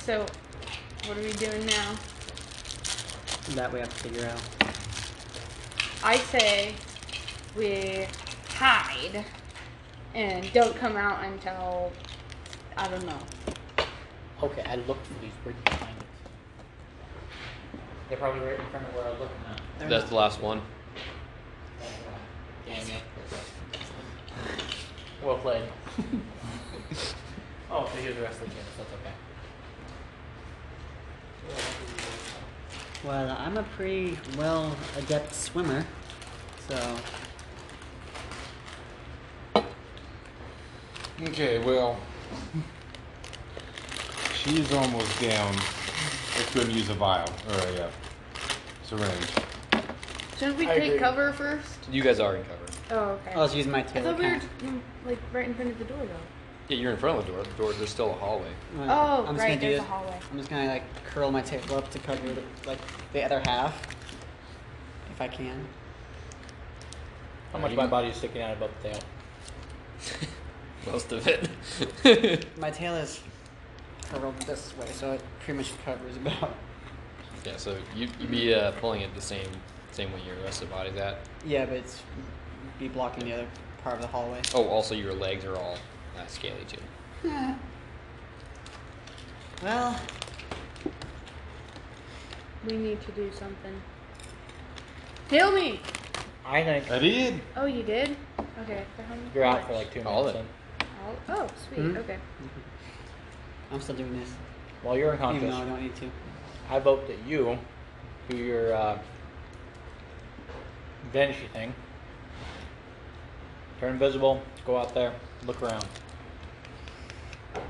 So, what are we doing now? That we have to figure out. I say we hide and don't come out until I don't know. Okay, I looked for these. Where did you find it? They're probably right in front of where I was looking at. They're That's the last one. Damn it. Well played. oh, they here's the rest of the kids. That's okay. not- Well, I'm a pretty well adept swimmer, so. Okay, well, she's almost down. Let's go and use a vial or a uh, syringe. Shouldn't we I take agree. cover first? You guys are in cover. Oh, okay. I'll just use my I tail thought we were account. mm, like right in front of the door though. Yeah, you're in front of the door. The door there's still a hallway. Uh, I'm Oh, just gonna do right, this- there's a hallway. I'm just gonna like curl my tail up to cover the, like the other half, if I can. How much of my body is sticking out above the tail? Most of it. My tail is curled this way, so it pretty much covers about. yeah, so you, you'd be uh, pulling it the same same way your rest of the body's at. Yeah, but it's be blocking the other part of the hallway. Oh, also your legs are all uh, scaly too. Well, We need to do something. Heal me! I think I did. Oh, you did? Okay. For how many? you're out for like two All minutes. of it. then. Oh, oh, sweet. Mhm. Okay. I'm still doing this, While you're even unconscious, though I don't need to. I vote that you do your uh, banshee thing. Turn invisible. Go out there. Look around.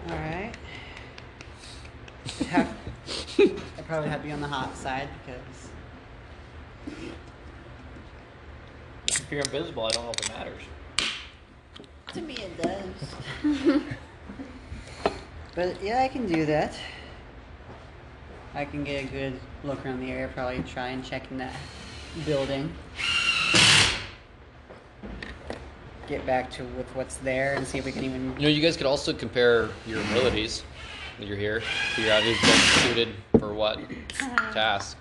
All right. I probably have you on the hot side because If you're invisible, I don't know if it matters. to me it does. but yeah, I can do that. I can get a good look around the area. Probably try and check in that building. Get back to with what's there and see if we can even. You know, you guys could also compare your abilities that you're here. Figure out who's best suited for what Uh-huh. task.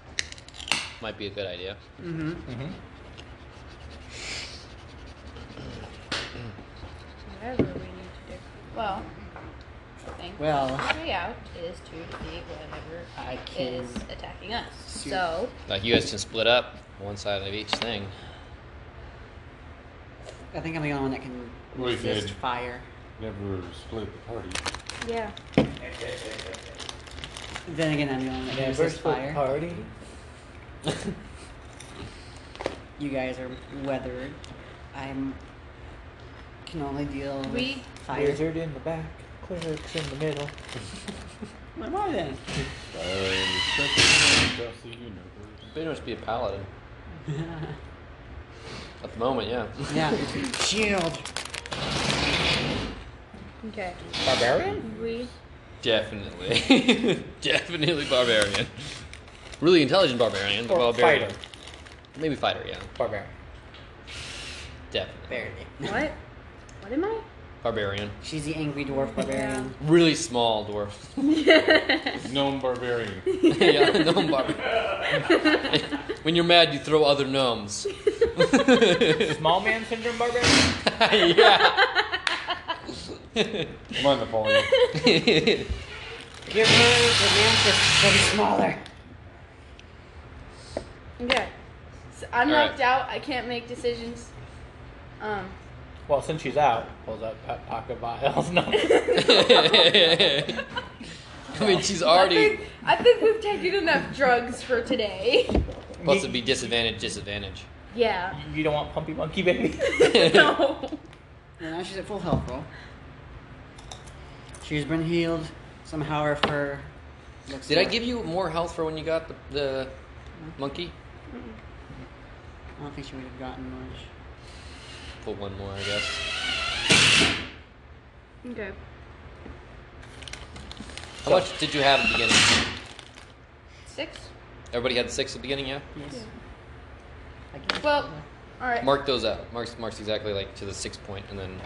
Might be a good idea. Mm-hmm. Whatever we need to do. Well, thank Well- the way out is to defeat whatever I can is attacking us. shoot. So, Like you guys can split up one side of each thing. I think I'm the only one that can Well, you resist could. fire. Never split the party. yeah. Then again, I'm the only one that can resist fire. party. You guys are weathered. I'm can only deal with We- fire. Wizard in the back. Cleric's in the middle. What am I then? Across the universe. Pretty much be a paladin. At the moment, yeah. yeah. Shield. Okay. Barbarian? We Definitely. Definitely barbarian. Really intelligent barbarian. but Or barbarian. fighter. Maybe fighter, yeah. Barbarian. Definitely. Barely. what? What am I? Barbarian. She's the angry dwarf barbarian. Really small dwarf. Gnome barbarian. yeah, gnome barbarian. when you're mad, you throw other gnomes. Small man syndrome barbarian? yeah. Come on, Napoleon. Give her the man for something smaller. Okay. So I'm All right. knocked out. I can't make decisions. Um. Well, since she's out, pulls out po- pocket vials. No. I mean, she's I already. think, I think we've taken enough drugs for today. Plus, it'd be disadvantage, disadvantage. Yeah. You don't want Pumpy Monkey, baby? no. And now she's at full health roll. She's been healed. Somehow her fur looks Did I more- give you more health for when you got the, the monkey? I don't think she would have gotten much. Put one more, I guess. Okay. How much did you have at the beginning? Six. Everybody had six at the beginning, yeah? Yes. I guess. Well. All right. Mark those out. Marks marks exactly like to the six point, and then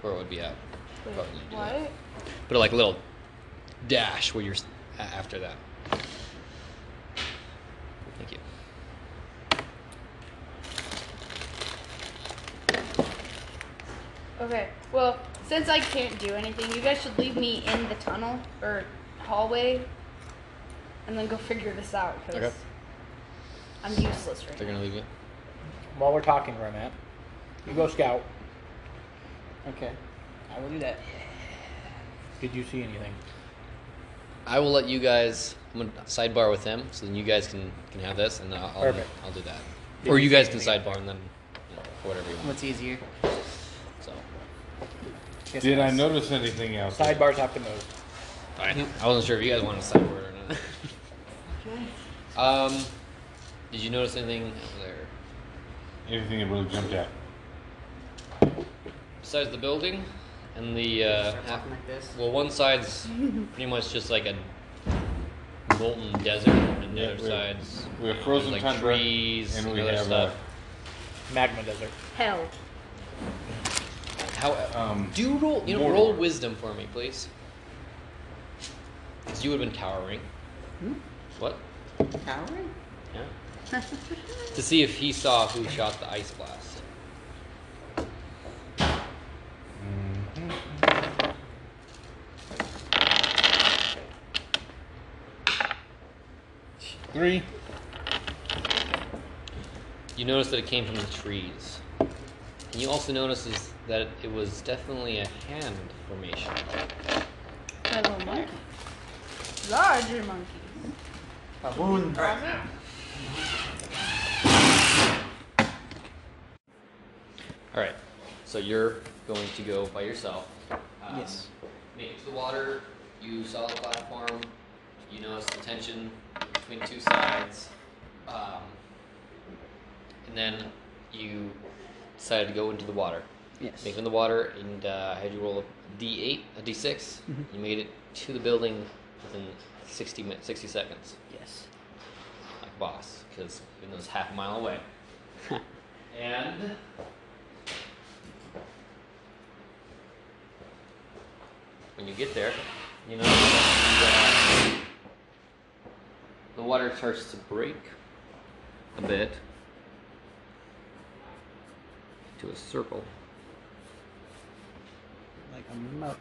where it would be at. Wait, Probably do that. what? But like a little dash where you're s- a- after that. Thank you. Okay. Well, since I can't do anything, you guys should leave me in the tunnel or hallway, and then go figure this out because Okay. I'm useless right They're now. gonna leave you. While we're talking, Romat, you go scout. Okay. I will do that. Did you see anything? I will let you guys. I'm gonna sidebar with him, so then you guys can can have this, and then I'll I'll, Perfect. I'll do that. Did or you you see guys can anything? sidebar and then you know, whatever you want. What's easier? So, Guess Did I that's- notice anything else? Sidebars have to move. all right. I wasn't sure if you guys wanted to sidebar or not. um, did you notice anything there Anything that really jumped out? besides the building and the? Uh, Start half- talking like this. well, one side's pretty much just like a molten desert, and the Yeah, other we're- side's we're you know, there's, frozen like tundra, trees and and, we other have, uh, stuff. Magma desert. Hell. How uh, Um, do you roll? You know, Mordor. roll wisdom for me, please. Because you would have been cowering. Hmm? What? Cowering? Yeah. to see if he saw who shot the ice blast. Three. You notice that it came from the trees. And you also notice is that it was definitely a hand formation. My little monkey. Larger monkeys. Baboon. All right. So you're going to go by yourself. Um, Yes. Make it to the water. You saw the platform. You notice the tension between two sides. Um, and then you decided to go into the water. Yes. Make it in the water, and uh, I had you roll a d8, a d6. Mhm. You made it to the building within 60 minutes, 60 seconds. Yes. Like boss, because it was half a mile away. and when you get there, you know that, uh, the water starts to break a bit to a circle. Like a moat.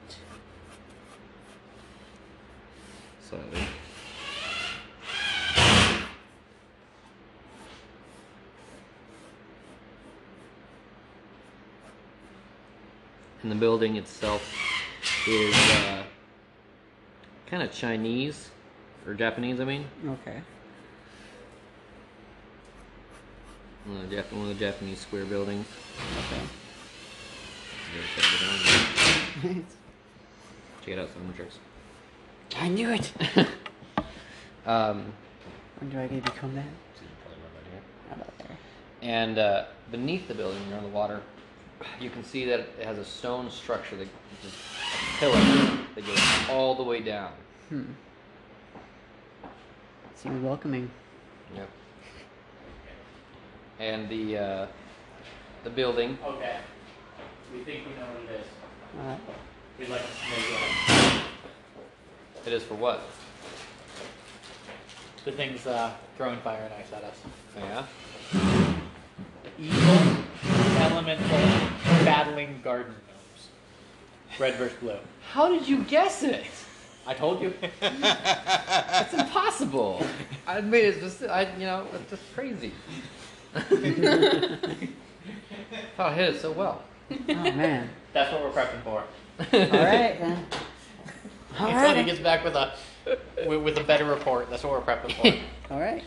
Slightly. And the building itself is uh, kind of Chinese or Japanese, I mean. Okay. One of the, Jap- one of the Japanese square buildings. Okay. Check it out, some tricks. I knew it. Um, when do I get to become that? How about there? And uh, beneath the building, near the water, you can see that it has a stone structure that just a pillar that goes all the way down. Hmm. Seems welcoming. Yep. And the uh, the building. Okay. We think we know what it is. Alright. We'd like to know It is for what? The thing's uh, throwing fire and ice at us. Yeah. Evil, elemental, battling garden gnomes. Red versus blue. How did you guess it? I told you. That's impossible. I made it specific. I, you know, it's just crazy. Thought I hit it so well. Oh man. That's what we're prepping for. All right then. All If right. somebody gets back with a with, with a better report, that's what we're prepping for. All right.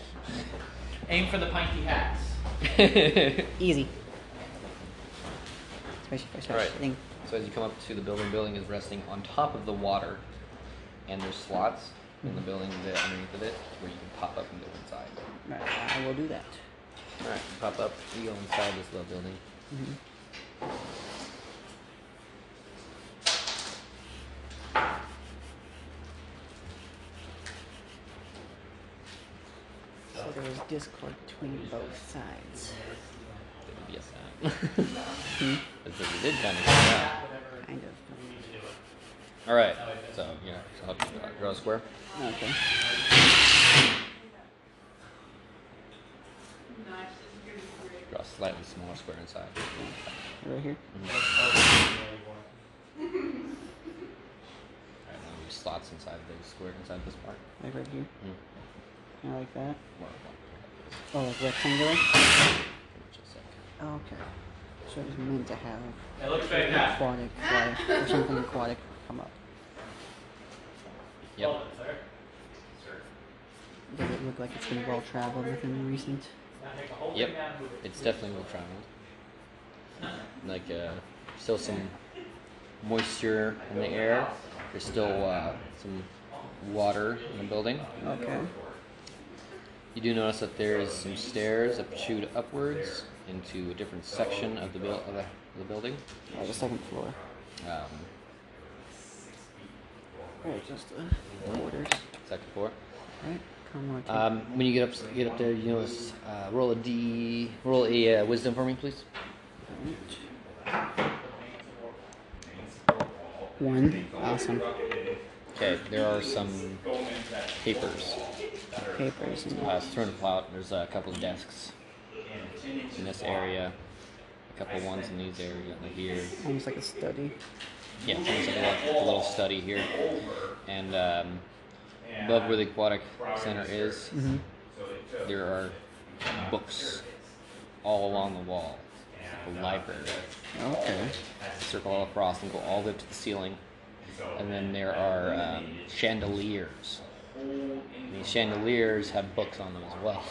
Aim for the pinky hats. Easy. Swish, swish, swish. All right. Ding. So as you come up to the building, building is resting on top of the water, and there's slots in the building that underneath of it where you can pop up and go inside. Right, I will do that. All right, you pop up. You go inside this little building. Mhm. So there was discord between both sides. Yes. uh, that's what you did kind of. get out. Kind of. All right. So yeah, so I'll draw a square. Okay. Draw a slightly smaller square inside. Right here. All right, now there's slots inside the square inside this part. Like right here. Mm. Kind of like that. More, Oh, like rectangular. just a sec. Okay. So it was meant to have. It looks something like that. Aquatic, aquatic, or something aquatic come up. Yep. Does it look like it's been well traveled within the recent? Yep, it's definitely well traveled. Like, uh, still some moisture in the air. There's still uh, some water in the building. Okay. You do notice that there is some stairs that shoot upwards into a different section of the buil- of the, of the building. Yeah, the second floor. Um, Right, just uh, the quarters. second floor. Right. Come on. Um, when you get up, get up there, you notice. Uh, roll a D. Roll a uh, wisdom for me, please. One. Awesome. Okay, there are some papers. Papers. Uh, it's thrown about. There's a couple of desks in this area, a couple ones in these areas like here. Almost like a study. Yeah, there's like a, little, a little study here, and um, above where the aquatic center is, Mhm. there are books all along the wall. A library. Okay. Circle all across and go all the way up to the ceiling, and then there are um, chandeliers The chandeliers have books on them as well.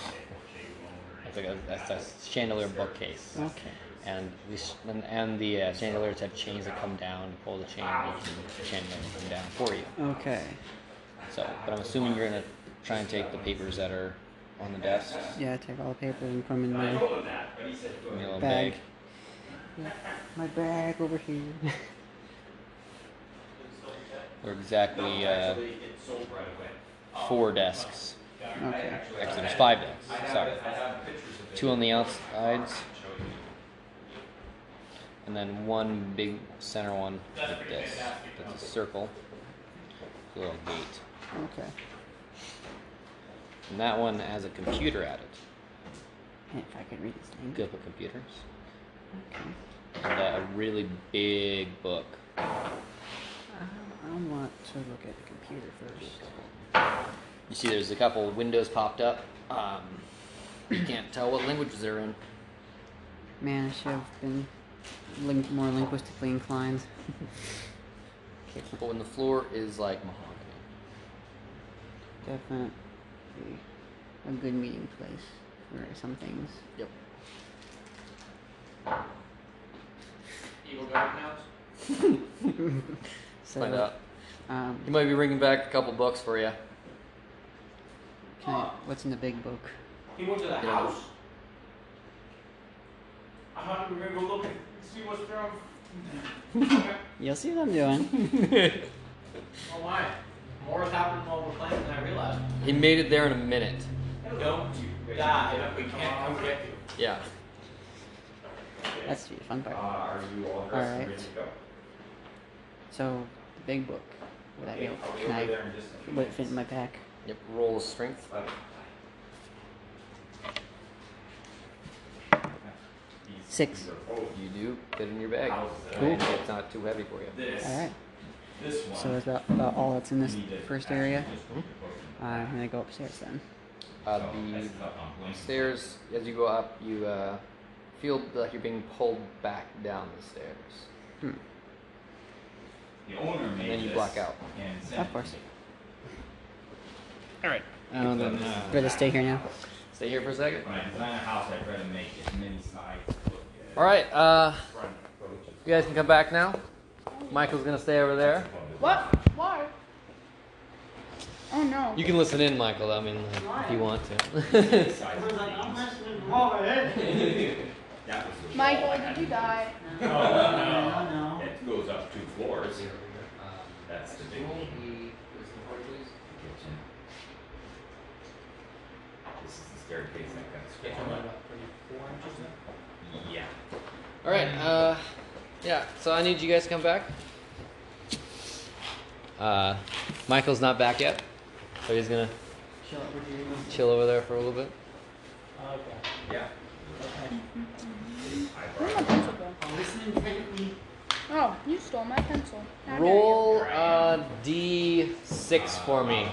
That's like a, that's a chandelier bookcase. Okay. And the, sh- and, and the uh, chandeliers have chains that come down. You pull the chain, and the chandelier will come down for you. Okay. So, but I'm assuming you're gonna try and take the papers that are on the desk. Yeah, take all the papers and put them in my Give me a little bag. bag. Yeah, My bag over here. There are exactly uh, four desks. Okay. Actually, there's five desks. Sorry. Two on the outsides, and then one big center one like this. That's a circle. With a little gate. okay. And that one has a computer at it. If I could read this thing. Google computers. And uh, a really big book. I want to look at the computer first. You see, there's a couple windows popped up. Um, you can't tell what languages they're in. Man, I should have been lin- more linguistically inclined. But when the floor is like mahogany, Definitely a good meeting place for some things. Yep. Evil Garden House? So, find out. Um, He might be bringing back a couple books for you. can I, what's in the big book? He went to the house? I'm not even gonna go look and see what's there. on- You'll see what I'm doing. Oh my. More has happened while we're playing than I realized. He made it there in a minute. Don't you die. We can't come get you. Yeah. That's the fun part. Uh, are you all dressed and ready Alright. to go? So, the big book. Would I be able, Okay, I'll be can over I, there in just a few would it fit in my pack? Yep. Roll strength. Six. You do fit in your bag. Cool. And It's not too heavy for you. Alright. So that's about, about all that's in this first area. Uh, I'm gonna go upstairs then. Uh, Oh, the stairs, as you go up, you uh, feel like you're being pulled back down the stairs. The owner And made then you this black out. and sent Of course. All right. Um, better stay here now. Stay here for a second. When I design a house, I try to make as many sides look All right. Uh, as front approaches. you guys can come back now. Michael's gonna stay over there. What? Why? Oh no. You can listen in, Michael. I mean, like, if you want to. That was the wall. Michael, did you die? No, no, no. It goes up two floors. That's the big kitchen. This is the staircase that comes from. Yeah. All right. Uh, yeah. So I need you guys to come back. Uh, Michael's not back yet, so he's gonna Chill over here. chill over there for a little bit. Yeah. Where'd my pencil go? Oh, you stole my pencil. How dare you. Roll a d6 for me.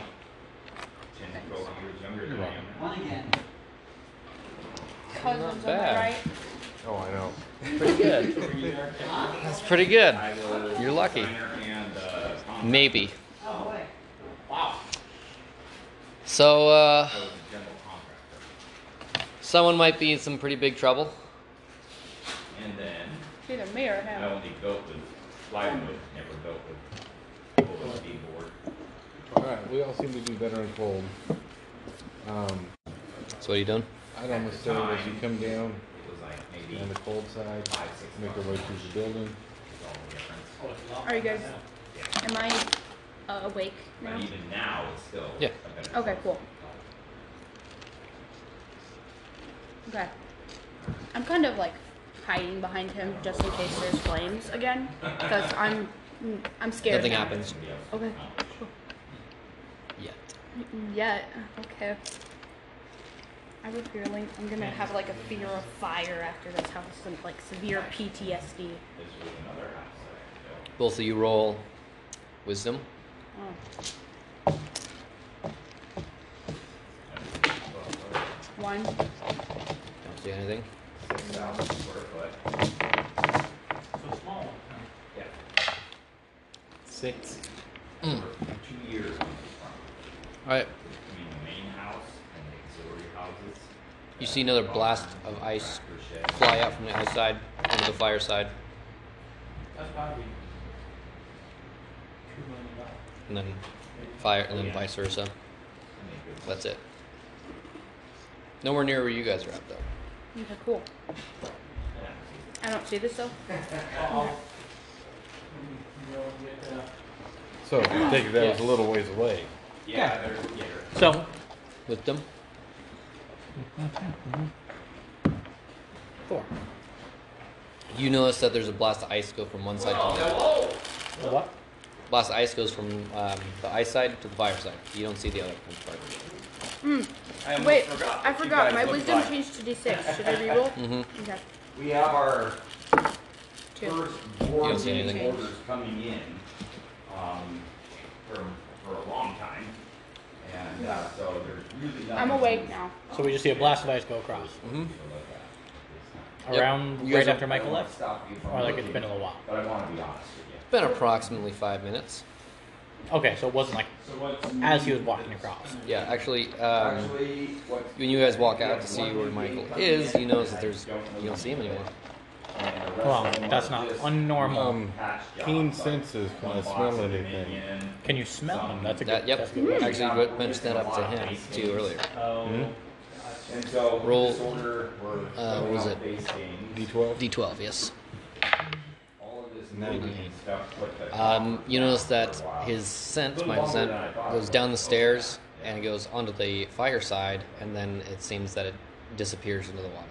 Ten, twelve years younger than I am. One again. Cousins, am I bad. right? Oh, I know. Pretty good. That's pretty good. You're lucky. And, uh, Tom Maybe. Oh, boy. So uh, was a general contractor. someone might be in some pretty big trouble. And then Either me or I him. only built with plywood, never built with OSB board. All right, we all seem to do better in cold. Um, So what are you doing? I don't necessarily as you come down It was like maybe on the cold side, five, six make our way through the building. is all the difference. Are you guys? Am I uh, awake But now? even now, it's still Yeah. Oh. a better. Okay, cool. Okay. I'm kind of like hiding behind him just in case there's flames again, because I'm I'm scared. Nothing now. happens Okay. yet. Yeah. Okay. I would fear like I'm gonna have like a fear of fire after this house and like severe PTSD. This was another house that I built. Both of you roll wisdom. Oh. One. Don't see anything. Six thousand square foot. So small. Yeah. Six. Mm. For two years. on this property. All right. between the main house and the auxiliary houses. You see another blast of ice fly out from the outside onto the fire side, That's probably two million dollars. and then fire, and then vice versa. That's it. Nowhere near where you guys are at, though. Okay, cool. I don't see this though. Uh-oh. You know, get, uh, So, I think that was a little ways away. Yeah, they're, yeah. So, with them. Four. You notice that there's a blast of ice go from one side to the other. What? Blast of ice goes from um, the ice side to the fire side. You don't see the other part. Mm. I almost Wait, forgot I what you forgot. guys My look wisdom like. changed to d6. Should I reroll? Mhm. Okay. We have our Two. first board don't see meeting anything. orders coming in, um, for, for a long time. And, uh, so there's usually nothing. I'm awake now. So we just see a blast of ice go across. Mm-hmm. Yep. You Around guys right are- after Michael left? Stop you from Or like it's looking, been a little while. But I wanna be honest with you. Been approximately five minutes. Okay, so it wasn't like So what's as he was walking across. Yeah, actually, um, Actually, what's. when you guys walk out to see where Michael is, you notice that there's you don't see him anymore. and the rest Well, of them that's are not just unnormal. Um, patch keen jobs, like senses, can one I box smell of anything? Dominion, Can you smell him? That's a good. That, yep, That's a good question. actually I mentioned that up to him too earlier. Hmm? Oh, And so Roll, this order, we're uh, what was filling it? out base games. D12? D12, yes. All of this Nine. moving and stuff with the- Um, you notice that his scent, Michael's scent, goes down the stairs and it goes onto the fireside, and then it seems that it disappears into the water.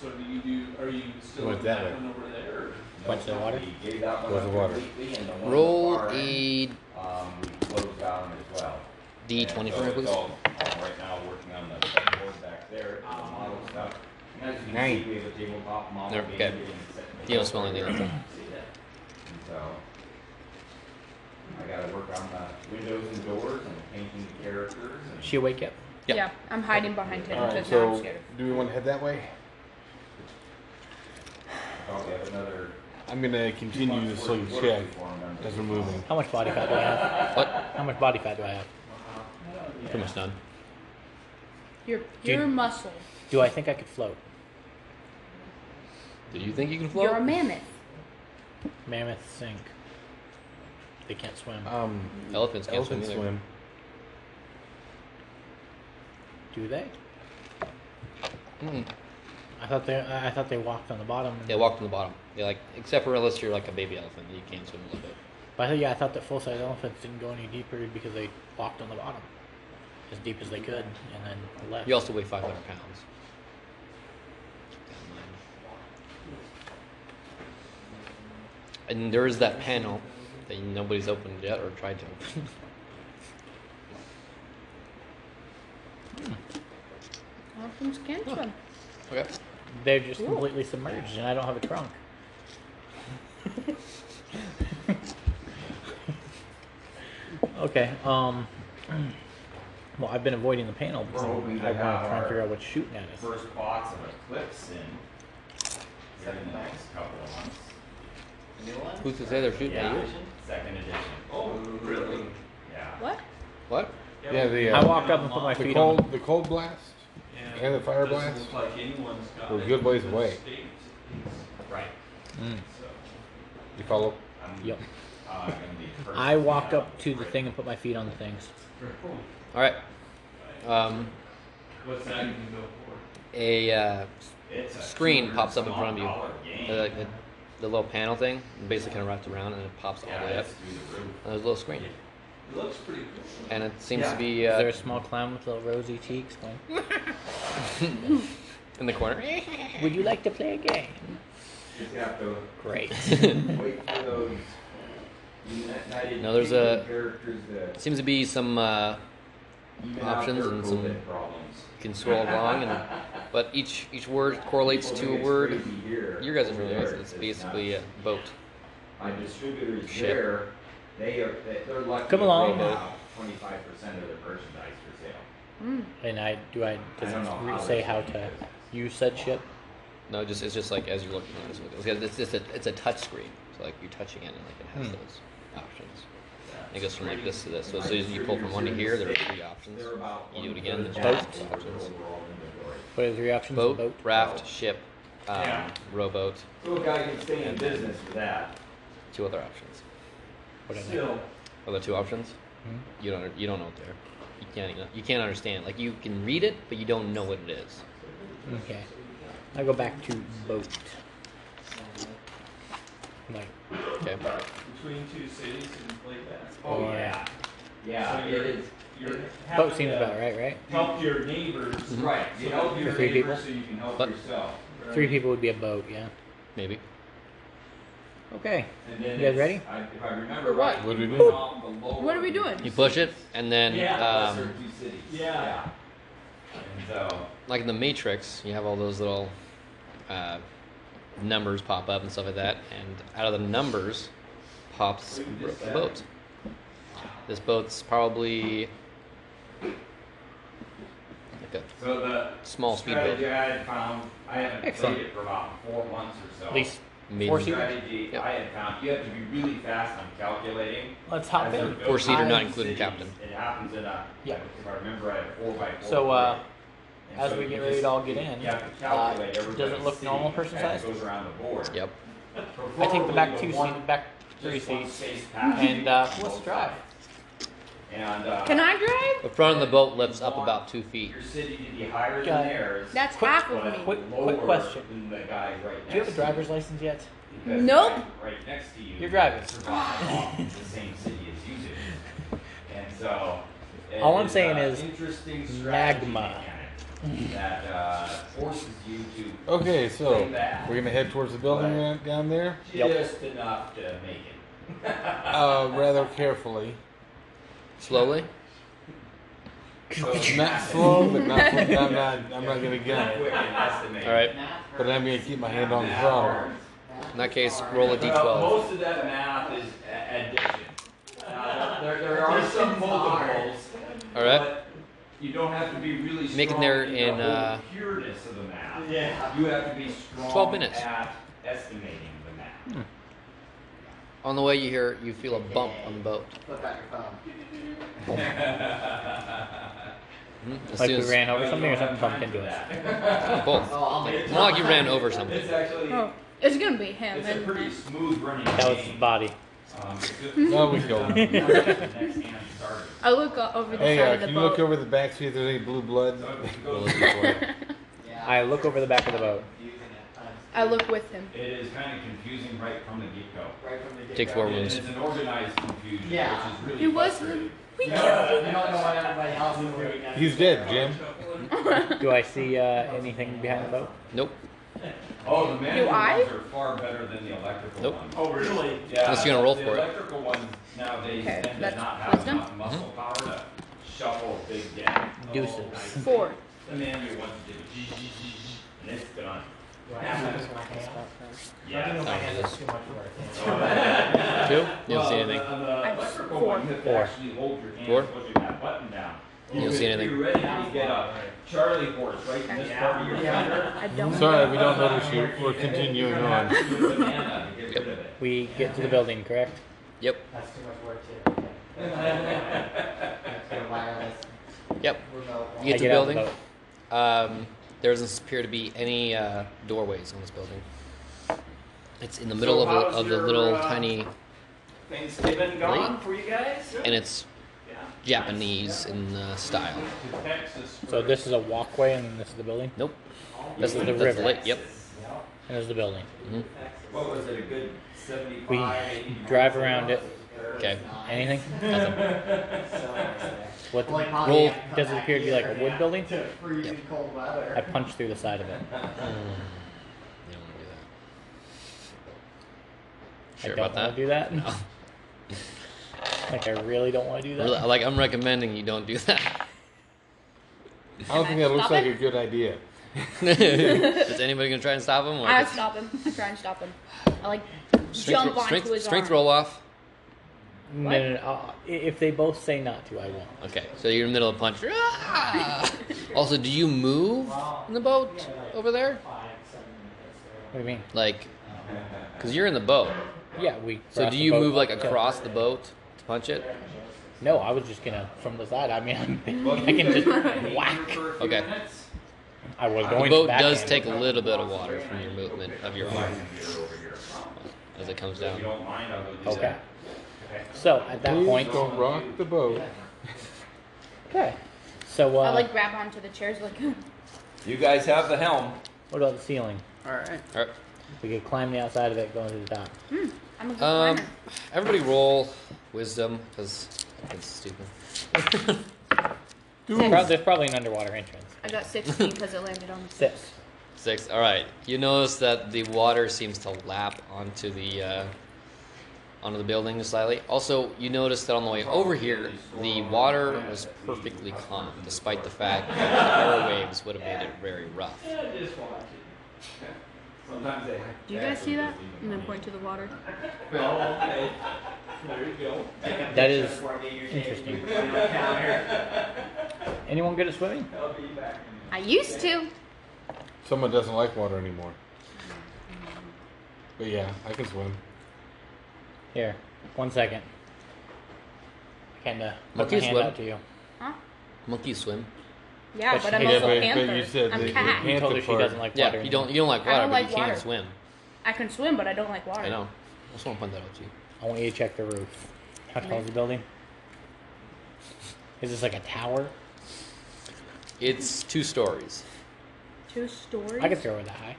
so do you do, are you still Went in that that way. one over there? or- Punch the water. We gave that one Goes up the water. completely, and the one Roll E at the far end, a Um, we closed down as well. D20 And for so me, it's please. all- all right now working on the board back there, the model stuff. And as you can Nine. see, we have a tabletop model. There, being okay. made and set in the You don't smell corner. anything. See that? And so, I gotta work on the windows and doors and painting the characters and She awake yet? Yeah. Yeah, I'm hiding behind him Alright, because now I'm so scared. do we want to head that way? probably have another. I'm going to continue this little check as we're moving. How much body fat do I have? What? How much body fat do I have? Pretty much none. Your Dude. your muscle. Do I think I could float? Do you think you can You're a float? mammoth. Mammoth sink. They can't swim. Uh. Um, Elephants can't swim elephant either. swim. Do they? Mm-mm. I thought they. I I thought they walked on the bottom. They walk from the bottom. They like, except for unless you're like a baby elephant, you can swim a little bit. But I thought, yeah, I thought that full size elephants didn't go any deeper because they walked on the bottom as deep as they could and then left. You also weigh 500 pounds. Keep that in mind. And there is that panel that nobody's opened yet or tried to open. Elephants can swim. okay. They're just completely submerged and I don't have a trunk. okay, um. Well, I've been avoiding the panel because Bro, I'm, we I want to have try and our- figure out what's shooting at us. first box of Eclipse in here in the next couple of months. New one? Who's to say they're shooting at yeah. you? Second edition. Oh, really? Yeah. What? What? Yeah, the, I uh, walked up and put my the feet on. cold, the cold blast and the fire Doesn't blast. look like anyone's got We're it good ways in the away. States. Right. Mm. So You follow? I'm Yep. uh, gonna be first. I walked Yeah. up to the thing and put my feet on the things. All right. Um, What's that gonna go for? a uh, It's a screen pops up in front of $200 you. game. The, like, the, the little panel thing basically kind of wraps around and it pops all Yeah, the way up. it's through the roof. And there's a little screen. It looks pretty cool. And it seems Yeah. to be Is there uh, a small clown with little rosy cheeks going, in the corner. Would you like to play a game? Just have to Great. wait for those United No, there's Kingdom a- characters that seems to be some. Uh, even out options their and some- COVID problems. you can scroll along, and but each each word correlates People to think a it's word. crazy here. You guys are Over familiar there, with it. It's basically nuts. a boat. My distributors Ship. there, they are they- they're lucky. Come that along. They have twenty-five percent of their merchandise for sale. And I do I does I don't it know how say this how works. to use said ship? No, just it's just like as you're looking at it, it's just a it's a touch screen. So like you're touching it, and like it has Hmm. those options. It goes from like this to this. So as soon as you pull from one to here, there are three options. You do it again, there's Boat? three options. What are the three options? Boat, raft, ship, um, Yeah. rowboat. So a guy can stay in and then business for that. Two other options. What are they? Still. Are there two options? Hmm? You don't. You don't know what they're. You can't. You can't understand. Like you can read it, but you don't know what it is. Okay. I go back to boat. Like, Okay. Between two cities and like that. Oh, yeah. Yeah, So it you're, is. You're having boat seems to about right, right? Help your neighbors. Mm-hmm. Right, you so help that your Three people? neighbors so you can help But- yourself. Three people would be a boat, yeah. Maybe. Okay. And You then guys it's- ready? I, if I remember What? right, What do we you do? went off the lower- What are we doing? You push it, and then Yeah, um, lesser two cities. Yeah. Yeah. And uh, so, like in the Matrix, you have all those little uh, numbers pop up and stuff like that, and out of the numbers pops a boat. This boat's probably like so the a small speedboat. strategy I had found, I haven't Excellent. played it for about four months or so. At least Maybe. four The seater? strategy I had found, you have to be really fast on calculating. Let's hop As in. you go Four-seater, through not the including cities, captain. It happens in a, Yeah. if I remember right, a four by four. So, uh, grid. And as so we you get just- ready to all get in, You have to uh, calculate everybody's does it look city normal person as size? it goes around the board. Yep. I take the back Preferably two with one- seats, back three just one seats, space past and uh, on let's both drive. sides. And, uh, Can I drive? The front of the boat lifts up about two feet. Your city to be higher than Got it. theirs. That's Quick- half but of me. Quick- lower question. Than the guy right Do you have a next driver's to you. license yet? Because Nope. the guy Right next to you. You're driving. survived off in the same city as you do. And so. it All I'm is saying a is Interesting strategy magma. mechanic That, uh, forces you to. Okay, Oh, so stay back we're gonna head towards the building Right. uh, down there, Just enough to make it. uh, rather carefully. Slowly? So Not slow, but not. I'm not. I'm not gonna Quick get it. and estimate. All right. But I'm gonna keep my hand on the throttle. In that case, roll a Well, d12. most of that math is a- addition. Uh, there, there are some multiples. All right. But you don't have to be really strong. Make it there the in, whole uh, pureness of the math. Yeah. You have to be strong. 12 minutes. At estimating the math. On the way, you hear you feel a bump on the boat. Flip out your phone. Hmm? As Like soon we as- ran No, over you something or don't have something bumped time for into us? that. Both. Oh, I'll make Like, more like you ran over something. It's actually Oh, it's gonna be him. it's a isn't pretty it? smooth running game. That was his body. Um, it's good- No, we don't. The next hand started. I look o- over the Hey, side uh, of the can you boat. look over the back see if there's any blue blood? So if you Roll go a d4. Yeah. I look over the back of the boat. Using it. Um, I look with him. It is kind of confusing right from the get go. Right from the Take get-go. four And wounds. it's an organized confusion, Yeah. which is really It was frustrating. You don't, you don't know what everybody else is doing. that's- He's dead, Jim. Do I see uh, anything behind the boat? Nope. Oh, the manual I? ones are far better than the electrical Nope. ones. Oh, really? Yeah, Unless you're gonna roll the for it. electrical ones nowadays Okay, tend to that's not have wisdom. enough muscle power Mm-hmm. to shuffle a big deck. Deuces. Oh, nice. Four. The manual ones do zzz, zzz, zzz, and it's gone. Do I have to use my hand? I Yeah. know my hand is too much work. Two? You don't see Well, uh, the- anything. The electrical one, you have to Four. actually hold your hand Four. and put that button down. You don't see anything. You're ready to get a Charlie horse right in this part of your thunder. I don't. Sorry, we don't notice you. We're continuing on. We get to the building, correct? Yep. That's too much work too. That's a wireless Yep. remote. You get I to the out of building. boat. Um, there doesn't appear to be any uh, doorways on this building. It's in the middle So of, a, how's of the your, little uh, tiny, Thanksgiving gone for you guys? and it's Yeah. Japanese in uh, style. To Texas. So for- this is a walkway, and then this is the building, Nope. This is the that's river. lake. Yep. and this is the building. What was it, a good We seventy-five, eighty? drive around it. Okay. Anything? What? The, Roll- does it appear to be like a wood building? To freezing cold weather. I punch through the side of it. You don't want to do that. I Sure don't about that? want to do that. like I really don't want to do that. Really- Like I'm recommending you don't do that. I don't think that looks Stop like it. a good idea. Is anybody gonna try and stop him? Or I stop him. I try and stop him. I like strength, jump onto strength, his strength arm. roll off. No, What? no, no, I'll- i- if they both say not to, I won't. Okay, so you're in the middle of punch. Ah! also, do you move in the boat over there? Five, seven minutes. What do you mean? Like, because you're in the boat. Yeah, we. So cross do the you boat. move like Yeah. across the boat punch it? No, I was just gonna from the side. I mean, I can just whack. Okay. I was the going. boat back does in. take a little bit of water from your movement of your arm as it comes down. Okay. So at that Please point, don't rock the boat. Okay. So uh, I like grab onto the chairs like. You guys have the helm. What about the ceiling? All right. All right. We could climb the outside of it, going to the top. Hmm, I'm a good Um, climber. everybody roll wisdom because it's stupid. There's prob- there's probably an underwater entrance. I got 16 because it landed on the Six. Six. All right. You notice that the water seems to lap onto the uh, onto the building slightly. Also, you notice that on the way over here, the water was perfectly calm, despite the fact that the waves would have made it very rough. Yeah, just watch it. Sometimes they. Do you guys see that? And then point to the water. Well, okay. There you go. That is interesting. Anyone good at swimming? I used to. Someone doesn't like water anymore. But yeah, I can swim. Here, one second. Kind of put Monkey my hand swim. out to you. Huh? Monkey swim. Yeah, but, I'm also panther. I'm cat. You told her she part- doesn't like water Yeah, you don't you don't like I water, don't but like you water. can swim. I can swim, but I don't like water. I know. I just want to point that out to you. I want you to check the roof. How tall is the building? Is this like a tower? It's two stories. Two stories. I could throw it that high.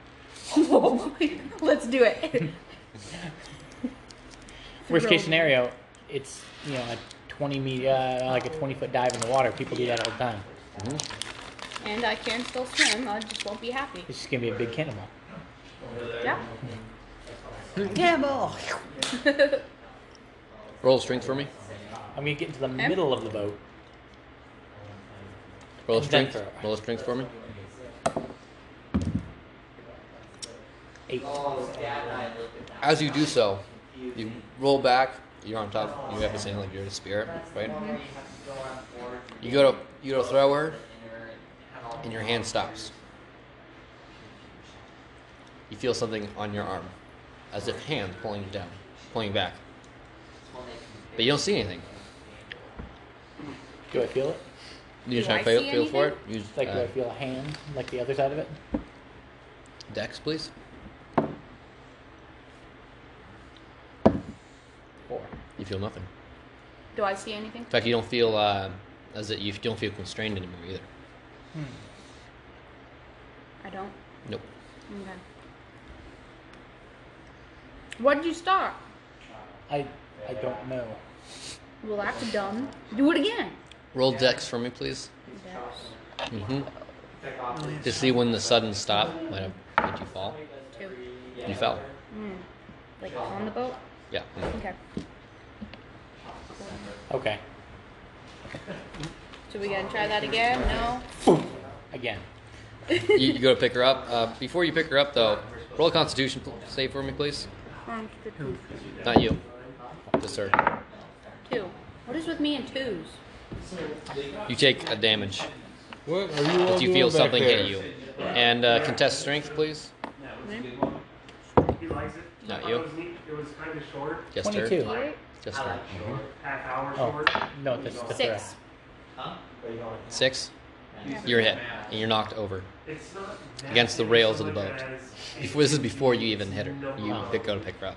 Let's do it. Worst Throw it. case scenario, it's you know a twenty meter, uh, like a twenty foot dive in the water. People do that all the time. and I can still swim. I just won't be happy. It's just gonna be a big cannonball. Yeah. Cannonball. Roll strength for me. I'm gonna get into the middle of the boat. Roll And strength. then throw. Roll strength for me. Eight. As you do so, you roll back. You're on top. You have the same like you're the spirit, right? You go to you go to throw her, and your hand stops. You feel something on your arm, as if hand pulling you down, pulling you back. But you don't see Oh, anything. Do I feel it? You just Do try I to feel, see feel for it. anything? You just, Like, do uh, I feel a hand, like the other side of it? Dex, please. Four. You feel nothing. Do I see anything? In fact, you don't feel uh, as it. You don't feel constrained anymore either. I don't. Nope. Okay. What did you start? I I don't know. Well, that's dumb. Do it again. Roll Dex for me, please. hmm To see when the sudden stop might have made you fall. Two. You fell. Mm. Like on the boat? Yeah. Okay. Okay. So we gotta try that again? No. Again. you, you go to pick her up. Uh, before you pick her up, though, roll a Constitution pl- save for me, please. Um, Not you. Just her. Two. What is with me and twos? You take a damage. What are you all As you doing feel back something there? hit you. And uh, contest strength, please. He likes it. Not I you. thought It was, neat. It was kind of short. Just her. 22. Just her. Mhm. Half hour Oh, short. no, that's the Six. threat. Huh? Six. Yeah. You're hit, and you're knocked over It's not that against the big rails of the so much boat. as Before, this is before you even hit her. You Oh. pick, go to pick her up.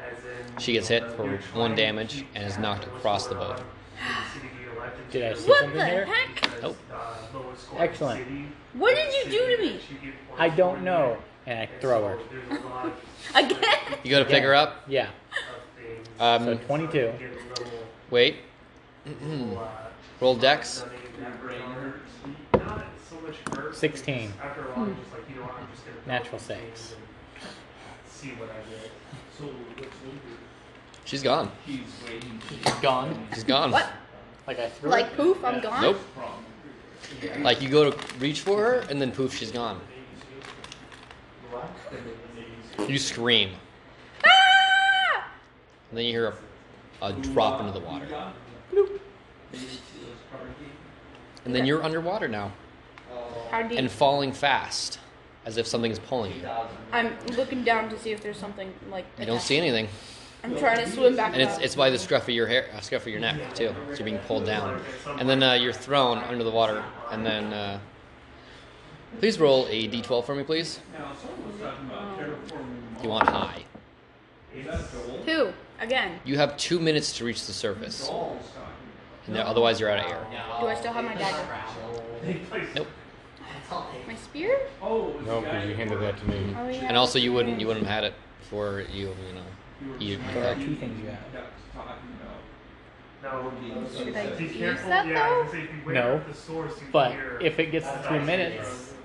As in, uh, She gets hit for you're one trying to damage keep and is track knocked of what's across the going on boat. in the city you elected Did I to. see What something the there? heck? Because, Nope. uh, lowest scoring Excellent. city, What did you do to me? I don't know, and I throw her. there's a lot of Again? You go to pick her up. Yeah. Um, So 22. Wait. Roll dex. not so much curve. 16. After a while, you're just like, you know what, I'm just gonna Natural six. see what I get. So what's needed? She's gone. He's waiting. Gone. She's gone. What? Like I threw Like it. poof, I'm gone? Nope. Like you go to reach for her and then poof, she's gone. You scream. And then you hear a, a drop into the water. And then you're underwater now How deep? and falling fast as if something is pulling you. I'm looking down to see if there's something like. You don't see anything. I'm trying to swim back And it's, up. it's by the scruff of your hair, uh, scruff of your neck too. So you're being pulled down, and then uh, you're thrown under the water. And then, uh, please roll a d12 for me, please. Now, someone was talking about Um, terraforming You want high. Mars. Who? Again. You have two minutes to reach the surface, and then- otherwise you're out of air. Do I still have my dagger? Nope. My spear? Oh, No, because you handed that to me. Oh, yeah. And also, you wouldn't you wouldn't have had it for you you know. You, There are two things you have. Should I Be use careful. that, yeah, I was though? gonna say, beware No, of the source you but hear if it gets as to three I minutes, speak.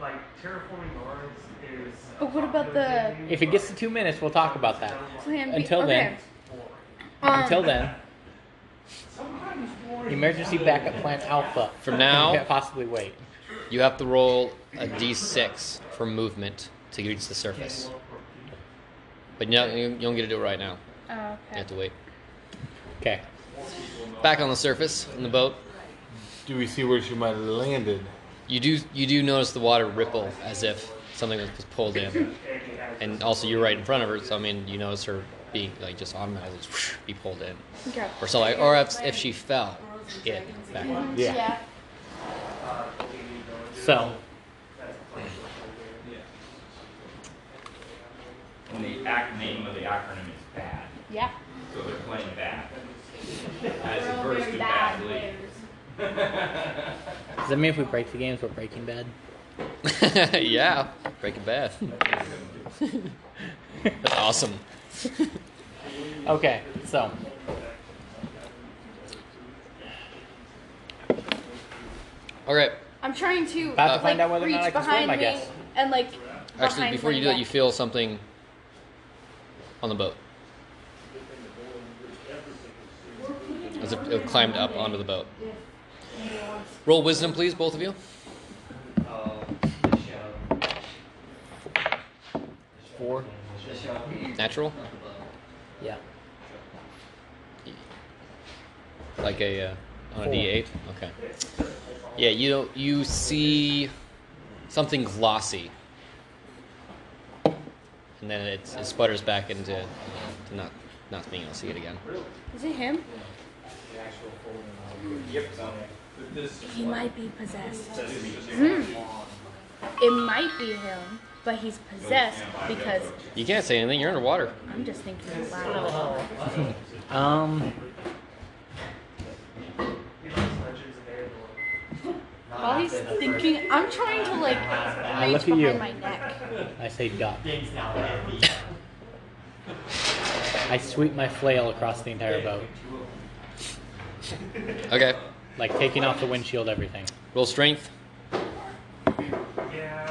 like terraforming Mars is. a But what about popular the- thing, if it gets to two minutes, we'll talk about that. Plan B- Until then, Um, until then, emergency backup plan alpha. From now- You can't possibly wait. You have to roll a d6 for movement to reach the surface. But no, you, you don't get to do it right now. Oh, You have to wait. Okay. Back on the surface in the boat. Do we see where she might have landed? You do. You do notice the water ripple as if something was pulled in, and also you're right in front of her. So I mean, you notice her being like just automatically whoosh, be pulled in, Okay. or so like, or if, if she fell in backward. Yeah. Yeah. So, And the ac- name of the acronym is BAD. Yeah. So they're playing bad. We're As all opposed very to bad bad league. does that mean if we break the games, we're breaking bad? yeah, Breaking Bad. That's awesome. Okay, so. All right. I'm trying to About to like, find out whether or reach not I can swim, behind I me guess. and like Actually, behind before my you do that, you neck. feel something on the boat. As it, it climbed up onto the boat. Roll wisdom, please, both of you. Four. Natural, Yeah. like a uh, on a Four. D8. Okay. Yeah, you don't, you see something glossy, and then it, it sputters back into to not not being able to see it again. Is it him? Yep, so. He might be possessed. Says to me, Hmm. It might be him, but he's possessed because You can't say anything. You're underwater. I'm just thinking out loud. Um. While he's thinking, I'm trying to like I reach look at behind you. my neck. I say duck. I sweep my flail across the entire boat, Okay. like taking off the windshield, everything. Roll strength. Yeah,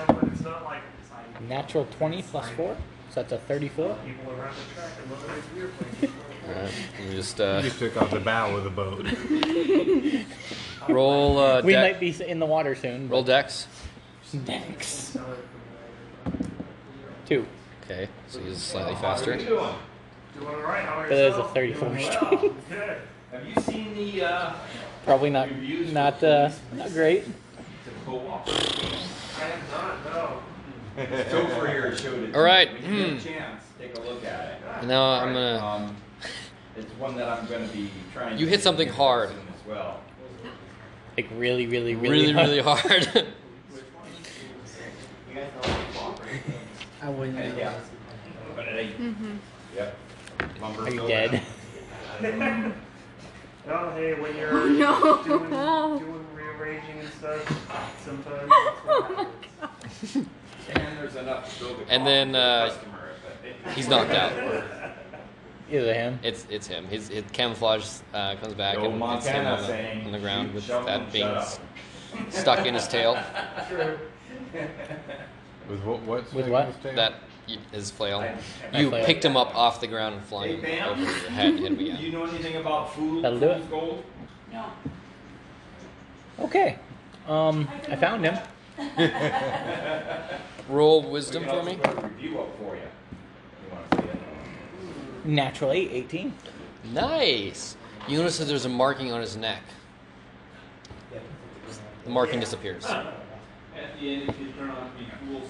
but it's not like it's like Natural 20 plus 4, so that's a 34. people around the track and other weird places. Alright, you just uh, You just took off the bow of the boat. roll. Uh, we dex- might be in the water soon. roll dex. but- Dex. Two. Okay, so he's slightly faster. Doing all right. How are But that is a yourself? 34 Doing straight. Good. Have you seen the, uh, Probably not not uh, not great. the co-op? I have not. No. Topher here showed it. to All me. right, When you get hmm. a chance, take a look at it. And now I'm gonna. Um, it's one that I'm gonna be trying. You to hit something get hard. soon As well. Like really, really, really, Really, really hard. I wouldn't know. Yeah. But it ain't. Mm-hmm. Yep. Lumber Are you bill. dead? Well, hey, when you're Oh, no. doing, doing rearranging and stuff, sometimes. It's what happens. And there's enough to build a And then, car uh, for the customer, but it- he's knocked out. Either him. It's it's him. His, his camouflage uh, comes back Joe and it's him Montana on the, saying, on the ground "You with shovel that and being shut up." s- stuck in his tail. With what? what With what? second That y- his flail. My You flail. picked him up off the ground and flung him Hey, Pam? over your head and hit him Do you again. know anything about food? That'll do it. Gold? Okay. Um, I found him. Roll We wisdom can for also me. put a Review up for you. You wanna see it? Naturally, 18. Nice. You notice that there's a marking on his neck. The marking disappears. And You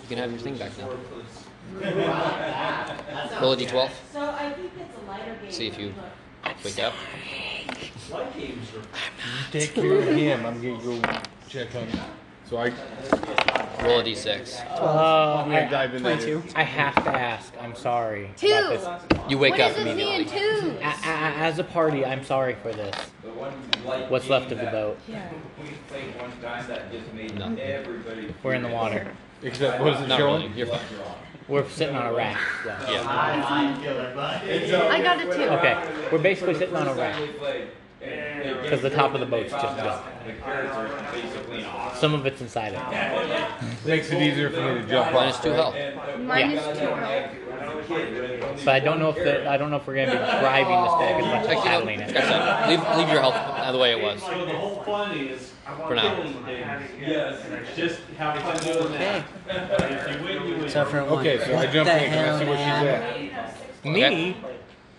can have your thing back now. now. Roll a d12. So I think it's a lighter game. See if than you look. wake up. Light games are. Take care of him. I'm gonna go check on him. So I roll a d6. Oh, I'm gonna dive in later. I have to ask. I'm sorry. Two. about this. You wake What up does this immediately. mean, two? A- a- as a party, I'm sorry for this. What's left of the boat? Yeah. We played one time that just made Nothing. everybody. We're in the water. Except what is it Not showing? really. You're fine. We're sitting on a raft. so- Yeah. I got a two. Okay, we're basically sitting on a raft. Because Because the top of the boat's just gone. The carrots are basically off. Some of it's inside of it. Makes it easier for me to jump Minus off, two right? health. Minus Yeah. two health. So I don't know if the, I don't know if we're gonna be driving this boat as much as Actually, paddling no. it. Scratch that. Leave, leave your health the way it was. So the whole fun is For now. killing things. Yes, just have fun doing that. If you win, you win. So for one. Okay, so I What jump the in. Can I hell, see what she's man? at? Me?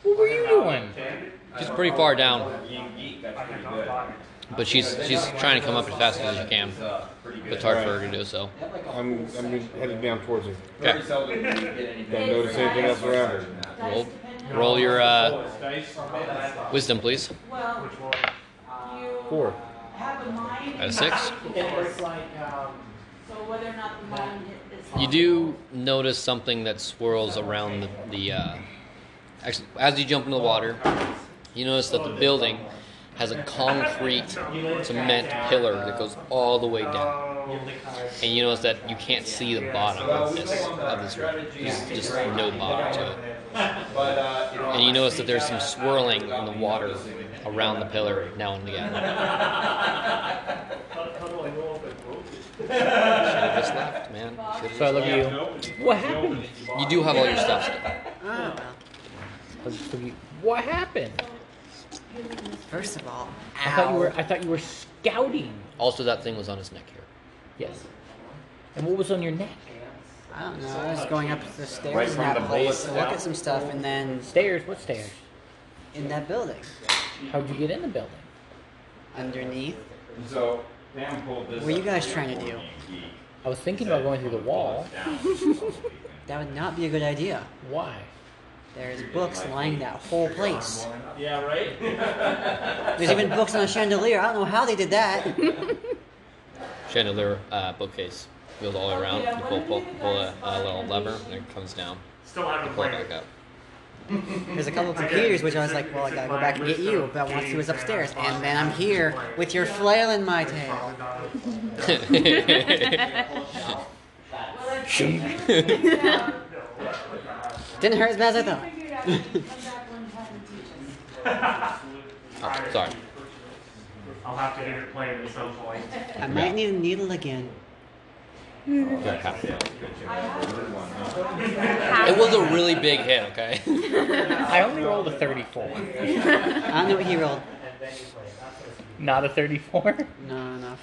What were you doing? She's pretty far down, but she's she's trying to come up as fast as she can. But it's hard for her to do so. I'm, I'm headed down towards her. Okay. Don't notice anything else around her. Roll, roll your uh, wisdom, please. Four. At a six. It's like, um, So whether or not the mind hit is. You do notice something that swirls around the, the uh, actually, as you jump into the water, you notice that the building has a concrete cement pillar that goes all the way down. And you notice that you can't see the bottom of this, of this river. There's just no bottom to it. And you notice that there's some swirling in the water around the pillar now and again. Should have just left, man. Should've So I just look at left. you. What happened? You do have all your stuff still. Oh, I just look at you, What happened? first of all, I thought you were ow. I thought you were scouting. Also, that thing was on his neck here. Yes. And what was on your neck? I don't know. I was going up the stairs Right in from that the place bullets to look down. at some stuff, and then Stairs. What stairs? in that building, How'd you get in the building? underneath. So, Dan pulled this. What are you up. guys trying to do? I was thinking about going through the wall. That would not be a good idea. Why? There's books lining that whole place. Yeah, right? There's even books on a chandelier. I don't know how they did that. Chandelier uh, bookcase goes all the way around. You pull, pull, pull a, a little lever, and it comes down. Still haven't You pull it played back up. There's a couple of computers, which I was like, well, I gotta go back and get you. But once he was upstairs, and then I'm here with your flail in my tail. Um, Didn't hurt as bad as I thought. Oh, sorry. I'll have to get it played at some point. I might need a needle again. Yeah, half. It was a really big hit, okay? I only rolled a 34. I don't know what he rolled. Not a 34? No, no.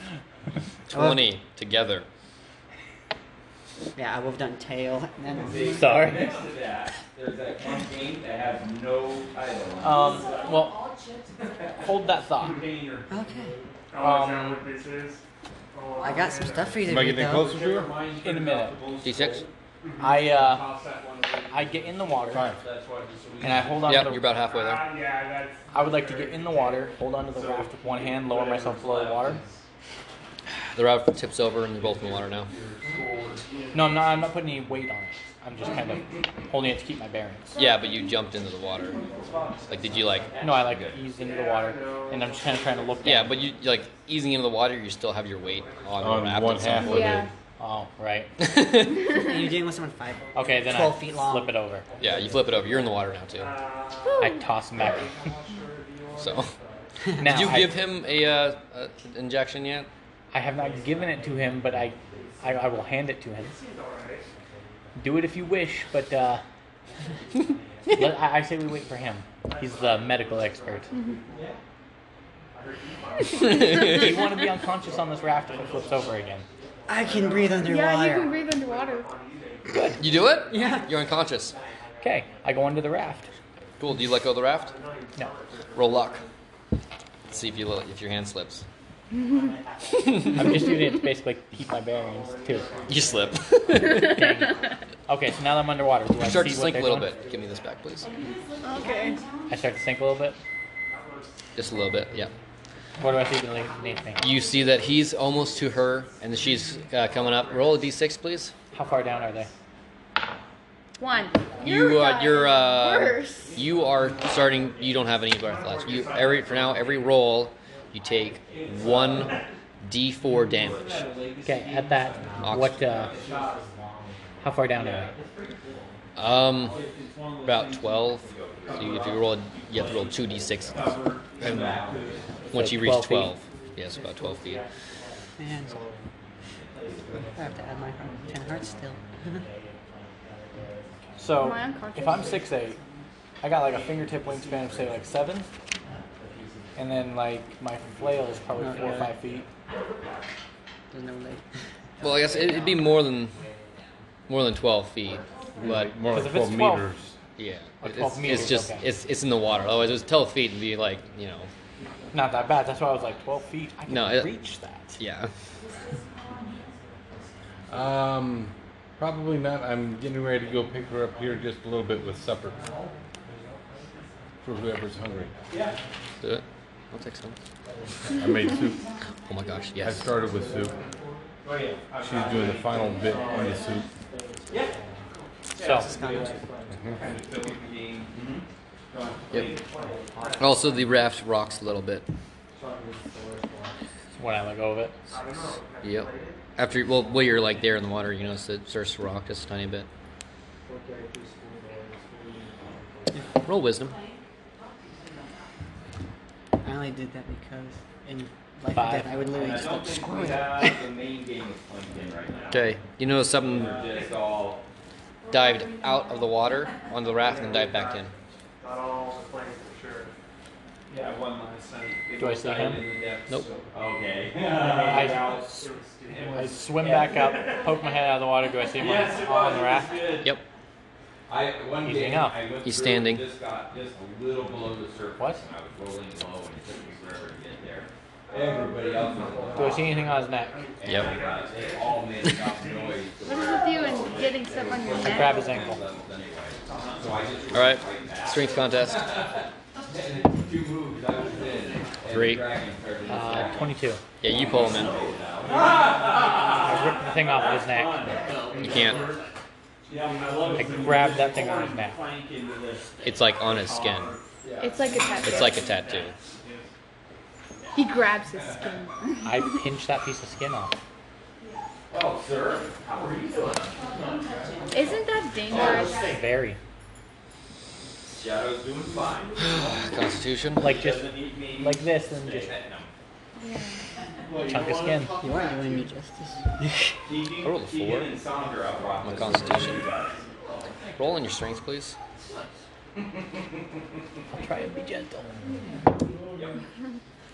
20 together. Yeah, I would have done tail. And then Sorry. Next to that, there's that one game that has no title. on Um, well, hold that thought. Um, okay, Oh, is that what this is? Oh, I got some stuff for you Am I to read getting though. closer to her? In a minute. D6? I, uh, I get in the water Five. and I hold on Yep, to you're the about halfway there. Ah, yeah, that's. I would like to get in the water, hold on to the raft with one hand, lower myself below the water. The route tips over, and you're both in the water now. No, I'm not, I'm not putting any weight on it. I'm just kind of holding it to keep my bearings. Yeah, but you jumped into the water. Like, did you, like. No, I like ease into the water and I'm just kind of trying to look Yeah, down. but you, like, easing into the water, you still have your weight on, On the raft one at some half point. Yeah. Oh, right. And you're dealing with someone five. Okay, then I 12 feet long. flip it over. Yeah, you flip it over. You're in the water now, too. I toss him back. So. Now, Did you I- give him a, uh, uh injection yet? I have not given it to him, but I, I, I will hand it to him. Do it if you wish, but uh, let- I, I say we wait for him. He's the medical expert. Do you want to be unconscious on this raft if it flips over again? I can breathe underwater. Yeah, you can breathe underwater. You do it? Yeah. You're unconscious. Okay, I go under the raft. Cool. Do you let go of the raft? No. Roll luck. See if you let, if your hand slips. I'm just using it to basically keep my bearings too. You slip. Okay, so now that I'm underwater, do I You start see to what slink a they're little doing? bit. Give me this back, please. Okay. I start to sink a little bit. Just a little bit. Yeah. What do I see beneath beneath me? You see that he's almost to her, and that she's uh, coming up. Roll a d6, please. How far down are they? One. You, uh, you're, uh, Worse. you are starting. You don't have any breath left. You every for now. Every roll, you take one d4 damage. Okay, at that, what? Uh, how far down are Um, about 12. So you, if you roll, you have to roll two d6s. And once So you reach 12 feet? 12, yes, about 12 feet. Man. I have to add my heart. 10 hearts still. they? So, Am I unconscious? if I'm six eight, I got like a fingertip wingspan of say like seven, and then like my flail is probably Not four or really. five feet. There's no leg. Well, I guess it, it'd be more than more than 12 feet, but More like 'Cause if it's 12 12 meters. Yeah, Or it- 12 it's, meters, it's just okay. it's it's in the water. Otherwise, it was 12 feet and be like you know, Not that bad. That's why I was like twelve feet. I can no, it, reach that. Yeah, Um, probably not. I'm getting ready to go pick her up here just a little bit with supper for whoever's hungry. Yeah. do it. I'll take some. I made soup. Oh my gosh! I Yes. started with soup. Oh, She's doing the final bit on the soup. Yeah. So. Mm-hmm. Yep. Also, the raft rocks a little bit. When I let go of it. Yep. After well, while you're like there in the water, you notice it starts to rock just a tiny bit. Roll wisdom. I only did that because in life Five. and death, I would literally I just don't like, think screw we it. have the main game is plugged in right now. Okay. You notice something Mm. We're just all dived out of the water onto the raft and then dived back in. Not all the planes for sure. Yeah, one last night. They Do I both see died him? in the depths, Nope. so- Okay. I, I swim back up, poke my head out of the water. Do I see him on- Yes, it on was. the It raft? was good. Yep. I one Easy day enough. I went He's through standing. and just got just a little below the surface. What? And I was rolling low and it took me forever to get there. Everybody else was on Do I top, see anything on his neck? and Yep. I got- They all made enough noise. to What is where with you and getting stuff on your I grab neck? his ankle. So I just All right. Strength contest. two moves I was in. and Three. the dragon started to Uh, attack. 22. Yeah, you pull him in. I ripped the thing off of his neck. You can't. Yeah, I love I it. grabbed that thing on his neck. Plank into this. It's like on his skin. It's like a tattoo. It's like a tattoo. He grabs his skin. I pinched that piece of skin off. Oh, sir, how are you doing? Isn't that dangerous? Very. Shadow's doing fine. Constitution. Like just Doesn't need me. like this and just That number. chunk of skin. You are doing me justice. Keegan- I rolled a Keegan four. and Sandra are My processing. constitution. Roll on your strength, please. I'll try and be gentle.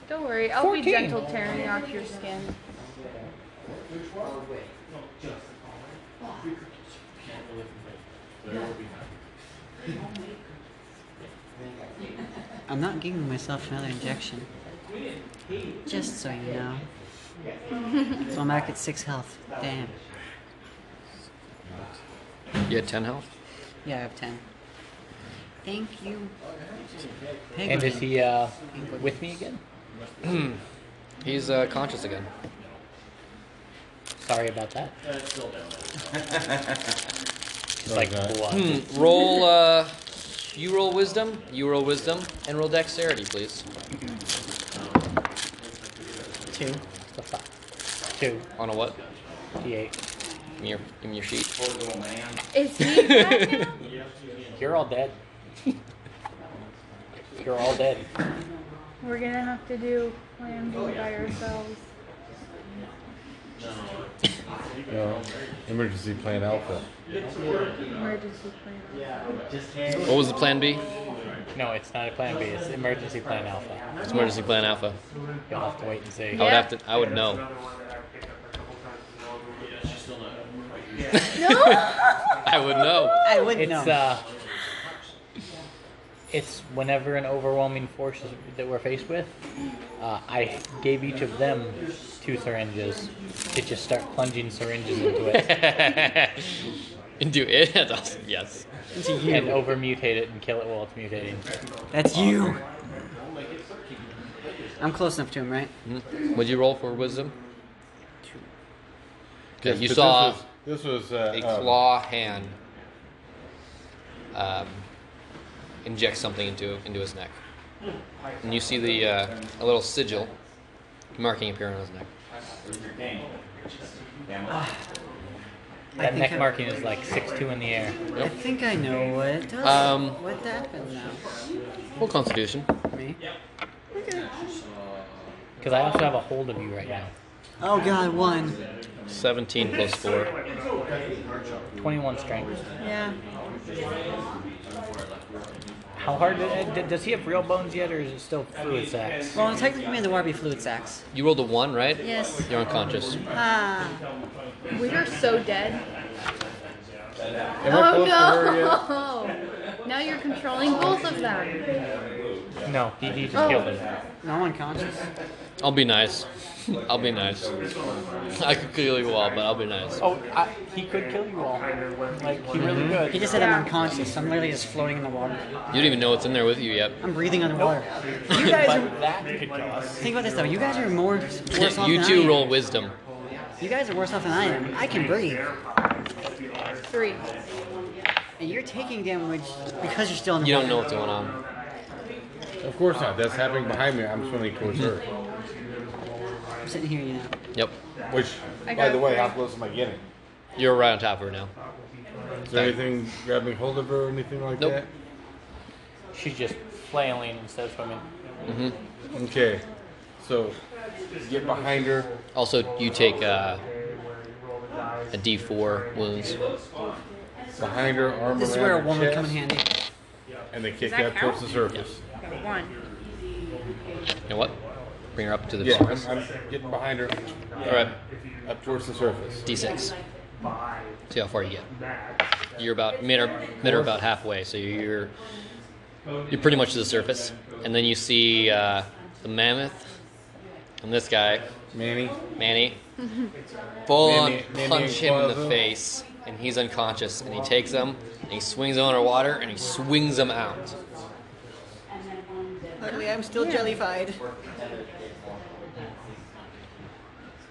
Don't worry, I'll be 14. gentle tearing off your skin. I'm not giving myself another injection. Just so you know. so I'm back at six health. Damn. You had 10 health. Yeah, I have ten. Thank you. And is Penguin. he uh, with me again? He's uh, conscious again. Sorry about that. It's like blood. Hmm, roll. Uh, you roll wisdom. You roll wisdom, and roll dexterity, please. Two. What's that? Two, On a what? d8. Give me your, give me your sheet. Poor little man. Is he back now? You're all dead. You're all dead. We're gonna have to do plan B by ourselves. No. Emergency plan alpha. Emergency plan. What was the plan B? No, it's not a plan B. It's emergency plan alpha. It's emergency plan alpha. You'll have to wait and see. I would have to. I would know. Another one that I picked up a couple times in the old room. I would know. I would It's know. uh, it's whenever an overwhelming force is, that we're faced with, uh, I gave each of them two syringes to just start plunging syringes into it. Into it? That's awesome. Yes. It's you. And over mutate it and kill it while it's mutating. That's you. I'm close enough to him, right? Mhm. What'd you roll for wisdom? Okay, Yes, you but saw This was, this was uh, a um, claw hand um, inject something into into his neck, and you see the uh, a little sigil marking appear on his neck. I That think neck I- marking is like six two in the air. I think I know what it does. Um, what happened now? Full Constitution. Me? Because I also have a hold of you right now. Oh god, one. Seventeen plus four. 21 strength. Yeah. How hard did, did- does he have real bones yet, or is it still fluid sacks? Well, technically, me and the Warby fluid sacks. You rolled a one, right? Yes. You're unconscious. Ah. We are so dead. we're oh close to her no! Now you're controlling both of them. No, he, he just Oh. killed him. No one conscious. I'll be nice. I'll be nice. I could kill you all, but I'll be nice. Oh, I, he could kill you all. Like, he really could. He just said I'm unconscious. I'm literally just floating in the water. You don't even know what's in there with you yet. I'm breathing underwater. You guys are. Think about this though. You guys are more worse off you than two I am. roll wisdom. You guys are worse off than I am. I can breathe. Three. And you're taking damage because you're still in the You water. don't know what's going on. Of course not. That's happening behind me. I'm swimming towards her. I'm sitting here, you know. Yep. Which, I by got the way, three. how close am I getting? You're right on top of her now. Is there anything grabbing hold of her or anything like Nope. that? She's just flailing instead of swimming. Mm-hmm. Okay. So, get behind her. Also, you take uh, a D4 wounds. Behind her, arm This is around where a her woman chest, come in handy. And they kick that out towards the count? surface. One. You know what? Bring her up to the Yeah, surface. I'm, I'm getting behind her. All right. Up towards the surface. D6. See how far you get. You're about mid or mid or about halfway, so you're you're pretty much to the surface, and then you see uh, the mammoth and this guy, Manny. Manny, full on Manny- Manny punch him in the Guava. face, and he's unconscious, and he takes him, and he swings him underwater, and he swings him out. Luckily, I'm still jellyfied.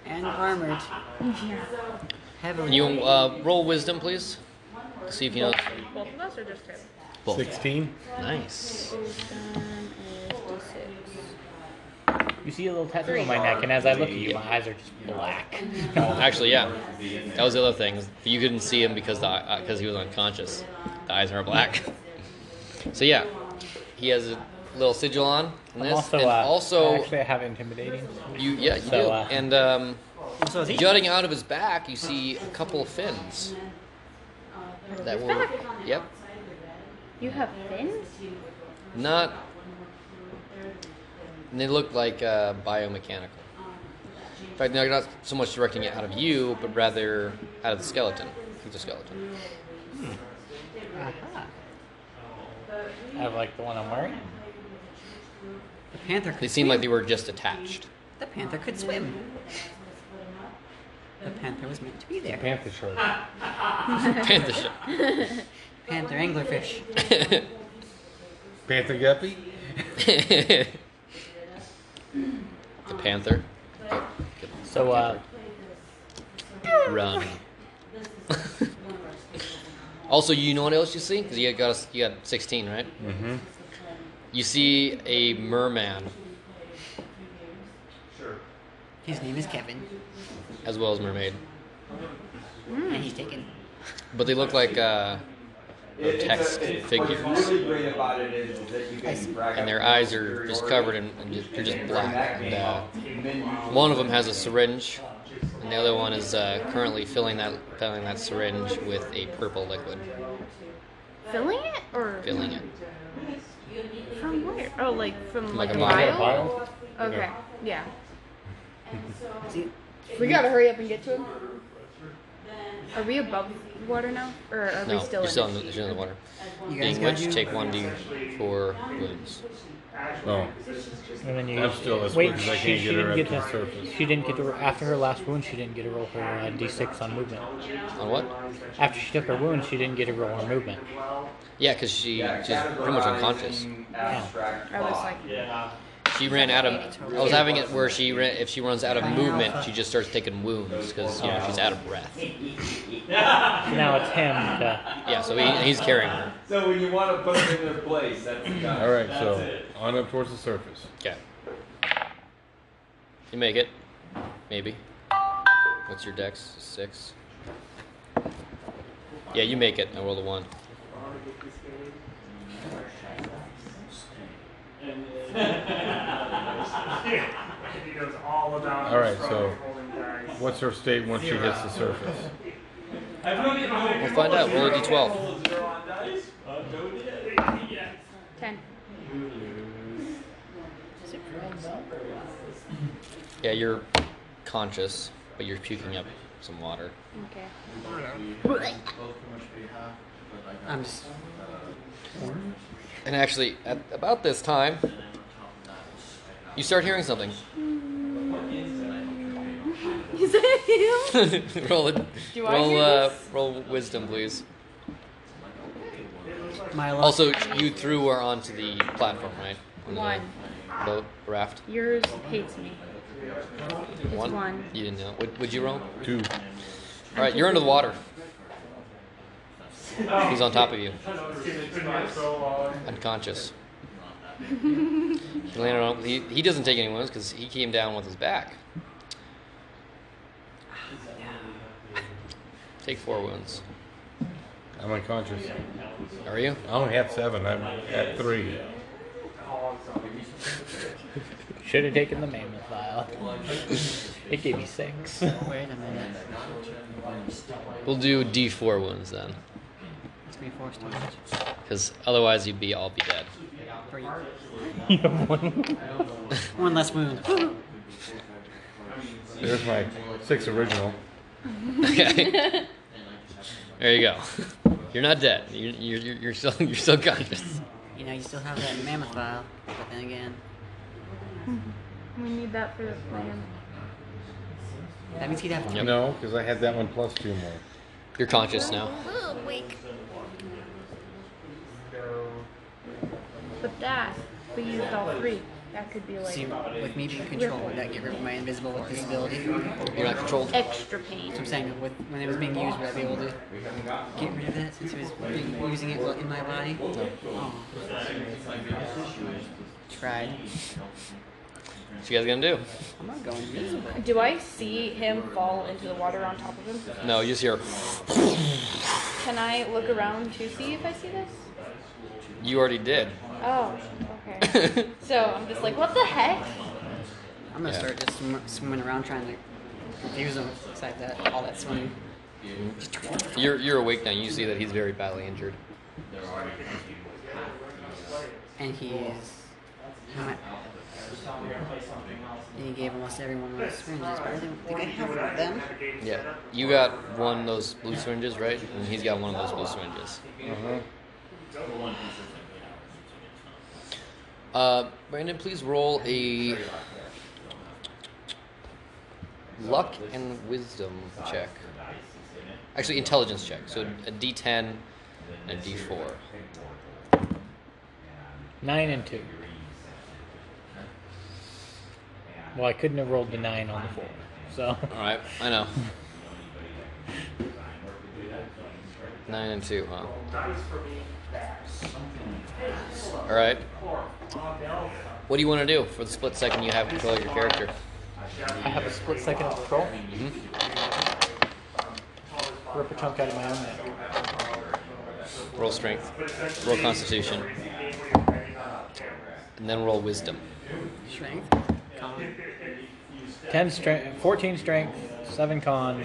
And armored. Heavily. You uh, roll wisdom, please. See if you know. Both of us or just him? Both. 16. Nice. You see a little tattoo on my neck, and as I look at you, my eyes are just black. Actually, yeah, that was the other thing. is You couldn't see him because the because he was unconscious. The eyes are black. so yeah, he has a little sigil on. And I'm this, also, and uh, also actually, I have intimidating. you yeah you So, do. uh, and um, So is he- jutting out of his back, you see a couple of fins. That His were back? yep, You have fins? not. And they look like uh, biomechanical. In fact, they're not so much directing it out of you, but rather out of the skeleton, through the skeleton. Ah, I have like the one I'm wearing. The panther could They seem like they were just attached. The panther could swim. The panther was meant to be there. Panther shark. Panther shark. Panther anglerfish. Panther guppy? the panther. So, uh, Run. also, you know what else you see? Because you got a, you got 16, right? Mm-hmm. You see a merman His name is Kevin. as well as mermaid, And he's taken. but they look like uh, It- grotesque it's a- it's- What's figures, really great about it is that you can brag and their about eyes your are just superiority, covered in, and just, they're just and bring black. that And, game uh, up, and then you- One of them has a syringe, and the other one is uh, currently filling that filling that syringe with a purple liquid, Filling it or filling it. from where? Oh, like from Like like, a a mile. mile. Mile? Okay. Yeah. Yeah. See, We gotta hurry up and get to him. Are we above water now, or are No, we still you're in? still it? in the, you're in the water. You Being guys gotta which, do- take one D for wounds. Oh. No. And then you I'm still as wait. quick as I she, can she get her didn't up get to the to- surface. She didn't get to after her last wound. She didn't get to roll her uh, d6 on movement. On what? After she took her wound, she didn't get to roll her movement. Yeah, because she just pretty much unconscious. I was like, yeah. She ran out of. I was having it where she ran, if she runs out of movement, she just starts taking wounds because you know she's out of breath. Now it's him. To, Yeah, so he, he's carrying her. So when you want to put them in their place, that's the guy. All right, That's so it. on up towards the surface. Okay. You make it, maybe. What's your dex? Six. Yeah, you make it. I rolled a one. He knows all about All right, his so rolling dice. what's her state once she hits the surface? We'll find out. Roll a d12. ten. Yeah, you're conscious, but you're puking up some water. Okay. I'm just. And actually, at about this time, you start hearing something. Is that him? roll it. Do I Roll, hear uh, roll wisdom, please. Also, you threw her onto the platform, right? On the One. Boat raft. Yours hates me. It's One. one. You didn't know. What, would you roll? Two. All right, you're under the water. He's on top of you, unconscious. He landed on. He, he doesn't take any wounds because he came down with his back. Take four wounds. I'm unconscious. Are you? I only have seven. I'm at three. Should have taken the mammoth vial. It gave me six. Wait a minute. We'll do D4 wounds then, It's me forced to watch. because otherwise you'd be all be dead. One less wound. There's my six original. Okay. there you go. You're not dead. You're, you're, you're you're still you're still conscious. You know, you still have that mammoth vial, but then again, We need that for the plan. that means he'd have to. No, because I had that one plus two more. You're conscious now. Oh, wake. But that, we used all three. That could be like See, with me being controlled, would that get rid of my invisible with disability? You're not controlled. extra pain. So I'm saying, with, when it was being used, would I be able to get rid of that since it was being, using it in my body? Oh. Tried. What you guys gonna do? I'm not going invisible. Do I see him fall into the water on top of him? No, you just hear. Can I look around to see if I see this? You already did. Oh, okay. so I'm just like, what the heck? I'm gonna Yeah. start just sw- swimming around trying to confuse them. Besides that, all that swimming. You're you're awake now. You see that he's very badly injured. And he's. how am I- He gave almost everyone one of the syringes, but I don't think I have one of them. Yeah. You got one of those blue syringes, right? And he's got one of those blue syringes. Uh-huh. Uh-huh. Uh, Brandon, please roll a luck and wisdom check. Actually, intelligence check. So a D10 and a D4. Nine and two. Well, I couldn't have rolled the nine on the four. So All right, I know. Nine and two, huh? All right. What do you want to do for the split second you have control of your character? I have a split second of control. Mhm. Rip a chunk out of my own neck. Roll strength, roll constitution, and then roll wisdom. Strength. Con. Ten strength, fourteen strength, seven con,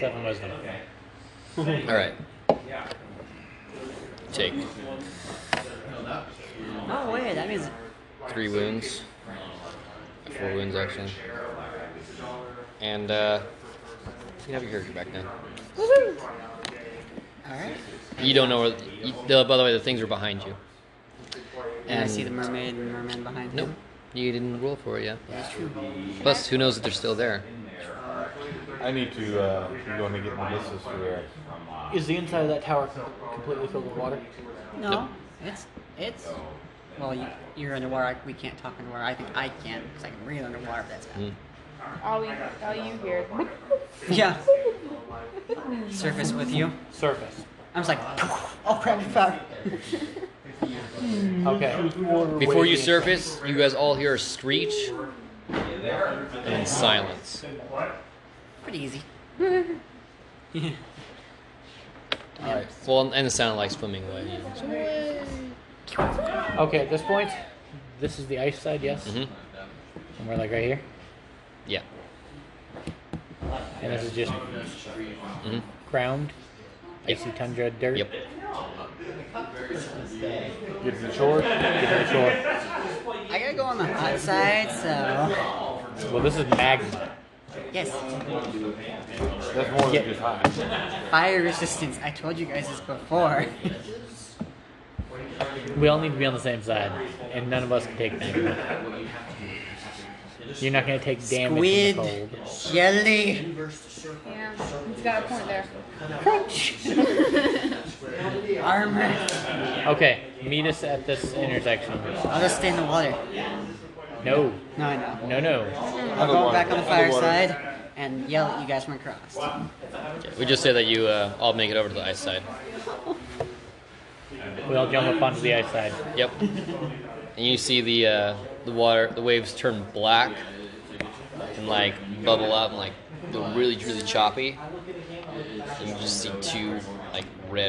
seven wisdom. All right. Take Oh wait, that means three wounds, four wounds actually. and uh, you can have your character back now. Alright. You don't know where. You, the, by the way, the things are behind you. And I see the mermaid and merman behind Nope. him. You didn't roll for it yet. That's true. Plus, who knows if they're still there? I need to uh, be going to get Melissa's uh, for Is the inside of that tower completely filled with water? No, it's it's. Well, you, you're underwater. I, we can't talk underwater. I think I can because I can read underwater. But that's bad. All, we, all you hear. Yeah. Surface with you. Surface. I was like, oh crap, fuck. Okay. Before you surface, you guys all hear a screech and silence. Pretty easy. Alright. Well, and it sounded like swimming away. you know. Okay, at this point, this is the ice side, yes? Mhm. And we're like right here? Yeah. And this is just Mhm. ground, icy tundra, dirt? Yep. Get to the shore? Get to the shore. I gotta go on the hot side, so. Well, this is magma. Yes. That's more than just hot. Fire resistance. I told you guys this before. We all need to be on the same side, and none of us can take magma. You're not going to take damage Squid. from the cold. Jelly. Yeah, he's got a point there. Armor. Okay, meet us at this intersection. I'll just stay in the water. No, No, I know. no, no. I'll go back on the fire side and yell at you guys from across. Okay, We just say that you uh, all make it over to the ice side. We all jump up onto the ice side. Yep. And you see the uh, the water, the waves turn black and like bubble up and like go really, really choppy. And you just see two like red